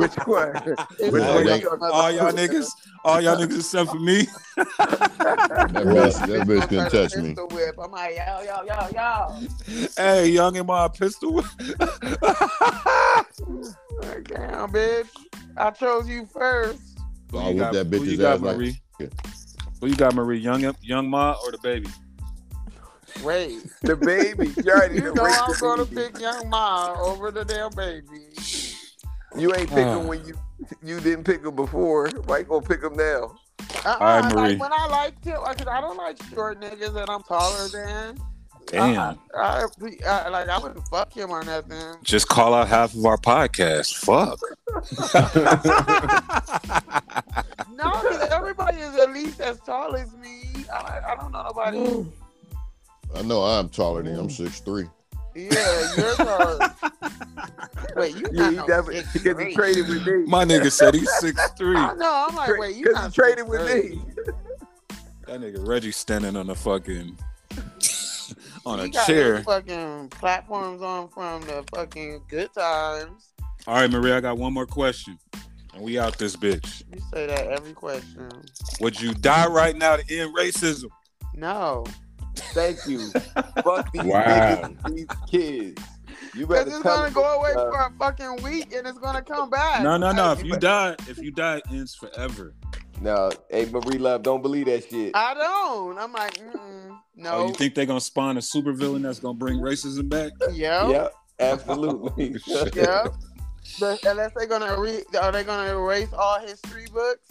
F: Which one? Which
J: All
F: one?
J: y'all-
F: you talking
A: All y'all
F: about?
A: niggas, all y'all niggas except for me.
J: That bitch, that bitch can touch me.
D: Pistol whip. I'm like, yo, yo, yo, yo.
A: Hey, Young and Ma pistol.
D: Like, Damn, bitch. I chose you first.
A: Who
J: I
A: you
J: whip
A: got-
J: that
A: who
J: bitch's
A: you got,
J: ass like-
A: Marie? Who you got, Marie? Young, young ma or the baby?
D: Wait.
F: The baby. You already
D: You
F: done
D: know
F: raped
D: I'm
F: the
D: gonna
F: baby.
D: pick Young Ma over the damn baby.
F: You ain't pick
A: Ah.
F: him when you you didn't pick him before. Why you gonna pick him now?
D: Uh-uh,
A: All right, Marie.
D: Like when I liked it, like uh, 'cause I don't like short niggas that I'm taller than.
A: Damn.
D: I, I, like I wouldn't fuck him or nothing.
A: Just call out half of our podcast. Fuck.
D: No, because everybody is at least as tall as me. I, I don't know nobody
J: I know I'm taller than you. I'm six three.
D: Yeah, yours are. Wait, you
F: Yeah,
D: not
F: he
D: no
F: definitely
D: six
F: because he
D: three.
F: traded with me.
A: My nigga said he's six three.
D: I know. I'm like, wait, you
F: Because he
D: not
F: traded with me.
A: That nigga Reggie standing on a fucking on a
D: He got
A: chair.
D: his Fucking platforms on from the fucking good times.
A: All right, Maria, I got one more question, and we out this bitch.
D: You say that every question.
A: Would you die right now to end racism?
D: No,
F: Thank you. Fuck these
B: Wow.
F: niggas, these kids. You
D: because
F: better
D: it's
F: come
D: gonna go away
F: uh,
D: for a fucking week and it's gonna come back.
A: No, no, no.
D: Like,
A: If you die, if you die, it ends forever.
F: No, hey Marie Love, don't believe that shit.
D: I don't. I'm like, mm-mm,
A: Oh,
D: no.
A: you think they gonna spawn a supervillain that's gonna bring racism back?
D: Yep.
F: Yep, absolutely.
D: Yep. But unless they're gonna re- are they gonna erase all history books?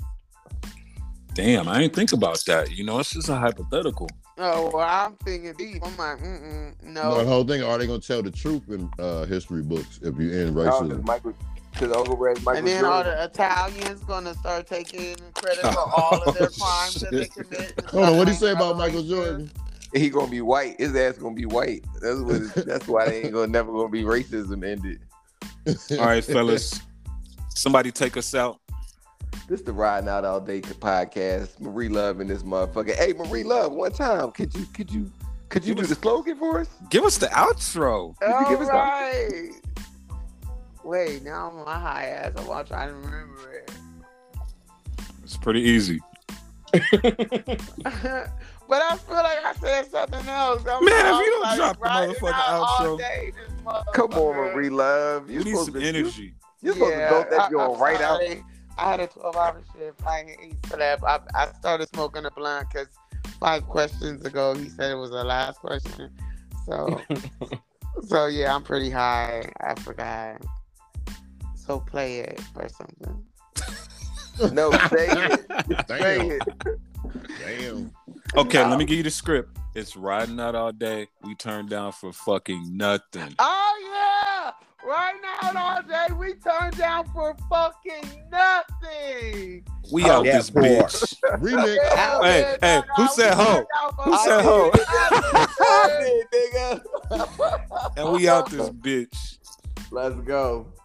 A: Damn, I ain't think about that. You know, it's just a hypothetical.
D: Oh, well, I'm thinking deep. I'm like, mm-mm,
J: You know, the
D: no.
J: whole thing. Are they gonna tell the truth in uh, history books if you end
F: Oh, 'cause
J: racism?
F: Michael, because Uncle Red's Michael
D: And then all
F: Jordan.
D: the Italians gonna start taking credit for all of their
A: Oh,
D: crimes that they
A: shit.
D: commit.
J: Hold on, what
D: Uh-uh.
J: do you say about Michael Jordan?
F: he gonna be white. His ass gonna be white. That's what. it's- that's why they ain't gonna never gonna be racism ended.
A: All right, fellas, somebody take us out.
F: This the riding out all day podcast. Marie Love and this motherfucker. Hey Marie Love, one time could you could you could you do the slogan for us?
A: Give us the outro.
F: Did you
D: All
F: give us
D: right. Wait, now I'm on my high ass. I'm all trying to remember it.
A: It's pretty easy.
D: but I feel like I said something else. I'm
A: Man, if
D: I'm
A: you don't
D: like
A: drop the
D: riding
A: motherfucking
D: out
A: outro.
D: all day, this
F: Come on,
D: motherfucker.
F: Marie Love.
A: We need
F: supposed
A: some
F: to-
A: energy.
F: You're supposed to go that joint
D: I'm
F: right out.
D: sorry. I had a 12 hour shift. I ain't eat for that. I, I started smoking a blunt because five questions ago he said it was the last question. So, so yeah, I'm pretty high. I forgot. So play it or something.
F: No, say it. Say
J: Damn,
F: it.
J: damn.
A: Okay, let me give you the script. It's riding out all day. We turned down for fucking nothing.
D: Oh yeah! Right now, all day we turned down for fucking nothing.
A: We out
H: yeah,
A: this
H: poor.
A: bitch.
J: Remix.
D: Hell,
A: Hey, hey,
D: yeah, no, no,
A: who
D: we
A: said ho?
D: turned down for
A: Who said ho?
D: nothing.
F: Nigga.
A: And we out this bitch.
F: Let's go.